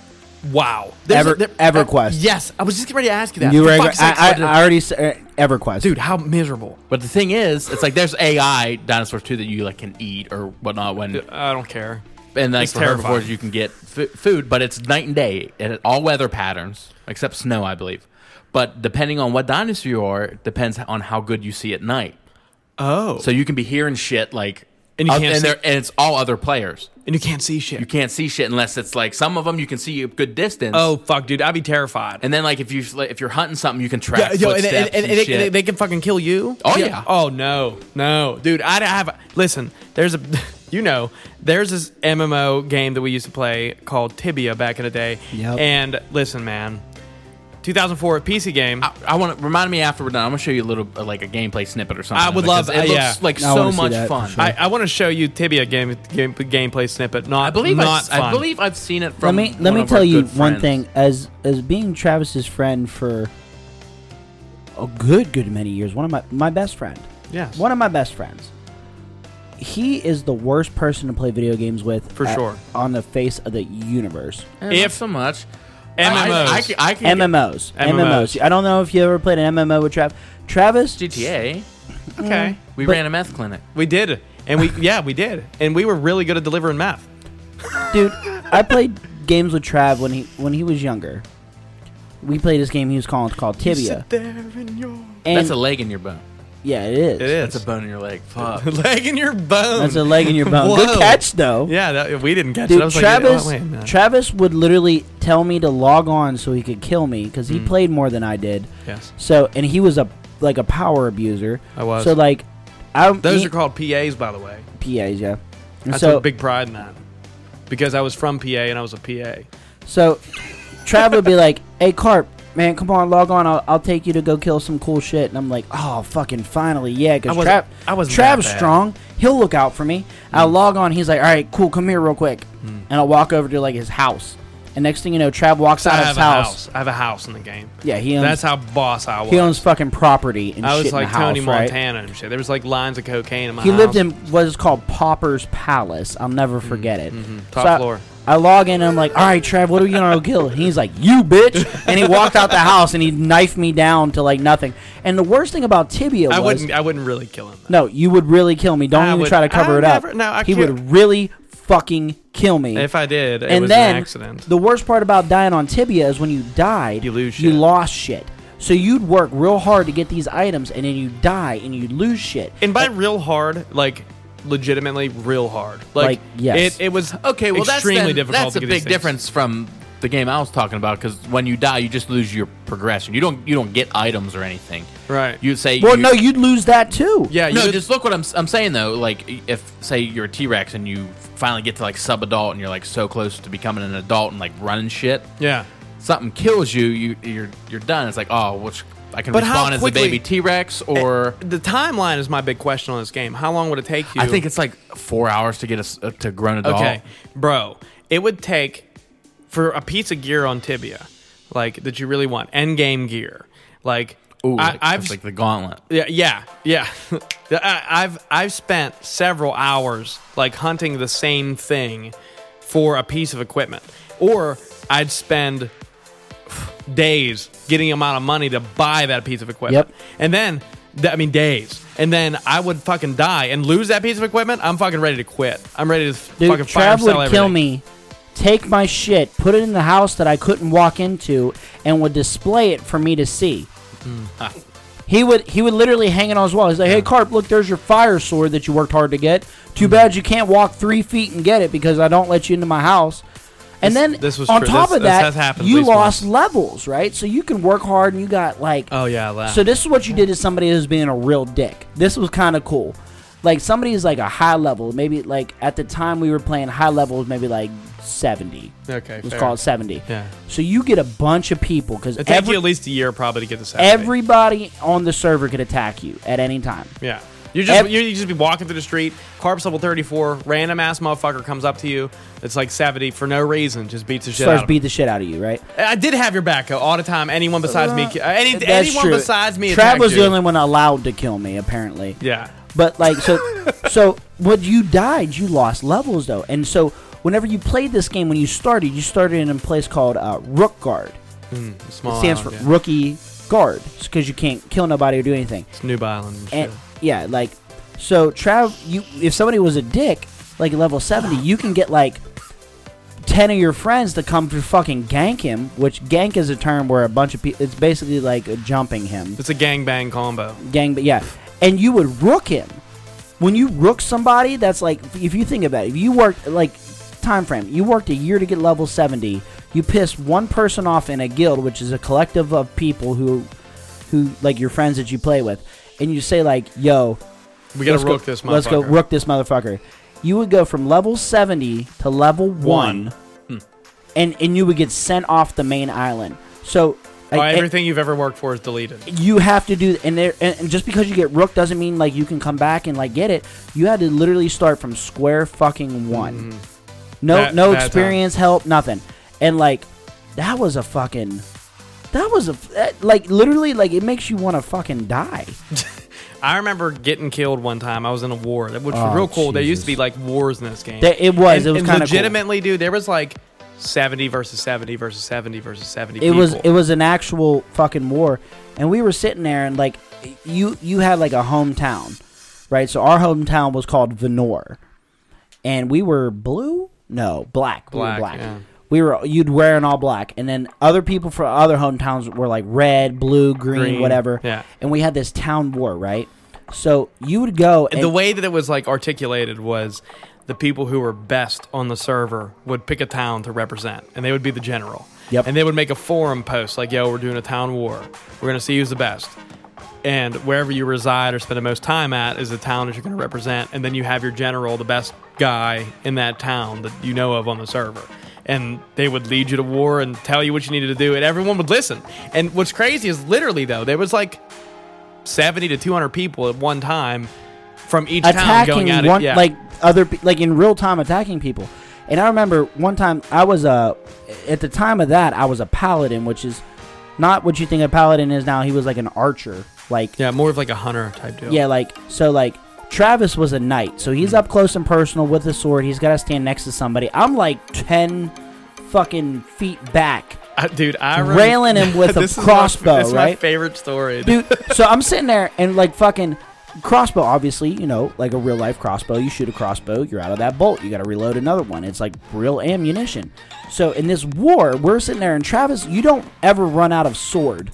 Speaker 1: wow.
Speaker 3: Ever- EverQuest.
Speaker 1: yes, I was just getting ready to ask you that.
Speaker 3: You
Speaker 1: For
Speaker 3: were, I,
Speaker 1: fuck's sake,
Speaker 3: I,
Speaker 1: what did-
Speaker 3: I already said uh, EverQuest.
Speaker 1: dude, how miserable.
Speaker 2: But the thing is, it's like there's AI dinosaurs too that you like can eat or whatnot when
Speaker 1: I don't care.
Speaker 2: and like
Speaker 1: it's
Speaker 2: for
Speaker 1: terrifying.
Speaker 2: herbivores you can get f- food, but it's night and day and all weather patterns except snow, I believe. But depending on what dinosaur you are, it depends on how good you see at night.
Speaker 1: Oh,
Speaker 2: So you can be hearing shit like
Speaker 1: And you can't
Speaker 2: and,
Speaker 1: see-
Speaker 2: they're- and it's all other players.
Speaker 1: and you can't see shit.
Speaker 2: You can't see shit unless it's like some of them you can see a good distance.
Speaker 1: oh fuck, dude, I'd be terrified.
Speaker 2: and then like if you like, if you're hunting something, you can
Speaker 1: Yeah,
Speaker 2: track
Speaker 1: yo, and,
Speaker 2: footsteps
Speaker 1: and, and,
Speaker 2: and
Speaker 1: they,
Speaker 2: shit.
Speaker 1: they- they can fucking kill you.
Speaker 2: Oh, yeah.
Speaker 1: Oh no, no, dude. I have. Listen, there's a, you know, there's this MMO game that we used to play called Tibia back in the day.
Speaker 3: Yep.
Speaker 1: And listen, man, 2004 PC game.
Speaker 2: I, I want to remind me after we're done. I'm gonna show you a little uh, like a gameplay snippet or something.
Speaker 1: I would
Speaker 2: because
Speaker 1: love-
Speaker 2: It
Speaker 1: uh,
Speaker 2: looks
Speaker 1: yeah.
Speaker 2: like
Speaker 3: I wanna
Speaker 2: so
Speaker 3: see
Speaker 2: much
Speaker 3: that for
Speaker 2: fun.
Speaker 3: sure.
Speaker 1: I, I want to show you Tibia game, game gameplay snippet. Not
Speaker 2: I believe I,
Speaker 1: not
Speaker 2: s- I
Speaker 1: fun.
Speaker 2: believe I've seen it
Speaker 3: Let
Speaker 2: from.
Speaker 3: me let
Speaker 2: one
Speaker 3: me
Speaker 2: of our
Speaker 3: tell you
Speaker 2: good
Speaker 3: one
Speaker 2: friends.
Speaker 3: thing. As as being Travis's friend for a good good many years, one of my my best friend,
Speaker 1: Yes.
Speaker 3: one of my best friends. He is the worst person to play video games with
Speaker 1: For sure.
Speaker 3: on the face of the universe.
Speaker 2: Eh, not
Speaker 1: If-
Speaker 2: so much I-
Speaker 1: MMOs.
Speaker 2: I, I, can- I can
Speaker 3: MMOs.
Speaker 1: MMOs.
Speaker 3: MMOs. I don't know if you ever played an MMO with Trav. Travis,
Speaker 2: get GTA.
Speaker 1: okay.
Speaker 2: We
Speaker 3: But-
Speaker 2: ran a meth clinic.
Speaker 1: We did, and we yeah we did, and we were really good at delivering math.
Speaker 3: dude, I played games with Trav when he when he was younger. We played this game he was calling called Tibia. And
Speaker 2: That's a leg in your bone.
Speaker 3: yeah, it is.
Speaker 1: It is
Speaker 2: That's a bone in your leg. Fuck.
Speaker 1: leg in your bone.
Speaker 3: That's a leg in your bone. Good
Speaker 1: Whoa.
Speaker 3: catch though.
Speaker 1: Yeah, that, we didn't catch it. I
Speaker 3: Dude,
Speaker 1: was like,
Speaker 3: Travis,
Speaker 1: oh, wait a minute.
Speaker 3: Travis would literally tell me to log on so he could kill me because
Speaker 1: Mm.
Speaker 3: he played more than I did.
Speaker 1: Yes.
Speaker 3: So, and he was a like a power abuser.
Speaker 1: I was.
Speaker 3: So like, I
Speaker 1: Those
Speaker 3: he-
Speaker 1: are called PAs, by the way.
Speaker 3: PAs. Yeah. And
Speaker 1: I
Speaker 3: so,
Speaker 1: took big pride in that because I was from PA and I was a PA.
Speaker 3: so Trav would be like, "Hey, Carp, man, come on, log on. I'll, I'll take you to go kill some cool shit." And I'm like, "Oh, fucking finally, yeah."
Speaker 1: I
Speaker 3: Because
Speaker 1: wasn't-
Speaker 3: Trav,
Speaker 1: I wasn't that
Speaker 3: Trav's
Speaker 1: bad. Hmm.
Speaker 3: strong. He'll look out for me. I'll log on. He's like, "All right, cool, come here real quick," and I'll walk over to like his house. And next thing you know, Trav walks
Speaker 1: I
Speaker 3: out of
Speaker 1: have
Speaker 3: his
Speaker 1: a
Speaker 3: house.
Speaker 1: house. I have a house in the game.
Speaker 3: Yeah, he owns
Speaker 1: That's how boss I was.
Speaker 3: He owns fucking property and
Speaker 1: I
Speaker 3: shit
Speaker 1: was like
Speaker 3: in the house,
Speaker 1: Tony
Speaker 3: right?
Speaker 1: Montana and shit. There was like lines of cocaine in my
Speaker 3: He
Speaker 1: house.
Speaker 3: lived in what is called Pauper's Palace. I'll never forget it.
Speaker 1: Mm-hmm. Top
Speaker 3: I-
Speaker 1: floor.
Speaker 3: I log in and I'm like, all right, Trav, what are we gonna go kill? And he's like, you bitch. And he walked out the house and he knifed me down to like nothing. And the worst thing about Tibia
Speaker 1: I
Speaker 3: was
Speaker 1: wouldn't. I wouldn't really kill him.
Speaker 3: no, you would really kill me. Don't
Speaker 1: I
Speaker 3: even
Speaker 1: would-
Speaker 3: try to cover
Speaker 1: I
Speaker 3: it
Speaker 1: never-
Speaker 3: up.
Speaker 1: no, I
Speaker 3: he
Speaker 1: can't.
Speaker 3: would really fucking kill me.
Speaker 1: If I did, it
Speaker 3: and
Speaker 1: was
Speaker 3: then
Speaker 1: an accident.
Speaker 3: the worst part about dying on tibia is when you died
Speaker 1: You lose
Speaker 3: you
Speaker 1: shit.
Speaker 3: lost shit so you'd work real hard to get these items and then you die and you lose shit
Speaker 1: and by real hard, like legitimately real hard. Like,
Speaker 3: Like, yes.
Speaker 1: it, it was
Speaker 2: Okay, well that's
Speaker 1: extremely
Speaker 2: then-
Speaker 1: difficult.
Speaker 2: That's
Speaker 1: to
Speaker 2: a
Speaker 1: get
Speaker 2: big
Speaker 1: these things.
Speaker 2: difference from the game I was talking about because when you die, you just lose your progression. You don't you don't get items or anything.
Speaker 1: Right.
Speaker 2: You say
Speaker 3: well
Speaker 2: you,
Speaker 3: no you'd lose that too
Speaker 1: Yeah, you
Speaker 2: no,
Speaker 1: would-
Speaker 2: just look what I'm, I'm saying though. Like, if say you're a T Rex and you finally get to like sub adult and you're like so close to becoming an adult and like running shit,
Speaker 1: yeah.
Speaker 2: something kills you, you you're you're done. It's like oh, which I can
Speaker 1: But how
Speaker 2: respawn as a
Speaker 1: quickly-
Speaker 2: baby T Rex or
Speaker 1: The timeline is my big question on this game. How long would it take you?
Speaker 2: Eh, I think it's like four hours to get us uh, to grown adult.
Speaker 1: Okay, bro, it would take for a piece of gear on Tibia, like that you really want, end game gear. Like
Speaker 2: Ooh,
Speaker 1: I,
Speaker 2: like,
Speaker 1: I've
Speaker 2: it's like the gauntlet.
Speaker 1: yeah yeah yeah. I, I've I've spent several hours like hunting the same thing for a piece of equipment, or I'd spend days getting the amount of money to buy that piece of equipment.
Speaker 3: Yep.
Speaker 1: And then, th- I mean, days. And then I would fucking die and lose that piece of equipment. I'm fucking ready to quit. I'm ready to
Speaker 3: dude
Speaker 1: fucking fire
Speaker 3: trav
Speaker 1: sell
Speaker 3: would kill
Speaker 1: everything.
Speaker 3: me take my shit put it in the house that i couldn't walk into and would display it for me to see
Speaker 1: Hmm. Ah.
Speaker 3: He would he would literally hang it on his wall. He's like, "Hey, Carp, look, there's your fire sword that you worked hard to get.
Speaker 1: Hmm.
Speaker 3: Too bad you can't walk three feet and get it because I don't let you into my house." And
Speaker 1: This-
Speaker 3: then
Speaker 1: this was
Speaker 3: on
Speaker 1: true.
Speaker 3: top
Speaker 1: This-
Speaker 3: of
Speaker 1: this
Speaker 3: that,
Speaker 1: has happened at
Speaker 3: you
Speaker 1: least
Speaker 3: lost levels, right? So you can work hard and you got like
Speaker 1: Oh, yeah, la-
Speaker 3: So this is what you did to somebody who's being a real dick. This was kind of cool. Like somebody who's like a high level, maybe like at the time we were playing high levels, maybe like seventy.
Speaker 1: Okay,
Speaker 3: let's
Speaker 1: fair.
Speaker 3: call it seventy.
Speaker 1: Yeah.
Speaker 3: So you get a bunch of people because
Speaker 1: It'd take you at least a year probably to get this out.
Speaker 3: Everybody on the server could attack you at any time.
Speaker 1: Yeah. You just
Speaker 3: Ev-
Speaker 1: you just be walking through the street, Carp's level thirty four, random ass motherfucker comes up to you. It's like seventy for no reason, just beats the shit out
Speaker 3: Starts
Speaker 1: of
Speaker 3: beat the shit out of you, right?
Speaker 1: him. I did have your back uh, all the time. Anyone besides me, ki- uh, any,
Speaker 3: That's
Speaker 1: anyone
Speaker 3: true.
Speaker 1: besides me,
Speaker 3: Trav
Speaker 1: attacked
Speaker 3: was
Speaker 1: you.
Speaker 3: the only one allowed to kill me, apparently.
Speaker 1: Yeah,
Speaker 3: But like, so, so when you died, you lost levels though, and so whenever you played this game, when you started, you started in a place called uh, Rook Guard.
Speaker 1: Mm, small
Speaker 3: stands for
Speaker 1: island, yeah.
Speaker 3: Rookie Guard, because you can't kill nobody or do anything.
Speaker 1: It's Noob Island. And shit.
Speaker 3: And yeah, like so Trav you if somebody was a dick, like level seventy, you can get like ten of your friends to come to fucking gank him, which gank is a term where a bunch of people it's basically like jumping him.
Speaker 1: It's a gangbang combo.
Speaker 3: Gang but yeah. And you would rook him. When you rook somebody, that's like if you think about it, if you worked like time frame, you worked a year to get level seventy, you piss one person off in a guild, which is a collective of people who who like your friends that you play with, and you say like, yo,
Speaker 1: We gotta
Speaker 3: Let's go-
Speaker 1: rook this motherfucker.
Speaker 3: Let's go rook this motherfucker. You would go from level 70 to level 1, and, and you would get sent off the main island. So I-
Speaker 1: Oh,
Speaker 3: I-
Speaker 1: everything you've ever worked for is deleted.
Speaker 3: you have to do and there and, and just because you get rook doesn't mean like you can come back and like get it you had to literally start from square fucking one no
Speaker 1: Mm-hmm. That-
Speaker 3: no
Speaker 1: that time.
Speaker 3: experience help nothing and like that was a fucking that was a f- that- like literally like it makes you want to fucking die
Speaker 1: I remember getting killed one time. I was in a war, that- which was
Speaker 3: Oh,
Speaker 1: real cool. There used
Speaker 3: Jesus.
Speaker 1: to be like wars in this game.
Speaker 3: There- it was.
Speaker 1: And-
Speaker 3: It was
Speaker 1: and
Speaker 3: kinda cool.
Speaker 1: legitimately, dude. There was like seventy versus seventy versus seventy versus seventy.
Speaker 3: it was
Speaker 1: people.
Speaker 3: it was an actual fucking war and we were sitting there and like you you had like a hometown right so our hometown was called venor and we were blue no black we were
Speaker 1: Black,
Speaker 3: black
Speaker 1: yeah.
Speaker 3: we were you'd wear an all black and then other people from other hometowns were like red blue green,
Speaker 1: Green,
Speaker 3: whatever
Speaker 1: yeah.
Speaker 3: and we had this town war right so you would go and
Speaker 1: the way that it was like articulated was the people who were best on the server would pick a town to represent and they would be the general
Speaker 3: Yep.
Speaker 1: and they would make a forum post like yo we're doing a town war we're going to see who's the best and wherever you reside or spend the most time at is the town that you're going to represent and then you have your general the best guy in that town that you know of on the server and they would lead you to war and tell you what you needed to do and everyone would listen and what's crazy is literally though there was like 70 to 200 people at one time from each town
Speaker 3: attacking
Speaker 1: going at
Speaker 3: one
Speaker 1: it. Yeah.
Speaker 3: like other pe- like in real time attacking people. And I remember one time I was uh at the time of that I was a paladin, which is not what you think a paladin is now. He was like an archer, like yeah,
Speaker 1: yeah, more of like a hunter type deal.
Speaker 3: like so like Travis was a knight, so
Speaker 1: Mm-hmm.
Speaker 3: he's up close and personal with a sword. He's got to stand next to somebody. I'm like ten fucking feet back.
Speaker 1: I, Uh, dude, I rem-
Speaker 3: Railing him with a
Speaker 1: This is my-
Speaker 3: crossbow,
Speaker 1: this is my
Speaker 3: right?
Speaker 1: favorite story.
Speaker 3: dude. So I'm sitting there and like fucking crossbow. Obviously, you know, like a real life crossbow. You shoot a crossbow, you're out of that bolt. You got to reload another one. It's like real ammunition. So in this war, we're sitting there and Travis, you don't ever run out of sword.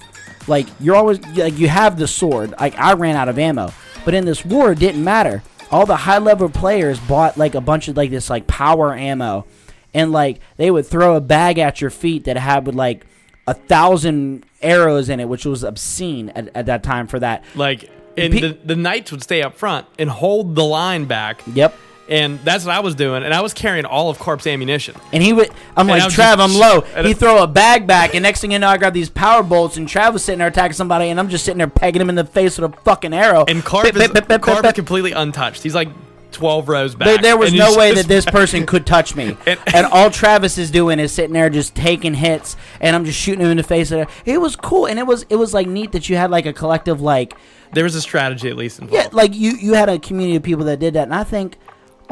Speaker 3: Like you're always like you have the sword. Like I ran out of ammo, but in this war, it didn't matter. All the high level players bought like a bunch of like this like power ammo, and like they would throw a bag at your feet that had with like a thousand arrows in it, which was obscene at, at that time for that.
Speaker 1: Like, and
Speaker 3: Pe-
Speaker 1: the, the knights would stay up front and hold the line back.
Speaker 3: Yep.
Speaker 1: And that's what I was doing. And I was carrying all of Carp's ammunition.
Speaker 3: And he would, I'm
Speaker 1: I
Speaker 3: like,
Speaker 1: was
Speaker 3: Trav,
Speaker 1: just-
Speaker 3: I'm low.
Speaker 1: and
Speaker 3: He
Speaker 1: it-
Speaker 3: throw a bag back, and next thing you know, I grab these power bolts, and Trav was sitting there attacking somebody, and I'm just sitting there pegging him in the face with a fucking arrow.
Speaker 1: And Carp
Speaker 3: Bip,
Speaker 1: is,
Speaker 3: bip, bip, bip,
Speaker 1: Carp
Speaker 3: bip,
Speaker 1: is
Speaker 3: bip.
Speaker 1: completely untouched. He's like 12 rows back.
Speaker 3: There, there was
Speaker 1: And
Speaker 3: no
Speaker 1: he's
Speaker 3: way
Speaker 1: just-
Speaker 3: that this person could touch me.
Speaker 1: And-
Speaker 3: and all Travis is doing is sitting there just taking hits, and I'm just shooting him in the face. It was cool, and it was it was like neat that you had like a collective like
Speaker 1: There was a strategy at least involved.
Speaker 3: Yeah, like you you had a community of people that did that, and I think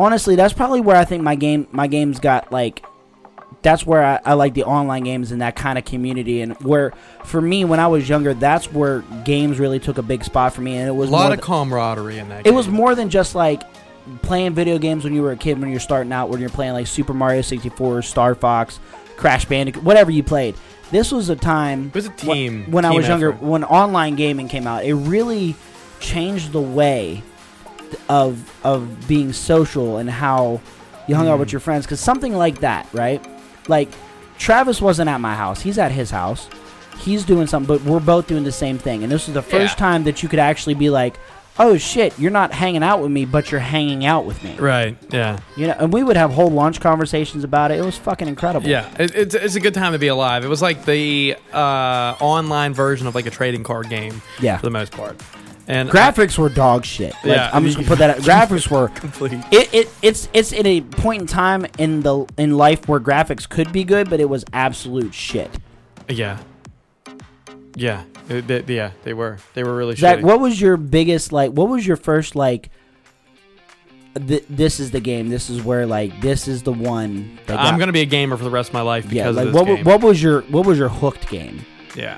Speaker 3: honestly that's probably where I think my game my games got like that's where I, I like the online games and that kind of community and where for me when I was younger that's where games really took a big spot for me and it was
Speaker 1: a lot
Speaker 3: more
Speaker 1: of
Speaker 3: th-
Speaker 1: camaraderie in that
Speaker 3: it
Speaker 1: game.
Speaker 3: was more than just like playing video games when you were a kid when you're starting out when you're playing like Super Mario 64, Star Fox, Crash Bandicoot, whatever you played. This was a time
Speaker 1: was a
Speaker 3: wh-
Speaker 1: team-
Speaker 3: when I
Speaker 1: team
Speaker 3: was younger
Speaker 1: effort.
Speaker 3: when online gaming came out. It really changed the way th- of of being social and how you hung out with your friends cuz something like that, right? Like Travis wasn't at my house. He's at his house. He's doing something, but we're both doing the same thing. And this is the first
Speaker 1: Yeah.
Speaker 3: time that you could actually be like, "Oh shit, you're not hanging out with me, but you're hanging out with me."
Speaker 1: Right, yeah.
Speaker 3: You know, and we would have whole lunch conversations about it. It was fucking incredible.
Speaker 1: Yeah, it, it's, it's a good time to be alive. It was like the uh, online version of like a trading card game.
Speaker 3: Yeah.
Speaker 1: for the most part. And
Speaker 3: Graphics were dog shit. Like,
Speaker 1: Yeah.
Speaker 3: I'm just gonna put that. Out. Graphics were
Speaker 1: Complete.
Speaker 3: It, it it's it's at a point in time in the in life where graphics could be good, but it was absolute shit.
Speaker 1: I- uh, yeah, yeah, It- they- yeah. They were they were really
Speaker 3: Zach,
Speaker 1: shitty.
Speaker 3: what was your biggest like? What was your first like? Th- this is the game. This is where like this is the one. That got-
Speaker 1: I'm gonna be a gamer for the rest of my life because
Speaker 3: yeah.
Speaker 1: of
Speaker 3: Like
Speaker 1: this
Speaker 3: what wa-
Speaker 1: game.
Speaker 3: what was your what was your hooked game?
Speaker 1: Yeah,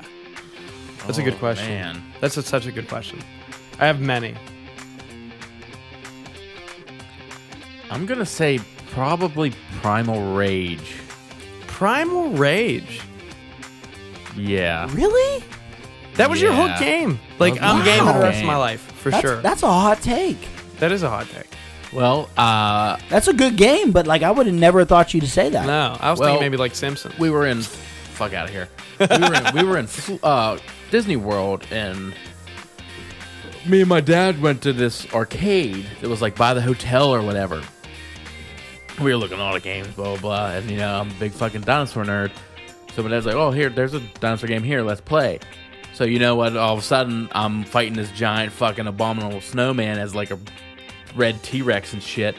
Speaker 1: that's a good
Speaker 2: Oh,
Speaker 1: question.
Speaker 2: man.
Speaker 1: That's a, such a good question. I have many.
Speaker 2: I'm gonna say probably Primal Rage.
Speaker 1: Primal Rage.
Speaker 2: Yeah.
Speaker 3: Really?
Speaker 1: That was your
Speaker 2: Yeah.
Speaker 1: hook game. Like
Speaker 2: That was
Speaker 1: I'm
Speaker 2: my
Speaker 1: game for the
Speaker 3: hook
Speaker 1: rest of
Speaker 2: game.
Speaker 1: my life for
Speaker 3: That's,
Speaker 1: sure.
Speaker 3: That's a hot take.
Speaker 1: that is a hot take.
Speaker 2: Well, uh,
Speaker 3: That's a good game, but like I would have never thought you to say that.
Speaker 1: No, I was
Speaker 2: Well-
Speaker 1: thinking maybe like Simpson.
Speaker 2: we were in fuck out of here. We were in, we were in Fl- uh, Disney World, and me and my dad went to this arcade that was like by the hotel or whatever. We were looking at all the games, blah blah blah, and you know I'm a big fucking dinosaur nerd, So my dad's like, "Oh, here, there's a dinosaur game here. Let's play." So you know what? All of a sudden, I'm fighting this giant fucking abominable snowman as like a red T Rex and shit.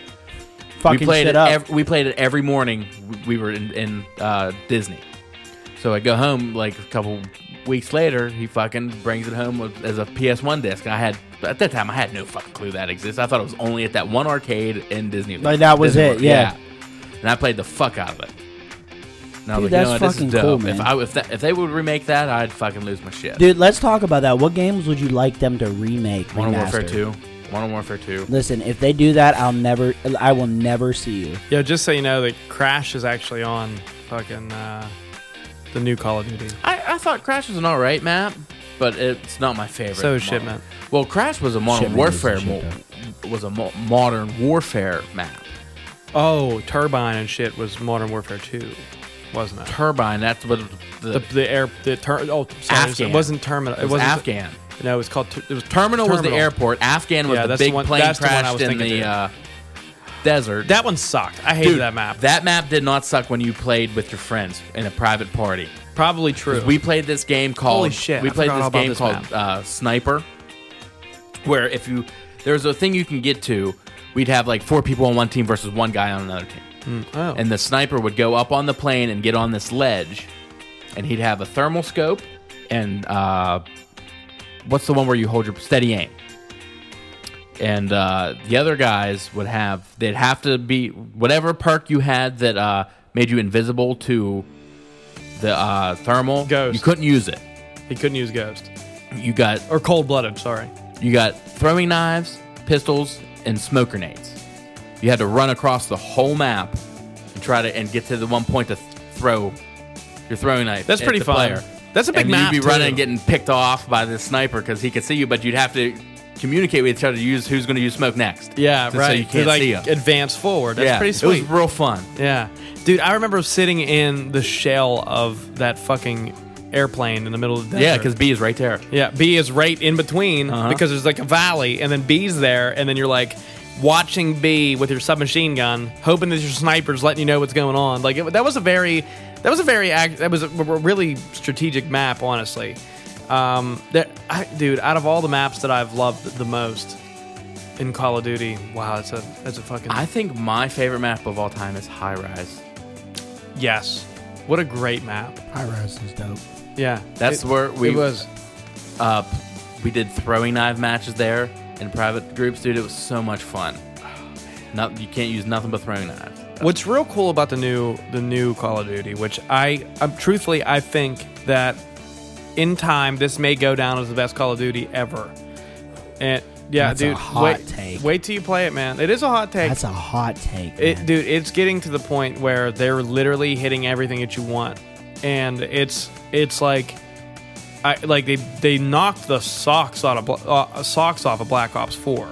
Speaker 3: Fucking
Speaker 2: we played
Speaker 3: shit
Speaker 2: it.
Speaker 3: up.
Speaker 2: Ev- we played it every morning. w- We were in, in uh, Disney. So I go home like a couple weeks later. He fucking brings it home with- as a PS1 disc. I had at that time I had no fucking clue that exists. I thought it was only at that one arcade in Disney.
Speaker 3: Like, that was
Speaker 2: Disney
Speaker 3: it,
Speaker 2: World.
Speaker 3: yeah.
Speaker 2: And I played the fuck out of it. And I was like,
Speaker 3: Dude,
Speaker 2: you
Speaker 3: that's
Speaker 2: know what, this
Speaker 3: fucking
Speaker 2: is dope.
Speaker 3: cool,
Speaker 2: If
Speaker 3: man.
Speaker 2: I if, that, if they would remake that, I'd fucking lose my shit.
Speaker 3: Dude, let's talk about that. What games would you like them to remake?
Speaker 2: Modern
Speaker 3: remaster?
Speaker 2: Warfare Two. Modern Warfare Two.
Speaker 3: Listen, if they do that, I'll never, I will never see you.
Speaker 1: Yeah, just so you know, the Crash is actually on fucking uh, the new Call of Duty.
Speaker 2: I, I thought Crash was an all right map, but it's not my favorite.
Speaker 1: So is
Speaker 2: mod-
Speaker 1: Shipment.
Speaker 2: Well, Crash was a modern
Speaker 3: Shipment is
Speaker 2: warfare
Speaker 3: the
Speaker 2: mo-
Speaker 3: shit,
Speaker 2: was a mo- modern warfare map.
Speaker 1: Oh, Turbine and shit was Modern Warfare 2, wasn't it?
Speaker 2: Turbine. That's what the,
Speaker 1: The, the air, the tur- oh, sorry,
Speaker 2: Afghan.
Speaker 1: it wasn't terminal. It,
Speaker 2: it was
Speaker 1: wasn't
Speaker 2: Afghan.
Speaker 1: No, it was called. Tur- it was
Speaker 2: Terminal, was the
Speaker 1: Terminal.
Speaker 2: airport. Afghan was
Speaker 1: Yeah,
Speaker 2: the
Speaker 1: that's the
Speaker 2: big
Speaker 1: one-
Speaker 2: plane
Speaker 1: that's the one I
Speaker 2: crashed
Speaker 1: was
Speaker 2: in
Speaker 1: thinking,
Speaker 2: the
Speaker 1: dude.
Speaker 2: uh, desert.
Speaker 1: That one sucked. I hated
Speaker 2: Dude,
Speaker 1: that map.
Speaker 2: That map did not suck when you played with your friends in a private party.
Speaker 1: probably true.
Speaker 2: We played this game called
Speaker 1: Holy shit,
Speaker 2: We
Speaker 1: I
Speaker 2: played
Speaker 1: forgot all
Speaker 2: this
Speaker 1: about
Speaker 2: game
Speaker 1: this
Speaker 2: called
Speaker 1: map.
Speaker 2: uh, Sniper, where if you there's a thing you can get to, we'd have like four people on one team versus one guy on another team,
Speaker 1: oh.
Speaker 2: and the sniper would go up on the plane and get on this ledge, and he'd have a thermal scope and uh, what's the one where you hold your steady aim. And uh, the other guys would have, they'd have to be whatever perk you had that uh, made you invisible to the uh, thermal.
Speaker 1: Ghost.
Speaker 2: You couldn't use it.
Speaker 1: he couldn't use Ghost
Speaker 2: You got
Speaker 1: or Cold Blooded. Sorry.
Speaker 2: you got throwing knives, pistols, and smoke grenades. You had to run across the whole map and try to and get to the one point to th- throw your throwing knife.
Speaker 1: That's
Speaker 2: at
Speaker 1: pretty
Speaker 2: the
Speaker 1: fun.
Speaker 2: player.
Speaker 1: That's a big
Speaker 2: and
Speaker 1: map,
Speaker 2: You'd be running
Speaker 1: too.
Speaker 2: and getting picked off by the sniper because he could see you, but you'd have to communicate with each other to use who's going to use smoke next.
Speaker 1: Yeah,
Speaker 2: so,
Speaker 1: right.
Speaker 2: So you
Speaker 1: He,
Speaker 2: can't
Speaker 1: like,
Speaker 2: see him.
Speaker 1: Advance forward. That's
Speaker 2: yeah,
Speaker 1: pretty sweet.
Speaker 2: It was real fun.
Speaker 1: Yeah. Dude, I remember sitting in the shell of that fucking airplane in the middle of the desert.
Speaker 2: Yeah, because B is right there.
Speaker 1: Yeah, B is right in between
Speaker 2: Uh-huh.
Speaker 1: because there's like a valley and then B's there and then you're like watching B with your submachine gun, hoping that your sniper's letting you know what's going on. Like it, that was a very that was a very ac- that was a r- really strategic map, honestly. Um, that I, dude, out of all the maps that I've loved the most in Call of Duty, wow, that's a that's a fucking
Speaker 2: I think my favorite map of all time is High Rise.
Speaker 1: yes. What a great map.
Speaker 3: High Rise is dope.
Speaker 1: Yeah,
Speaker 2: That's
Speaker 1: It-
Speaker 2: where we-
Speaker 1: it was.
Speaker 2: up. We did throwing knife matches there in private groups, dude. It was so much fun. No, you can't use nothing but throwing knives.
Speaker 1: What's real cool about the new the new Call of Duty, which I um, truthfully I think that in time this may go down as the best Call of Duty ever. And yeah,
Speaker 3: That's a
Speaker 1: dude,
Speaker 3: hot
Speaker 1: wait,
Speaker 3: take.
Speaker 1: wait till you play it, man. It is a hot take.
Speaker 3: That's a hot take.
Speaker 1: it,
Speaker 3: man.
Speaker 1: dude, it's getting to the point where they're literally hitting everything that you want, and it's it's like, I like they they knocked the socks out of Bla- uh, socks off of Black Ops Four.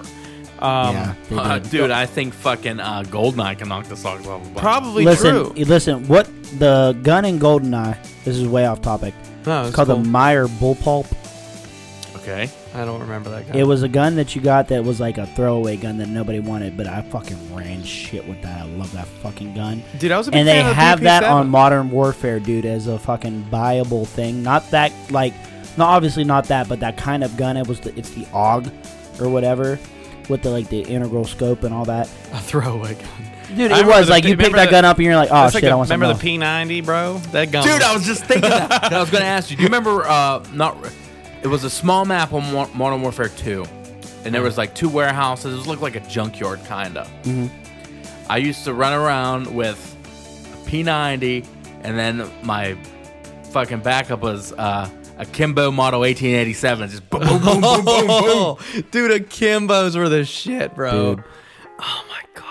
Speaker 1: Um,
Speaker 3: yeah, they
Speaker 2: Uh,
Speaker 3: do.
Speaker 2: dude, I think fucking uh, Goldeneye can knock the socks off. a bunch.
Speaker 1: Probably
Speaker 3: listen,
Speaker 1: true.
Speaker 3: y- listen. What the gun in Goldeneye? This is way off topic.
Speaker 1: No,
Speaker 3: It's
Speaker 1: Oh, it's
Speaker 3: called
Speaker 1: cool.
Speaker 3: the Meyer Bullpulp.
Speaker 2: Okay.
Speaker 1: I don't remember that guy.
Speaker 3: It was a gun that you got that was like a throwaway gun that nobody wanted, but I fucking ran shit with that. I love that fucking gun.
Speaker 1: Dude, I was a big
Speaker 3: and they
Speaker 1: fan of the
Speaker 3: have that
Speaker 1: PP7.
Speaker 3: on Modern Warfare, dude, as a fucking viable thing. Not that like, no, obviously not that, but that kind of gun. It was the, it's the AUG or whatever with the like the integral scope and all that.
Speaker 1: a throwaway gun.
Speaker 3: Dude,
Speaker 1: I
Speaker 3: it
Speaker 1: remember
Speaker 3: was
Speaker 1: the-
Speaker 3: like you
Speaker 1: remember
Speaker 3: pick that
Speaker 1: the-
Speaker 3: gun up and you're like, oh
Speaker 1: That's
Speaker 3: shit,
Speaker 1: like a-
Speaker 3: I want
Speaker 1: remember
Speaker 3: something
Speaker 1: the
Speaker 3: else.
Speaker 1: P ninety, bro? That gun,
Speaker 2: Dude, I was just thinking that. I was going to ask you. Do you remember? Uh, not. It was a small map on Mo- Modern Warfare Two, and there was like two warehouses. It looked like a junkyard, kinda. Mm-hmm. I used to run around with a P90, and then my fucking backup was uh, a Kimbo Model 1887. Just boom, boom, boom, boom, boom, boom.
Speaker 1: Oh, dude, Akimbos were the shit, bro.
Speaker 3: Dude.
Speaker 1: Oh my god.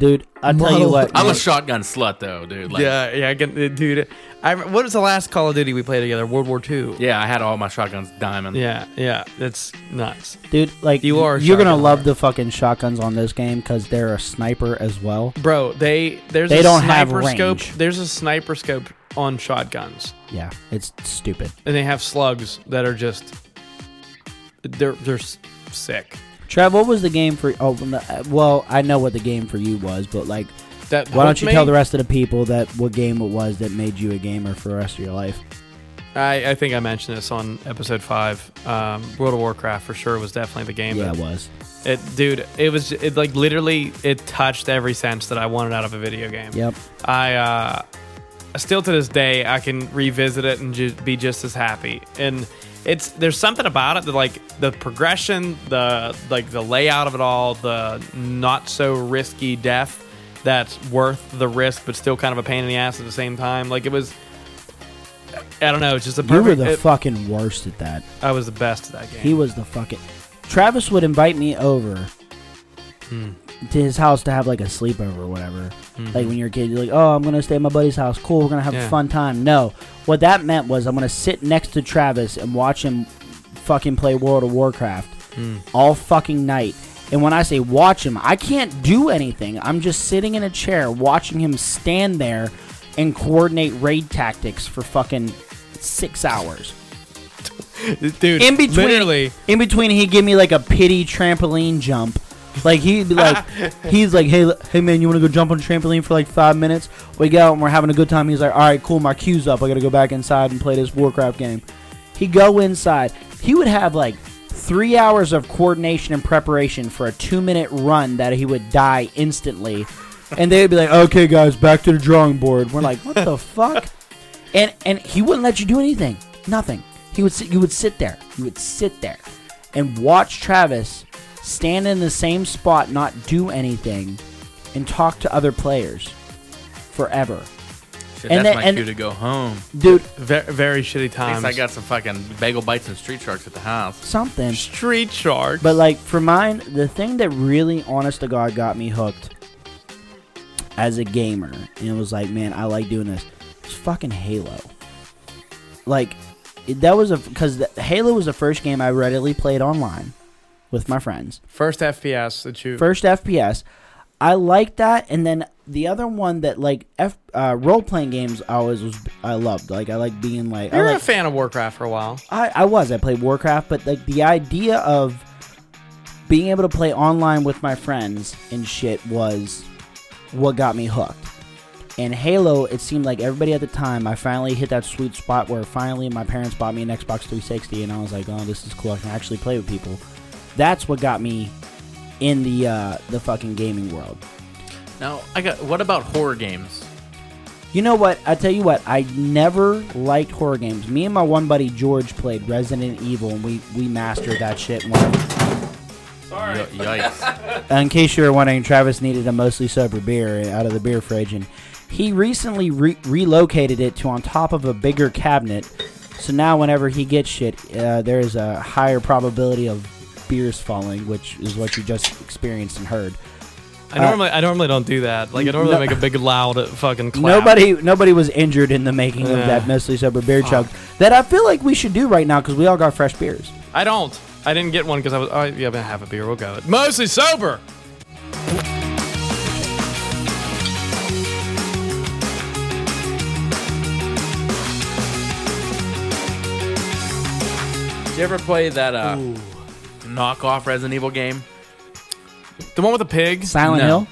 Speaker 3: Dude, I tell you
Speaker 1: Model-
Speaker 3: what,
Speaker 2: I'm a
Speaker 3: man,
Speaker 2: shotgun slut, though, dude. Like,
Speaker 1: yeah, yeah, I can, uh, dude. I, rem- what was the last Call of Duty we played together? World War Two.
Speaker 2: Yeah, I had all my shotguns diamond.
Speaker 1: yeah, yeah. That's nuts.
Speaker 3: dude, like
Speaker 1: You are a
Speaker 3: you're gonna
Speaker 1: shotgun
Speaker 3: love
Speaker 1: owner.
Speaker 3: the fucking shotguns on this game because they're a sniper as well.
Speaker 1: Bro, they there's
Speaker 3: They
Speaker 1: a
Speaker 3: don't have
Speaker 1: sniper scope.
Speaker 3: range.
Speaker 1: There's a sniper scope on shotguns.
Speaker 3: Yeah, it's stupid.
Speaker 1: And they have slugs that are just they're they're s- sick.
Speaker 3: Trav, what was the game for? Oh, well, I know what the game for you was, but like
Speaker 2: that.
Speaker 3: Why don't
Speaker 2: helped
Speaker 3: you
Speaker 2: me.
Speaker 3: tell the rest of the people that what game it was that made you a gamer for the rest of your life?
Speaker 1: I, I think I mentioned this on episode five. Um, World of Warcraft for sure was definitely the game.
Speaker 3: Yeah,
Speaker 1: that-
Speaker 3: it was.
Speaker 1: It, dude, it was it like literally it touched every sense that I wanted out of a video game.
Speaker 3: Yep.
Speaker 1: I uh, still to this day I can revisit it and ju- be just as happy. And it's there's something about it that like the progression, the like the layout of it all, the not so risky death that's worth the risk, but still kind of a pain in the ass at the same time. Like it was. I don't know. It's just a
Speaker 3: You
Speaker 1: perfect.
Speaker 3: were the
Speaker 1: it-
Speaker 3: fucking worst at that.
Speaker 1: I was the best at that game.
Speaker 3: He was the fucking. Travis would invite me over to his house to have like a sleepover or whatever. Like when you're a kid, you're like, oh, I'm going to stay at my buddy's house. Cool, we're going to have
Speaker 1: Yeah.
Speaker 3: a fun time. No. What that meant was I'm going to sit next to Travis and watch him fucking play World of Warcraft all fucking night. And when I say watch him, I can't do anything. I'm just sitting in a chair watching him stand there and coordinate raid tactics for fucking six hours
Speaker 1: dude.
Speaker 3: in between
Speaker 1: literally,
Speaker 3: in between he'd give me like a pity trampoline jump like he'd be like he's like hey l- hey man you want to go jump on a trampoline for like five minutes we go and we're having a good time he's like all right cool my cue's up i gotta go back inside and play this warcraft game he'd go inside he would have like three hours of coordination and preparation for a two minute run that he would die instantly and they'd be like okay guys back to the drawing board we're like what the fuck and and he wouldn't let you do anything. Nothing. He would sit, you would sit there. You would sit there and watch Travis stand in the same spot, not do anything, and talk to other players forever.
Speaker 2: Shit,
Speaker 3: and
Speaker 2: that's my
Speaker 3: then- and-
Speaker 2: cue to go home.
Speaker 3: Dude,
Speaker 1: very, very shitty
Speaker 2: At
Speaker 1: times.
Speaker 2: least I got some fucking bagel bites and street sharks at the house.
Speaker 3: something.
Speaker 1: street sharks.
Speaker 3: But like for mine, the thing that really, honest to God, got me hooked as a gamer, and it was like, man, I like doing this. It's fucking Halo. Like it- that was a because Halo was the first game I readily played online with my friends.
Speaker 1: first FPS that you
Speaker 3: First FPS. I like that, and then the other one that like F uh, role playing games I always was I loved. Like I like being like
Speaker 1: You
Speaker 3: I
Speaker 1: were
Speaker 3: like,
Speaker 1: a fan of Warcraft for a while.
Speaker 3: I, I was. I played Warcraft, but like the idea of being able to play online with my friends and shit was what got me hooked. And Halo, it seemed like everybody at the time, I finally hit that sweet spot where finally my parents bought me an Xbox 360, and I was like, oh, this is cool. I can actually play with people. That's what got me in the uh, the fucking gaming world.
Speaker 2: Now I got. What about horror games?
Speaker 3: You know what? I tell you what. I never liked horror games. Me and my one buddy George played Resident Evil, and we we mastered that shit. and whatever.
Speaker 2: Y- yikes!
Speaker 3: in case you were wondering, Travis needed a mostly sober beer out of the beer fridge, and he recently re- relocated it to on top of a bigger cabinet. So now, whenever he gets shit, uh, there is a higher probability of beers falling, which is what you just experienced and heard.
Speaker 1: I normally I normally don't do that. Like I normally
Speaker 3: Uh, No-
Speaker 1: make a big loud uh, fucking clap.
Speaker 3: Nobody, nobody was injured in the making of
Speaker 1: Yeah.
Speaker 3: that mostly sober beer chug. That I feel like we should do right now because we all got fresh beers.
Speaker 1: I don't. I didn't get one because I was. Oh, yeah, I'm gonna have a beer. We'll go. Mostly sober.
Speaker 2: Did you ever play that uh, knockoff Resident Evil game?
Speaker 1: The one with the pig.
Speaker 3: Silent
Speaker 2: No.
Speaker 3: Hill.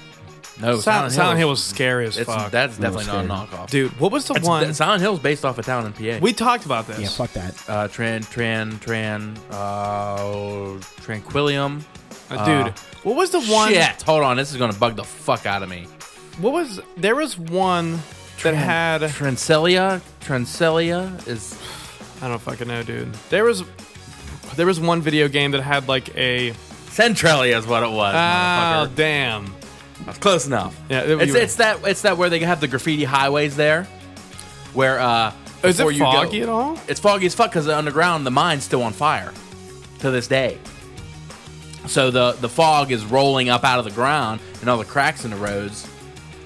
Speaker 2: No,
Speaker 1: Silent, Silent Hill
Speaker 2: Hill's-
Speaker 1: was scary as
Speaker 2: It's,
Speaker 1: fuck.
Speaker 2: that's definitely not a knockoff.
Speaker 1: Dude, what was the
Speaker 2: It's-
Speaker 1: one?
Speaker 2: that- Silent Hill's based off a town in PA.
Speaker 1: we talked about this.
Speaker 3: Yeah, fuck that.
Speaker 2: uh, Tran Tran Tran uh, Tranquillium.
Speaker 1: Uh, dude,
Speaker 2: Uh,
Speaker 1: what was the one?
Speaker 2: Shit! Hold on, this is gonna bug the fuck out of me.
Speaker 1: What was? There was one that had.
Speaker 2: Trancelia. Trancelia is
Speaker 1: I don't fucking know, dude. There was. There was one video game that had like a.
Speaker 2: Centralia is what it was.
Speaker 1: Oh,
Speaker 2: motherfucker.
Speaker 1: damn.
Speaker 2: That's close enough.
Speaker 1: Yeah, it-
Speaker 2: it's,
Speaker 1: you were-
Speaker 2: it's that it's that where they have the graffiti highways there, where uh,
Speaker 1: Oh, Is
Speaker 2: before
Speaker 1: it
Speaker 2: you go-
Speaker 1: foggy at all?
Speaker 2: It's foggy as fuck because underground the mine's still on fire to this day. So the the fog is rolling up out of the ground and all the cracks in the roads.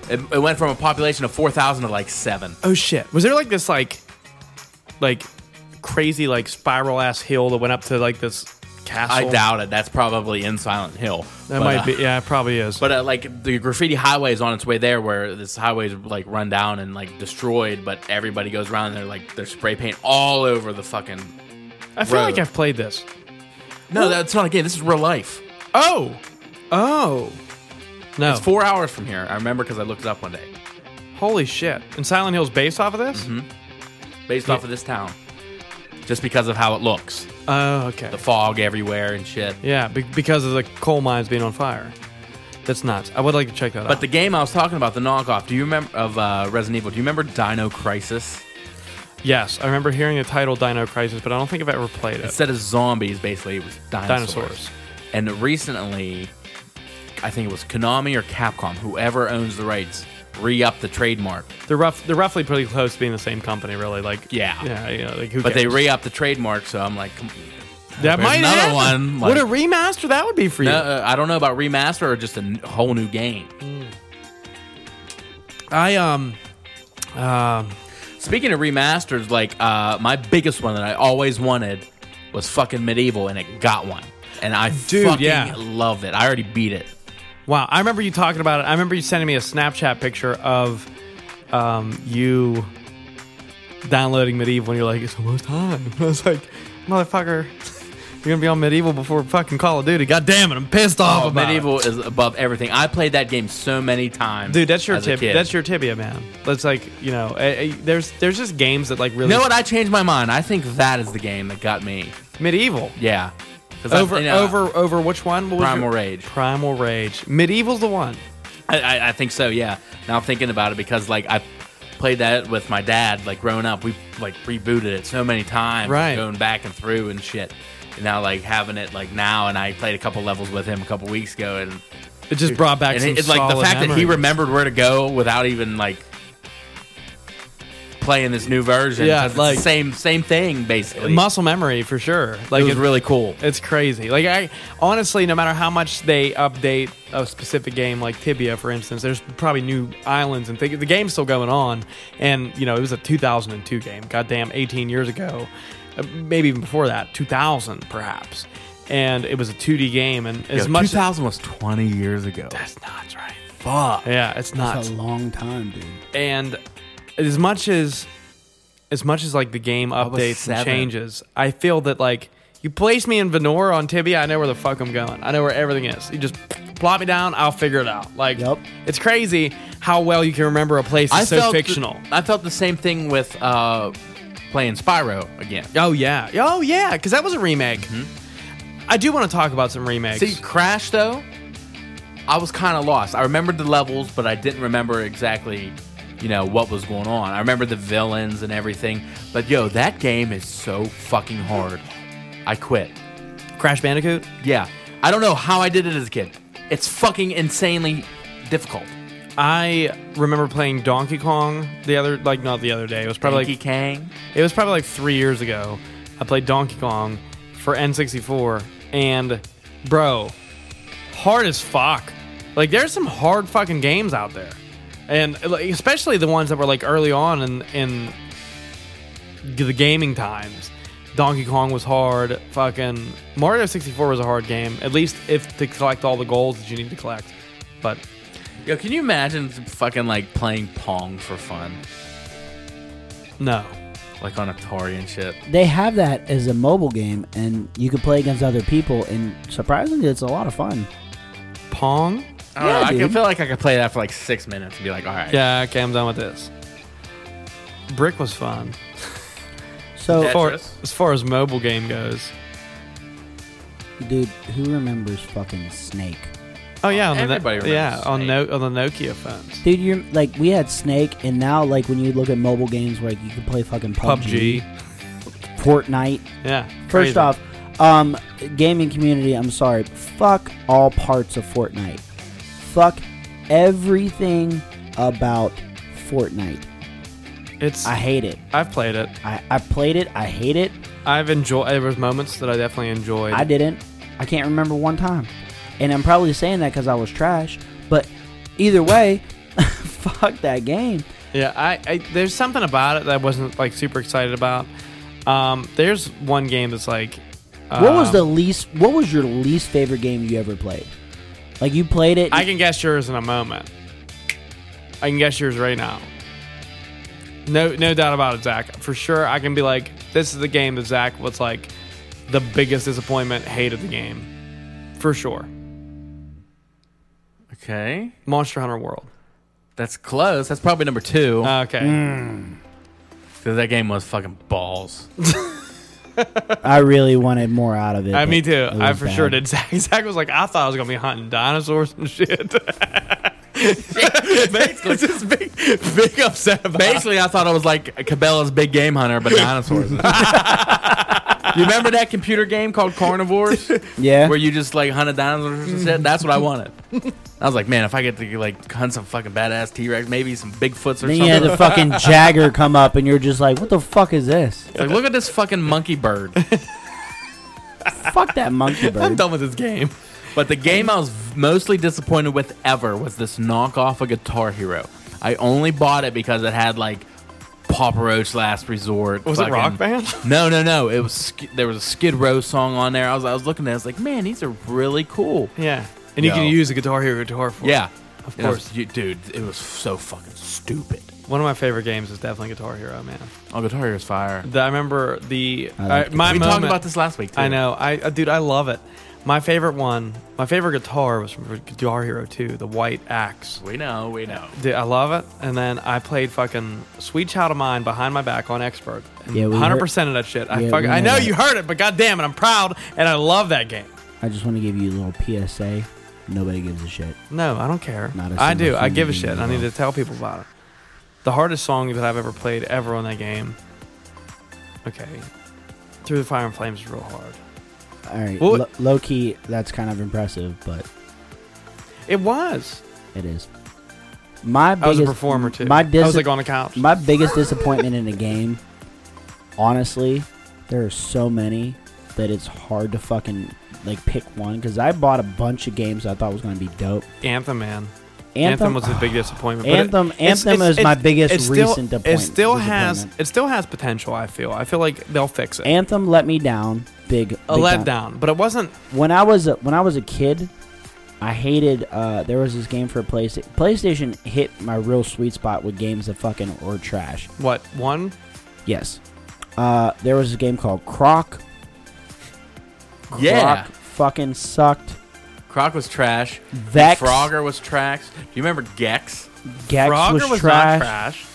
Speaker 2: It, it went from a population of four thousand to like seven.
Speaker 1: Oh shit! Was there like this like, like, crazy like spiral ass hill that went up to like this
Speaker 2: I
Speaker 1: castle?
Speaker 2: doubt it. That's probably in Silent Hill.
Speaker 1: that
Speaker 2: But,
Speaker 1: might
Speaker 2: uh,
Speaker 1: be. Yeah, it probably is.
Speaker 2: But uh, like the graffiti highway is on its way there, where this highway's like run down and like destroyed, but everybody goes around and they're like they're spray paint all over the fucking.
Speaker 1: I feel like
Speaker 2: road.
Speaker 1: I've played this.
Speaker 2: No, that's not a game. This is real life.
Speaker 1: Oh, oh, No.
Speaker 2: It's four hours from here. I remember because I looked it up one day.
Speaker 1: Holy shit! And Silent Hill's based off of this?
Speaker 2: Mm-hmm. based off of this town, just because of how it looks,
Speaker 1: Oh, okay.
Speaker 2: the fog everywhere and shit.
Speaker 1: yeah, be- because of the coal mines being on fire. That's nuts. I would like to check that
Speaker 2: But
Speaker 1: out.
Speaker 2: the game I was talking about, the knockoff. Do you remember of uh, Resident Evil? Do you remember Dino Crisis?
Speaker 1: yes, I remember hearing the title Dino Crisis, but I don't think I've ever played it.
Speaker 2: Instead of zombies, basically it was dinosaurs.
Speaker 1: Dinosaurs.
Speaker 2: And recently, I think it was Konami or Capcom, whoever owns the rights, re-upped the trademark.
Speaker 1: They're rough. They're roughly pretty close to being the same company, really. Like
Speaker 2: Yeah.
Speaker 1: yeah, yeah. Like who
Speaker 2: But they
Speaker 1: cares?
Speaker 2: re-upped the trademark, so I'm like, come-
Speaker 1: that might
Speaker 2: another
Speaker 1: happen.
Speaker 2: one,
Speaker 1: what a
Speaker 2: like-
Speaker 1: remaster that would be for you.
Speaker 2: no, uh, I don't know about remaster or just a n- whole new game.
Speaker 1: I um, um,
Speaker 2: Speaking of remasters, like uh, my biggest one that I always wanted was fucking medieval, and it got one, and I
Speaker 1: Dude,
Speaker 2: fucking
Speaker 1: yeah.
Speaker 2: love it. I already beat it.
Speaker 1: wow. I remember you talking about it. I remember you sending me a Snapchat picture of um you downloading Medieval, and you're like, it's almost time. I was like, motherfucker, you're gonna be on Medieval before fucking Call of Duty. God damn it, I'm pissed off
Speaker 2: Oh,
Speaker 1: about it.
Speaker 2: medieval is above everything. I played that game so many times,
Speaker 1: Dude, that's your
Speaker 2: as a
Speaker 1: tip.
Speaker 2: kid.
Speaker 1: That's your tibia, man. That's like you know. eh, eh, there's there's just games that like really
Speaker 2: You know what? I changed my mind. I think that is the game that got me.
Speaker 1: medieval.
Speaker 2: Yeah. 'Cause I-
Speaker 1: Over
Speaker 2: you know,
Speaker 1: over over which one? What was
Speaker 2: Primal
Speaker 1: your-
Speaker 2: Rage.
Speaker 1: Primal Rage. Medieval's the one.
Speaker 2: I, I, I think so. Yeah. Now I'm thinking about it because like I played that with my dad. Like growing up, we like rebooted it so many times,
Speaker 1: Right.
Speaker 2: Going back and through and shit. And now like having it like now, and I played a couple levels with him a couple weeks ago, and
Speaker 1: It just brought back
Speaker 2: and
Speaker 1: some
Speaker 2: it- it's like the
Speaker 1: solid
Speaker 2: fact that he
Speaker 1: memories.
Speaker 2: remembered where to go without even like playing this new version.
Speaker 1: Yeah,
Speaker 2: 'cause it's
Speaker 1: like-
Speaker 2: the same same thing basically.
Speaker 1: muscle memory for sure. Like
Speaker 2: it was really cool.
Speaker 1: It's crazy. Like I honestly, no matter how much they update a specific game, like Tibia, for instance, there's probably new islands and things. The game's still going on, and you know it was a 2002 game. Goddamn, 18 years ago, uh, maybe even before that, 2000 perhaps. And it was a 2D game, and as
Speaker 2: Yo,
Speaker 1: much
Speaker 2: 2000 was 20 years ago.
Speaker 1: that's nuts, right?
Speaker 2: Fuck.
Speaker 1: Yeah, it's
Speaker 4: That's
Speaker 1: nuts.
Speaker 4: a long time, dude.
Speaker 1: and as much as as much as like the game
Speaker 2: was
Speaker 1: updates and
Speaker 2: seven.
Speaker 1: changes, I feel that like you place me in Venora on Tibia, I know where the fuck I'm going. I know where everything is. You just plop me down, I'll figure it out. Like
Speaker 3: Yep.
Speaker 1: it's crazy how well you can remember a place that's so
Speaker 2: felt th-
Speaker 1: fictional.
Speaker 2: I felt the same thing with uh, playing Spyro again.
Speaker 1: oh yeah. Oh yeah, because that was a remake. I do want to talk about some remakes.
Speaker 2: See, Crash though, I was kind of lost. I remembered the levels, but I didn't remember exactly, you know, what was going on. I remember the villains and everything, but yo, that game is so fucking hard. I quit.
Speaker 1: Crash Bandicoot?
Speaker 2: Yeah, I don't know how I did it as a kid. It's fucking insanely difficult.
Speaker 1: I remember playing Donkey Kong the other like not the other day. It was probably
Speaker 2: Donkey
Speaker 1: like
Speaker 2: Kang.
Speaker 1: It was probably like three years ago. I played Donkey Kong for N64, and bro, hard as fuck. Like there's some hard fucking games out there, and like, especially the ones that were like early on in in the gaming times. Donkey Kong was hard. Fucking Mario 64 was a hard game. At least if to collect all the goals that you need to collect. But
Speaker 2: Yo, can you imagine fucking like playing Pong for fun,
Speaker 1: no,
Speaker 2: like on Atari and shit?
Speaker 3: They have that as a mobile game, and you can play against other people. And surprisingly, it's a lot of fun.
Speaker 1: Pong.
Speaker 2: I don't know, I can
Speaker 3: dude.
Speaker 2: feel like I could play that for like six minutes and be like, all right.
Speaker 1: Yeah, okay, I'm done with this. Brick was fun.
Speaker 3: So,
Speaker 2: That-
Speaker 1: far,
Speaker 2: Tetris?
Speaker 1: as far as mobile game goes. Oh,
Speaker 3: dude, who remembers fucking Snake?
Speaker 1: Oh yeah, on
Speaker 2: Everybody
Speaker 1: the,
Speaker 2: remembers
Speaker 1: yeah on no,
Speaker 2: Snake.
Speaker 1: on the Nokia phones.
Speaker 3: Dude, you're like we had Snake, and now like when you look at mobile games, like you can play fucking PUBG,
Speaker 1: PUBG.
Speaker 3: Fortnite.
Speaker 1: Yeah.
Speaker 3: First
Speaker 1: crazy.
Speaker 3: off, um, gaming community, I'm sorry. Fuck all parts of Fortnite. Fuck everything about Fortnite.
Speaker 1: it's
Speaker 3: I
Speaker 1: I,
Speaker 3: hate it.
Speaker 1: have played it.
Speaker 3: I, I played it. I hate it.
Speaker 1: I've enjoyed. There was moments that I definitely enjoyed.
Speaker 3: I didn't. I can't remember one time. And I'm probably saying that because I was trash. But either way, fuck that game.
Speaker 1: Yeah, I, I there's something about it that I wasn't like super excited about. Um, there's one game that's like.
Speaker 3: What was
Speaker 1: um,
Speaker 3: the least? What was your least favorite game you ever played? Like you played it.
Speaker 1: I can guess yours in a moment. I can guess yours right now. No, no doubt about it, Zach. For sure, I can be like, this is the game that Zach was like the biggest disappointment, hated the game, for sure.
Speaker 2: Okay.
Speaker 1: Monster Hunter World.
Speaker 2: That's close. That's probably number two.
Speaker 1: Okay.
Speaker 2: Because that game was fucking balls.
Speaker 3: I really wanted more out of it.
Speaker 1: Uh, me
Speaker 3: but
Speaker 1: too.
Speaker 3: it
Speaker 1: I
Speaker 3: was
Speaker 1: for sure
Speaker 3: bad.
Speaker 1: did. Zach, Zach was like, I thought I was gonna be hunting dinosaurs and shit. Basically, just big, big upset about.
Speaker 2: Basically, I thought I was like Cabela's Big Game Hunter, but dinosaurs. you remember that computer game called Carnivores,
Speaker 3: Yeah.
Speaker 2: where you just like hunted dinosaurs and shit? That's what I wanted. I was like, man, if I get to like hunt some fucking badass T Rex, maybe some Bigfoots or
Speaker 3: Then
Speaker 2: something.
Speaker 3: you had the fucking Jagger come up, and you're just like, "What the fuck is this?
Speaker 2: Like, look at this fucking monkey bird.
Speaker 3: fuck that monkey
Speaker 1: I'm
Speaker 3: bird."
Speaker 1: done with this game.
Speaker 2: But the game I was mostly disappointed with ever was this knockoff of Guitar Hero. I only bought it because it had like Papa Roach Last Resort.
Speaker 1: Was it
Speaker 2: fucking-
Speaker 1: Rock Band?
Speaker 2: No, no, no. It was Sk- there was a Skid Row song on there. I was I was looking at. it. I was like, man, these are really cool.
Speaker 1: Yeah. And you
Speaker 2: No.
Speaker 1: can use a Guitar Hero guitar for. it.
Speaker 2: Yeah,
Speaker 1: Of
Speaker 2: And I was-
Speaker 1: course.
Speaker 2: you- dude. It was so fucking stupid.
Speaker 1: One of my favorite games is definitely Guitar Hero, man.
Speaker 2: Oh, Guitar Hero's fire.
Speaker 1: The- I remember the
Speaker 3: I like
Speaker 1: I-
Speaker 3: it.
Speaker 1: my
Speaker 2: we
Speaker 1: moment,
Speaker 2: talked about this last week. Too.
Speaker 1: I know. I uh, dude, I love it. My favorite one, my favorite guitar was from Guitar Hero 2, the White Axe.
Speaker 2: We know. We know.
Speaker 1: Dude, I love it. And then I played fucking "Sweet Child of Mine" behind my back on expert.
Speaker 3: Yeah, we
Speaker 1: hundred percent of that shit. I
Speaker 3: Yeah,
Speaker 1: fucking,
Speaker 3: we
Speaker 1: I
Speaker 3: know
Speaker 1: know
Speaker 3: that.
Speaker 1: you heard it, but goddamn it, I'm proud and I love that game.
Speaker 3: I just want to give you a little PSA. Nobody gives a shit.
Speaker 1: No, I don't care.
Speaker 3: Not a
Speaker 1: I do.
Speaker 3: single
Speaker 1: I give a
Speaker 3: human
Speaker 1: shit.
Speaker 3: being
Speaker 1: I need
Speaker 3: will.
Speaker 1: to tell people about it. The hardest song that I've ever played ever on that game. Okay, "Through the Fire and Flames" is real hard.
Speaker 3: All right,
Speaker 1: Well-
Speaker 3: lo- low key, that's kind of impressive, but
Speaker 1: It was.
Speaker 3: it is. My biggest,
Speaker 1: I was a performer too.
Speaker 3: My
Speaker 1: I was
Speaker 3: dis-
Speaker 1: like on a couch.
Speaker 3: my biggest disappointment in a game, honestly, there are so many that it's hard to fucking like pick one. Because I bought a bunch of games I thought was going to be dope.
Speaker 1: Anthem, man.
Speaker 3: Anthem,
Speaker 1: Anthem, was a big disappointment. but
Speaker 3: Anthem-
Speaker 1: it's-
Speaker 3: Anthem
Speaker 1: it's-
Speaker 3: is my
Speaker 1: it's-
Speaker 3: biggest
Speaker 1: it's still-
Speaker 3: recent appoint-
Speaker 1: It still has
Speaker 3: disappointment.
Speaker 1: it still has potential. I feel. I feel like they'll fix it.
Speaker 3: Anthem let me down. Big, big
Speaker 1: a letdown, but it wasn't.
Speaker 3: when I was a, when I was a kid, I hated. Uh, there was this game for PlayStation. PlayStation hit my real sweet spot with games that fucking were trash.
Speaker 1: What one?
Speaker 3: Yes, uh, there was a game called Croc.
Speaker 2: Yeah.
Speaker 3: Croc fucking sucked.
Speaker 2: Croc was trash.
Speaker 3: Vex,
Speaker 2: Frogger was trash. Do you remember Gex?
Speaker 3: Gex
Speaker 1: Frogger
Speaker 3: was,
Speaker 1: was
Speaker 3: trash.
Speaker 1: not trash.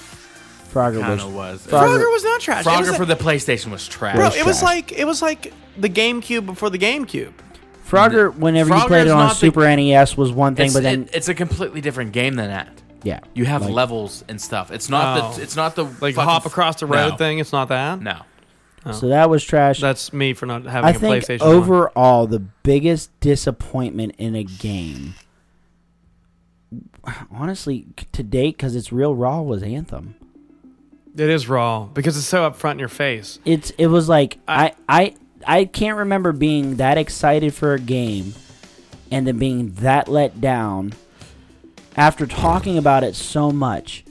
Speaker 3: Frogger
Speaker 2: Kind of
Speaker 3: was.
Speaker 2: was.
Speaker 3: Frog-
Speaker 1: Frogger was not trash. It was
Speaker 2: Frogger
Speaker 1: like-
Speaker 2: for the PlayStation was trash.
Speaker 1: bro,
Speaker 3: was
Speaker 1: it was
Speaker 3: trash.
Speaker 1: like it was like the GameCube before the GameCube.
Speaker 3: Frogger, whenever you
Speaker 2: Frogger's
Speaker 3: played it
Speaker 2: not
Speaker 3: on
Speaker 2: the-
Speaker 3: Super NES, was one thing,
Speaker 2: it's,
Speaker 3: but then
Speaker 2: it- it's a completely different game than that.
Speaker 3: yeah,
Speaker 2: You have
Speaker 3: like,
Speaker 2: levels and stuff. It's not
Speaker 1: Oh.
Speaker 2: the it's not the
Speaker 1: Like
Speaker 2: fucking-
Speaker 1: hop across the road
Speaker 2: No.
Speaker 1: thing. It's not that.
Speaker 2: No,
Speaker 3: So that was trash.
Speaker 1: That's me for not having
Speaker 3: I
Speaker 1: a
Speaker 3: think
Speaker 1: PlayStation. one.
Speaker 3: overall the biggest disappointment in a game, honestly, c- to date because it's real raw was Anthem.
Speaker 1: it is raw because it's so up front in your face.
Speaker 3: It's it was like I I I can't remember being that excited for a game, and then being that let down after talking about it so much.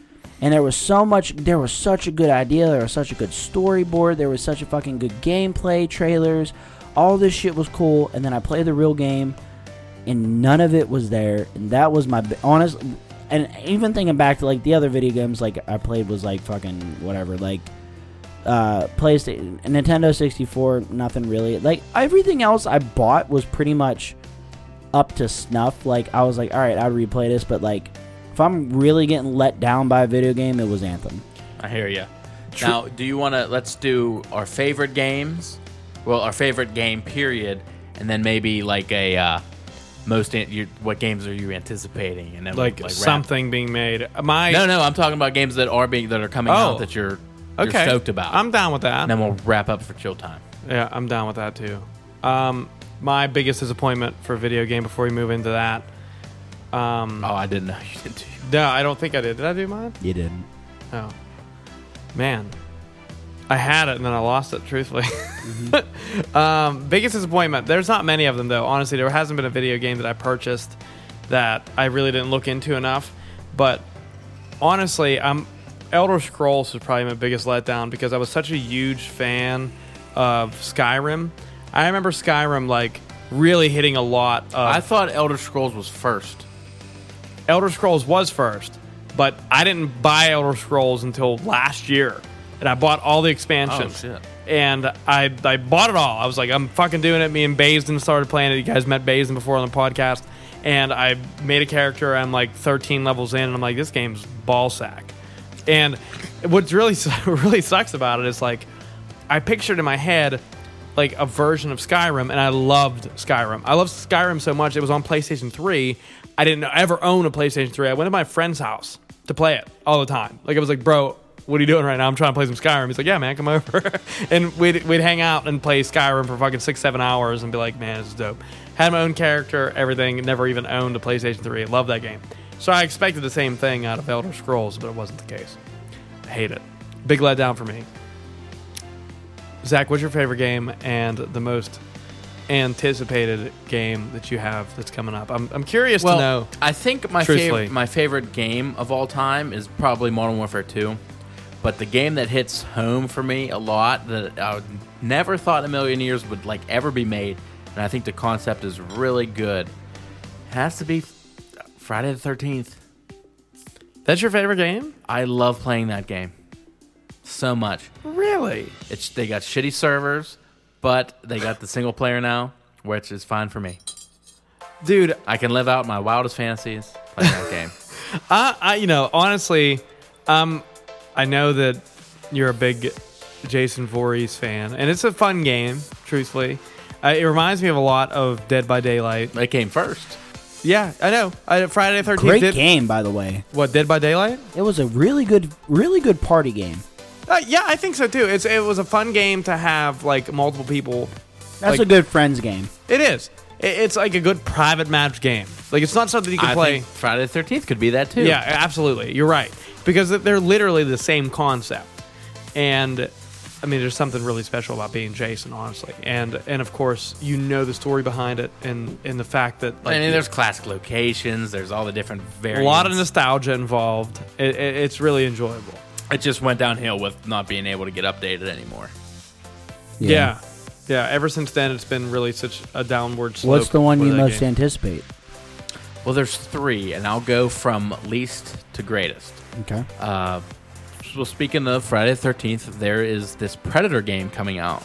Speaker 3: And there was so much. There was such a good idea. There was such a good storyboard. There was such a fucking good gameplay trailers. All this shit was cool. And then I played the real game, and none of it was there. And that was my bi- honest. And even thinking back to like the other video games like I played was like fucking whatever. Like uh PlayStation, Nintendo 64, nothing really. Like everything else I bought was pretty much up to snuff. Like I was like, all right, I'd replay this, but like if I'm really getting let down by a video game, it was Anthem.
Speaker 2: I hear you. Now, do you want to let's do our favorite games? Well, our favorite game period, and then maybe like a uh, most an- you, what games are you anticipating? And then we'll,
Speaker 1: Like,
Speaker 2: wrap-
Speaker 1: something being made. My
Speaker 2: No, no, I'm talking about games that are being that are coming
Speaker 1: Oh.
Speaker 2: out that you're, you're
Speaker 1: okay.
Speaker 2: stoked about.
Speaker 1: I'm down with that.
Speaker 2: and then we'll wrap up for chill time.
Speaker 1: Yeah, I'm down with that too. Um, my biggest disappointment for a video game before we move into that. Um,
Speaker 2: Oh, I didn't know you did. too.
Speaker 1: no, I don't think I did. Did I do mine?
Speaker 3: You didn't.
Speaker 1: Oh, man, I had it and then I lost it. Truthfully, um, biggest disappointment. There's not many of them though. Honestly, there hasn't been a video game that I purchased that I really didn't look into enough. But honestly, I'm Elder Scrolls was probably my biggest letdown because I was such a huge fan of Skyrim. I remember Skyrim like really hitting a lot of
Speaker 2: I thought Elder Scrolls was first.
Speaker 1: Elder Scrolls was first, but I didn't buy Elder Scrolls until last year, and I bought all the expansions.
Speaker 2: Oh, shit.
Speaker 1: And I I bought it all. I was like, I'm fucking doing it. Me and Bazen started playing it. You guys met Bazen before on the podcast, and I made a character. I'm like 13 levels in, and I'm like, this game's ball sack. And what's really really sucks about it is like, I pictured in my head like a version of Skyrim, and I loved Skyrim. I loved Skyrim so much. It was on PlayStation 3. I didn't ever own a PlayStation 3. I went to my friend's house to play it all the time. Like I was like, bro, what are you doing right now? I'm trying to play some Skyrim. He's like, yeah, man, come over. and we'd, we'd hang out and play Skyrim for fucking six, seven hours and be like, man, this is dope. Had my own character, everything, never even owned a PlayStation 3. Love that game. So I expected the same thing out of Elder Scrolls, but it wasn't the case. I hate it. Big letdown for me. Zach, what's your favorite game and the most anticipated game that you have that's coming up? I'm, I'm curious
Speaker 2: Well,
Speaker 1: to know.
Speaker 2: I think my
Speaker 1: Truthfully.
Speaker 2: favorite my favorite game of all time is probably Modern Warfare 2. But the game that hits home for me a lot that I would- never thought in a million years would like ever be made, and I think the concept is really good, has to be Friday the 13th.
Speaker 1: That's your favorite game?
Speaker 2: I love playing that game so much.
Speaker 1: Really?
Speaker 2: It's they got shitty servers, but they got the single player now, which is fine for me.
Speaker 1: Dude,
Speaker 2: I can live out my wildest fantasies playing that game.
Speaker 1: I, I you know honestly, um, I know that you're a big Jason Voorhees fan, and it's a fun game. Truthfully, uh, it reminds me of a lot of Dead by Daylight.
Speaker 2: It came first.
Speaker 1: Yeah, I know. I, Friday the 13th.
Speaker 3: Great
Speaker 1: did-
Speaker 3: game, by the way.
Speaker 1: What Dead by Daylight?
Speaker 3: It was a really good, really good party game.
Speaker 1: Uh, yeah, I think so too. It's it was a fun game to have like multiple people.
Speaker 3: That's
Speaker 1: Like-
Speaker 3: a good friends game.
Speaker 1: It is. It, it's like a good private match game. Like it's not something you can
Speaker 2: I
Speaker 1: play.
Speaker 2: think Friday the Thirteenth could be that too.
Speaker 1: Yeah, absolutely. You're right because they're literally the same concept, and I mean, there's something really special about being Jason, honestly. And and of course, you know the story behind it, and and the fact that like
Speaker 2: I mean, there's classic locations. There's all the different
Speaker 1: a
Speaker 2: variants.
Speaker 1: lot of nostalgia involved. It, it, it's really enjoyable.
Speaker 2: It just went downhill with not being able to get updated anymore.
Speaker 1: Yeah. yeah. ever since then, it's been really such a downward slope.
Speaker 3: What's the one
Speaker 1: for
Speaker 3: you
Speaker 1: that
Speaker 3: most
Speaker 1: game.
Speaker 3: anticipate?
Speaker 2: Well, there's three, and I'll go from least to greatest.
Speaker 3: Okay.
Speaker 2: Uh, well, speaking of Friday the Thirteenth, there is this Predator game coming out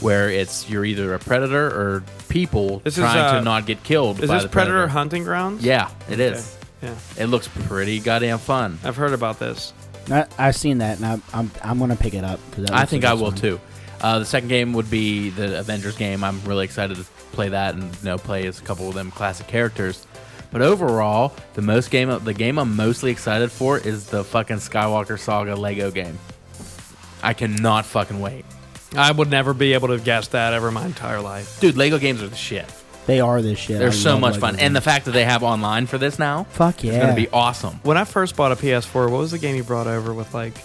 Speaker 2: where it's you're either a predator or people
Speaker 1: This is,
Speaker 2: trying
Speaker 1: uh,
Speaker 2: to not get killed.
Speaker 1: Is
Speaker 2: by
Speaker 1: this
Speaker 2: the
Speaker 1: Predator Hunting Grounds?
Speaker 2: Yeah, it is.
Speaker 1: Okay. Yeah,
Speaker 2: It looks pretty goddamn fun.
Speaker 1: I've heard about this.
Speaker 3: I, I've seen that, and I, I'm I'm gonna pick it up because
Speaker 2: I think I will too. Uh, the second game would be the Avengers game. I'm really excited to play that and you know play as a couple of them classic characters. But overall, the most game the game I'm mostly excited for is the fucking Skywalker Saga Lego game. I cannot fucking wait,
Speaker 1: I would never be able to guess that ever in my entire life.
Speaker 2: dude. Lego games are the shit.
Speaker 3: They are this shit.
Speaker 2: They're
Speaker 3: I
Speaker 2: so
Speaker 3: love
Speaker 2: much
Speaker 3: Lego
Speaker 2: fun, and the
Speaker 3: games.
Speaker 2: fact that they have online for this now
Speaker 3: fuck
Speaker 2: is
Speaker 3: yeah,
Speaker 2: gonna be awesome.
Speaker 1: When I first bought a PS4, what was the game you brought over with like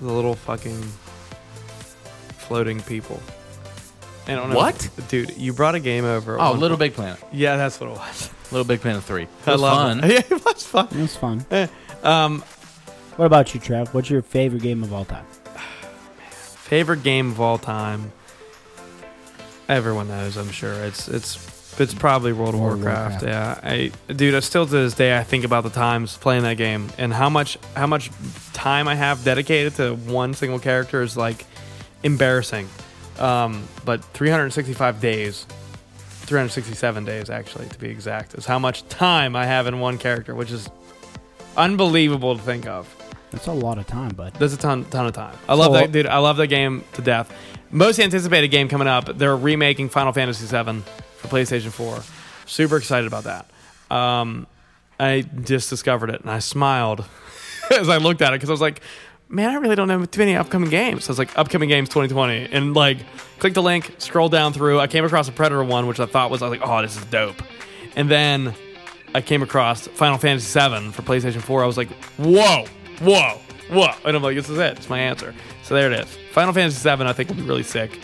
Speaker 1: the little fucking floating people? I don't know.
Speaker 2: What?
Speaker 1: dude? You brought a game over.
Speaker 2: Oh,
Speaker 1: One-
Speaker 2: Little Big Planet,
Speaker 1: Yeah, that's what it was.
Speaker 2: Little Big Planet Three. It
Speaker 1: I
Speaker 2: was
Speaker 1: love
Speaker 2: fun.
Speaker 1: It. Yeah, it was fun.
Speaker 3: That's fun.
Speaker 1: Um,
Speaker 3: What about you, Trev? What's your favorite game of all time?
Speaker 1: favorite game of all time. Everyone knows, I'm sure. It's it's it's probably World of
Speaker 3: World of
Speaker 1: Warcraft. Yeah, I dude, I still to this day I think about the times playing that game and how much how much time I have dedicated to one single character is like embarrassing. Um, but 365 days, 367 days actually to be exact, is how much time I have in one character, which is unbelievable to think of.
Speaker 3: That's a lot of time, bud.
Speaker 1: There's a ton, ton of time. I love
Speaker 3: So-
Speaker 1: that, dude. I love that game to death. Most anticipated game coming up. They're remaking Final Fantasy VII for PlayStation 4. Super excited about that. Um, I just discovered it and I smiled as I looked at it because I was like, man, I really don't know too many upcoming games. So I was like, upcoming games 2020. And like, click the link, scroll down through. I came across a Predator one, which I thought was, I was like, oh, this is dope. And then I came across Final Fantasy VII for PlayStation 4. I was like, whoa, whoa, whoa. And I'm like, this is it. It's my answer. So there it is. Final Fantasy VII, I think, would be really sick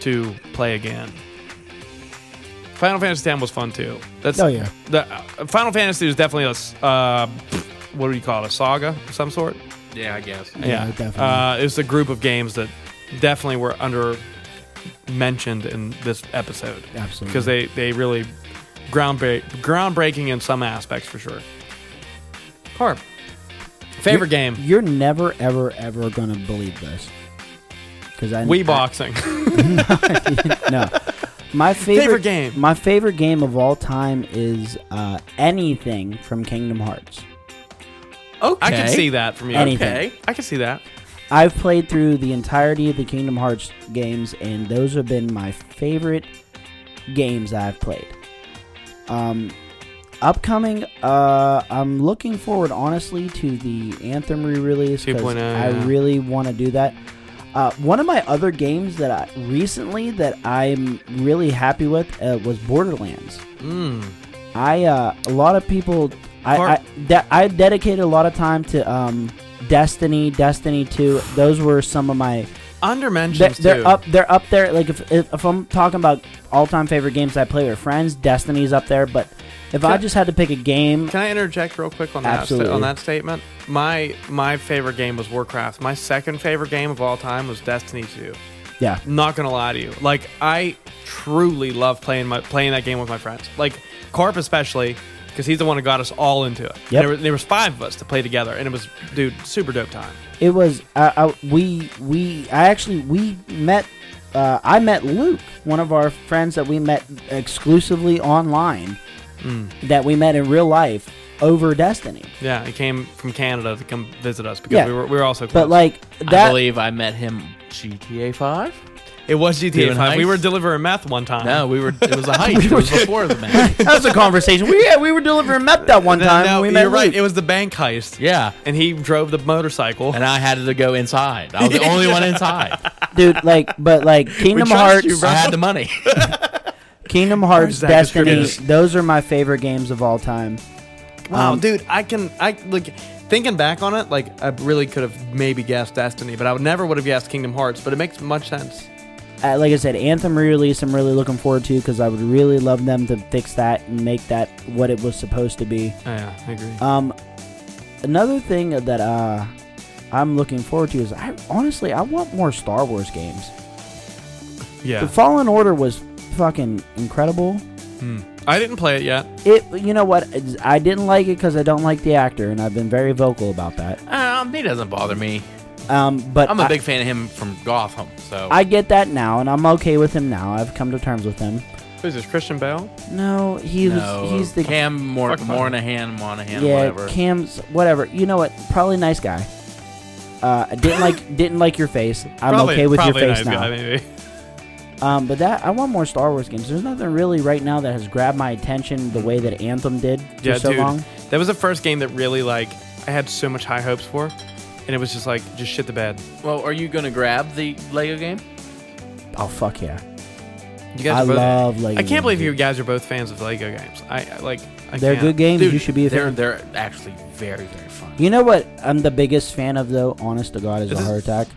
Speaker 1: to play again. Final Fantasy X was fun too. That's
Speaker 3: Oh, yeah.
Speaker 1: The uh, Final Fantasy is definitely a s- uh, what do you call it? A saga of some sort.
Speaker 2: Yeah, I guess.
Speaker 3: Yeah,
Speaker 1: Yeah,
Speaker 3: definitely.
Speaker 1: Uh, it was a group of games that definitely were under mentioned in this episode.
Speaker 3: Absolutely.
Speaker 1: Because they, they really groundbreak, groundbreaking in some aspects for sure. Carp. Favorite
Speaker 3: You're-
Speaker 1: game?
Speaker 3: You're never, ever, ever gonna believe this. Because I
Speaker 1: Wii boxing.
Speaker 3: no, My favorite,
Speaker 1: Favorite game.
Speaker 3: My favorite game of all time is uh, anything from Kingdom Hearts.
Speaker 2: Okay.
Speaker 1: I can see that from you.
Speaker 3: Anything.
Speaker 2: Okay.
Speaker 1: I can see that.
Speaker 3: I've played through the entirety of the Kingdom Hearts games, and those have been my favorite games that I've played. Um, upcoming, uh, I'm looking forward honestly to the Anthem re-release
Speaker 1: 2.0,
Speaker 3: I
Speaker 1: yeah.
Speaker 3: really want to do that. Uh, one of my other games that I recently that I'm really happy with uh, was Borderlands. I uh, a lot of people I,
Speaker 1: Part-
Speaker 3: I that I dedicated a lot of time to um, Destiny, Destiny Two. Those were some of my they're,
Speaker 1: Undermentions
Speaker 3: they're
Speaker 1: too.
Speaker 3: up they're up there. Like if, if if I'm talking about all time favorite games I play with friends, Destiny's up there. But if I
Speaker 1: Can-
Speaker 3: just had to pick a game,
Speaker 1: Can I interject real quick on that sta-
Speaker 3: Absolutely.
Speaker 1: on that statement? My my favorite game was Warcraft. My second favorite game of all time was Destiny 2.
Speaker 3: yeah,
Speaker 1: Not gonna lie to you, like I truly love playing my playing that game with my friends. Like Carp especially, because he's the one who got us all into it.
Speaker 3: Yep.
Speaker 1: There, were, there was five of us to play together, and it was dude super dope time.
Speaker 3: it was I, I, we we I actually we met. Uh, I met Luke, one of our friends that we met exclusively online,
Speaker 2: Hmm.
Speaker 3: that we met in real life over Destiny.
Speaker 1: Yeah, he came from Canada to come visit us because
Speaker 3: Yeah.
Speaker 1: we were we were also close.
Speaker 3: But like
Speaker 2: I
Speaker 3: that,
Speaker 2: believe I met him GTA Five.
Speaker 1: it was GTA
Speaker 2: Doing
Speaker 1: 5. We
Speaker 2: heists?
Speaker 1: were delivering meth one time.
Speaker 2: No, we were. It was a heist. it was before the match.
Speaker 3: that was a conversation. We yeah, we were delivering meth that one
Speaker 1: No,
Speaker 3: time.
Speaker 1: no,
Speaker 3: and we
Speaker 1: you're
Speaker 3: met
Speaker 1: right.
Speaker 3: Luke.
Speaker 1: It was the bank heist.
Speaker 2: Yeah,
Speaker 1: and he drove the motorcycle.
Speaker 2: and I had to go inside. I was the only one inside.
Speaker 3: dude. Like, but like Kingdom
Speaker 1: trust
Speaker 3: Hearts,
Speaker 1: you,
Speaker 2: I had the money.
Speaker 3: Kingdom Hearts,
Speaker 1: Zach
Speaker 3: Destiny.
Speaker 1: distributors.
Speaker 3: Those are my favorite games of all time.
Speaker 1: Wow,
Speaker 3: Um,
Speaker 1: dude, I can I like thinking back on it, like I really could have maybe guessed Destiny, but I would never would have guessed Kingdom Hearts, but it makes much sense.
Speaker 3: Uh, like I said, Anthem re-release. I'm really looking forward to because I would really love them to fix that and make that what it was supposed to be.
Speaker 1: Oh, yeah, I agree.
Speaker 3: Um, another thing that uh, I'm looking forward to is I honestly I want more Star Wars games. The
Speaker 1: yeah.
Speaker 3: Fallen Order was fucking incredible.
Speaker 1: Hmm. I didn't play it yet.
Speaker 3: It, you know what? It's- I didn't like it because I don't like the actor, and I've been very vocal about that.
Speaker 2: Um, he doesn't bother me.
Speaker 3: Um, but
Speaker 2: I'm a
Speaker 3: I-
Speaker 2: big fan of him from Gotham. So
Speaker 3: I get that now, and I'm okay with him now. I've come to terms with him.
Speaker 1: Who's this? Christian Bale?
Speaker 3: No, he
Speaker 2: no,
Speaker 3: was, he's the
Speaker 2: Cam Mor-
Speaker 1: Fuck Monahan.
Speaker 2: Monahan, Monahan,
Speaker 3: yeah,
Speaker 2: whatever.
Speaker 3: Cam's whatever. You know what? Probably nice guy. Uh, I didn't like didn't like your face. I'm
Speaker 1: probably,
Speaker 3: okay with your
Speaker 1: probably
Speaker 3: face
Speaker 1: nice
Speaker 3: now.
Speaker 1: guy, maybe.
Speaker 3: Um, but that I want more Star Wars games. There's nothing really right now that has grabbed my attention the way that Anthem did for
Speaker 1: Yeah,
Speaker 3: so
Speaker 1: dude.
Speaker 3: long.
Speaker 1: That was the first game that really like I had so much high hopes for. And it was just like just shit the bed.
Speaker 2: Well, are you gonna grab the Lego game?
Speaker 3: Oh fuck yeah!
Speaker 1: You
Speaker 3: I love Lego.
Speaker 1: I can't believe you
Speaker 3: games.
Speaker 1: guys are both fans of Lego games. I, I like I
Speaker 3: They're
Speaker 1: can't.
Speaker 3: good games.
Speaker 2: Dude,
Speaker 3: you should be a
Speaker 2: they're
Speaker 3: fan.
Speaker 2: they're actually very very fun.
Speaker 3: You know what? I'm the biggest fan of though. Honest to God, is
Speaker 1: This
Speaker 3: a
Speaker 1: is-
Speaker 3: heart attack.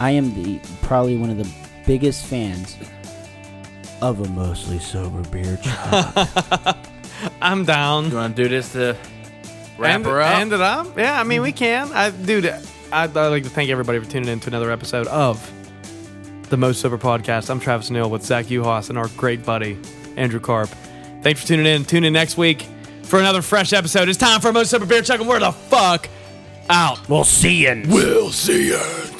Speaker 3: I am the probably one of the biggest fans of a mostly sober beer. Child.
Speaker 1: I'm down.
Speaker 2: You want to do this to wrap
Speaker 1: end,
Speaker 2: her up?
Speaker 1: End it up? Yeah, I mean, we can. I, dude, I, I'd like to thank everybody for tuning in to another episode of the Most Sober Podcast. I'm Travis Neal with Zach Uhas and our great buddy, Andrew Carp. Thanks for tuning in. Tune in next week for another fresh episode. It's time for Most Sober Beer Chuck, and we're the fuck out.
Speaker 4: We'll see you.
Speaker 5: We'll see you.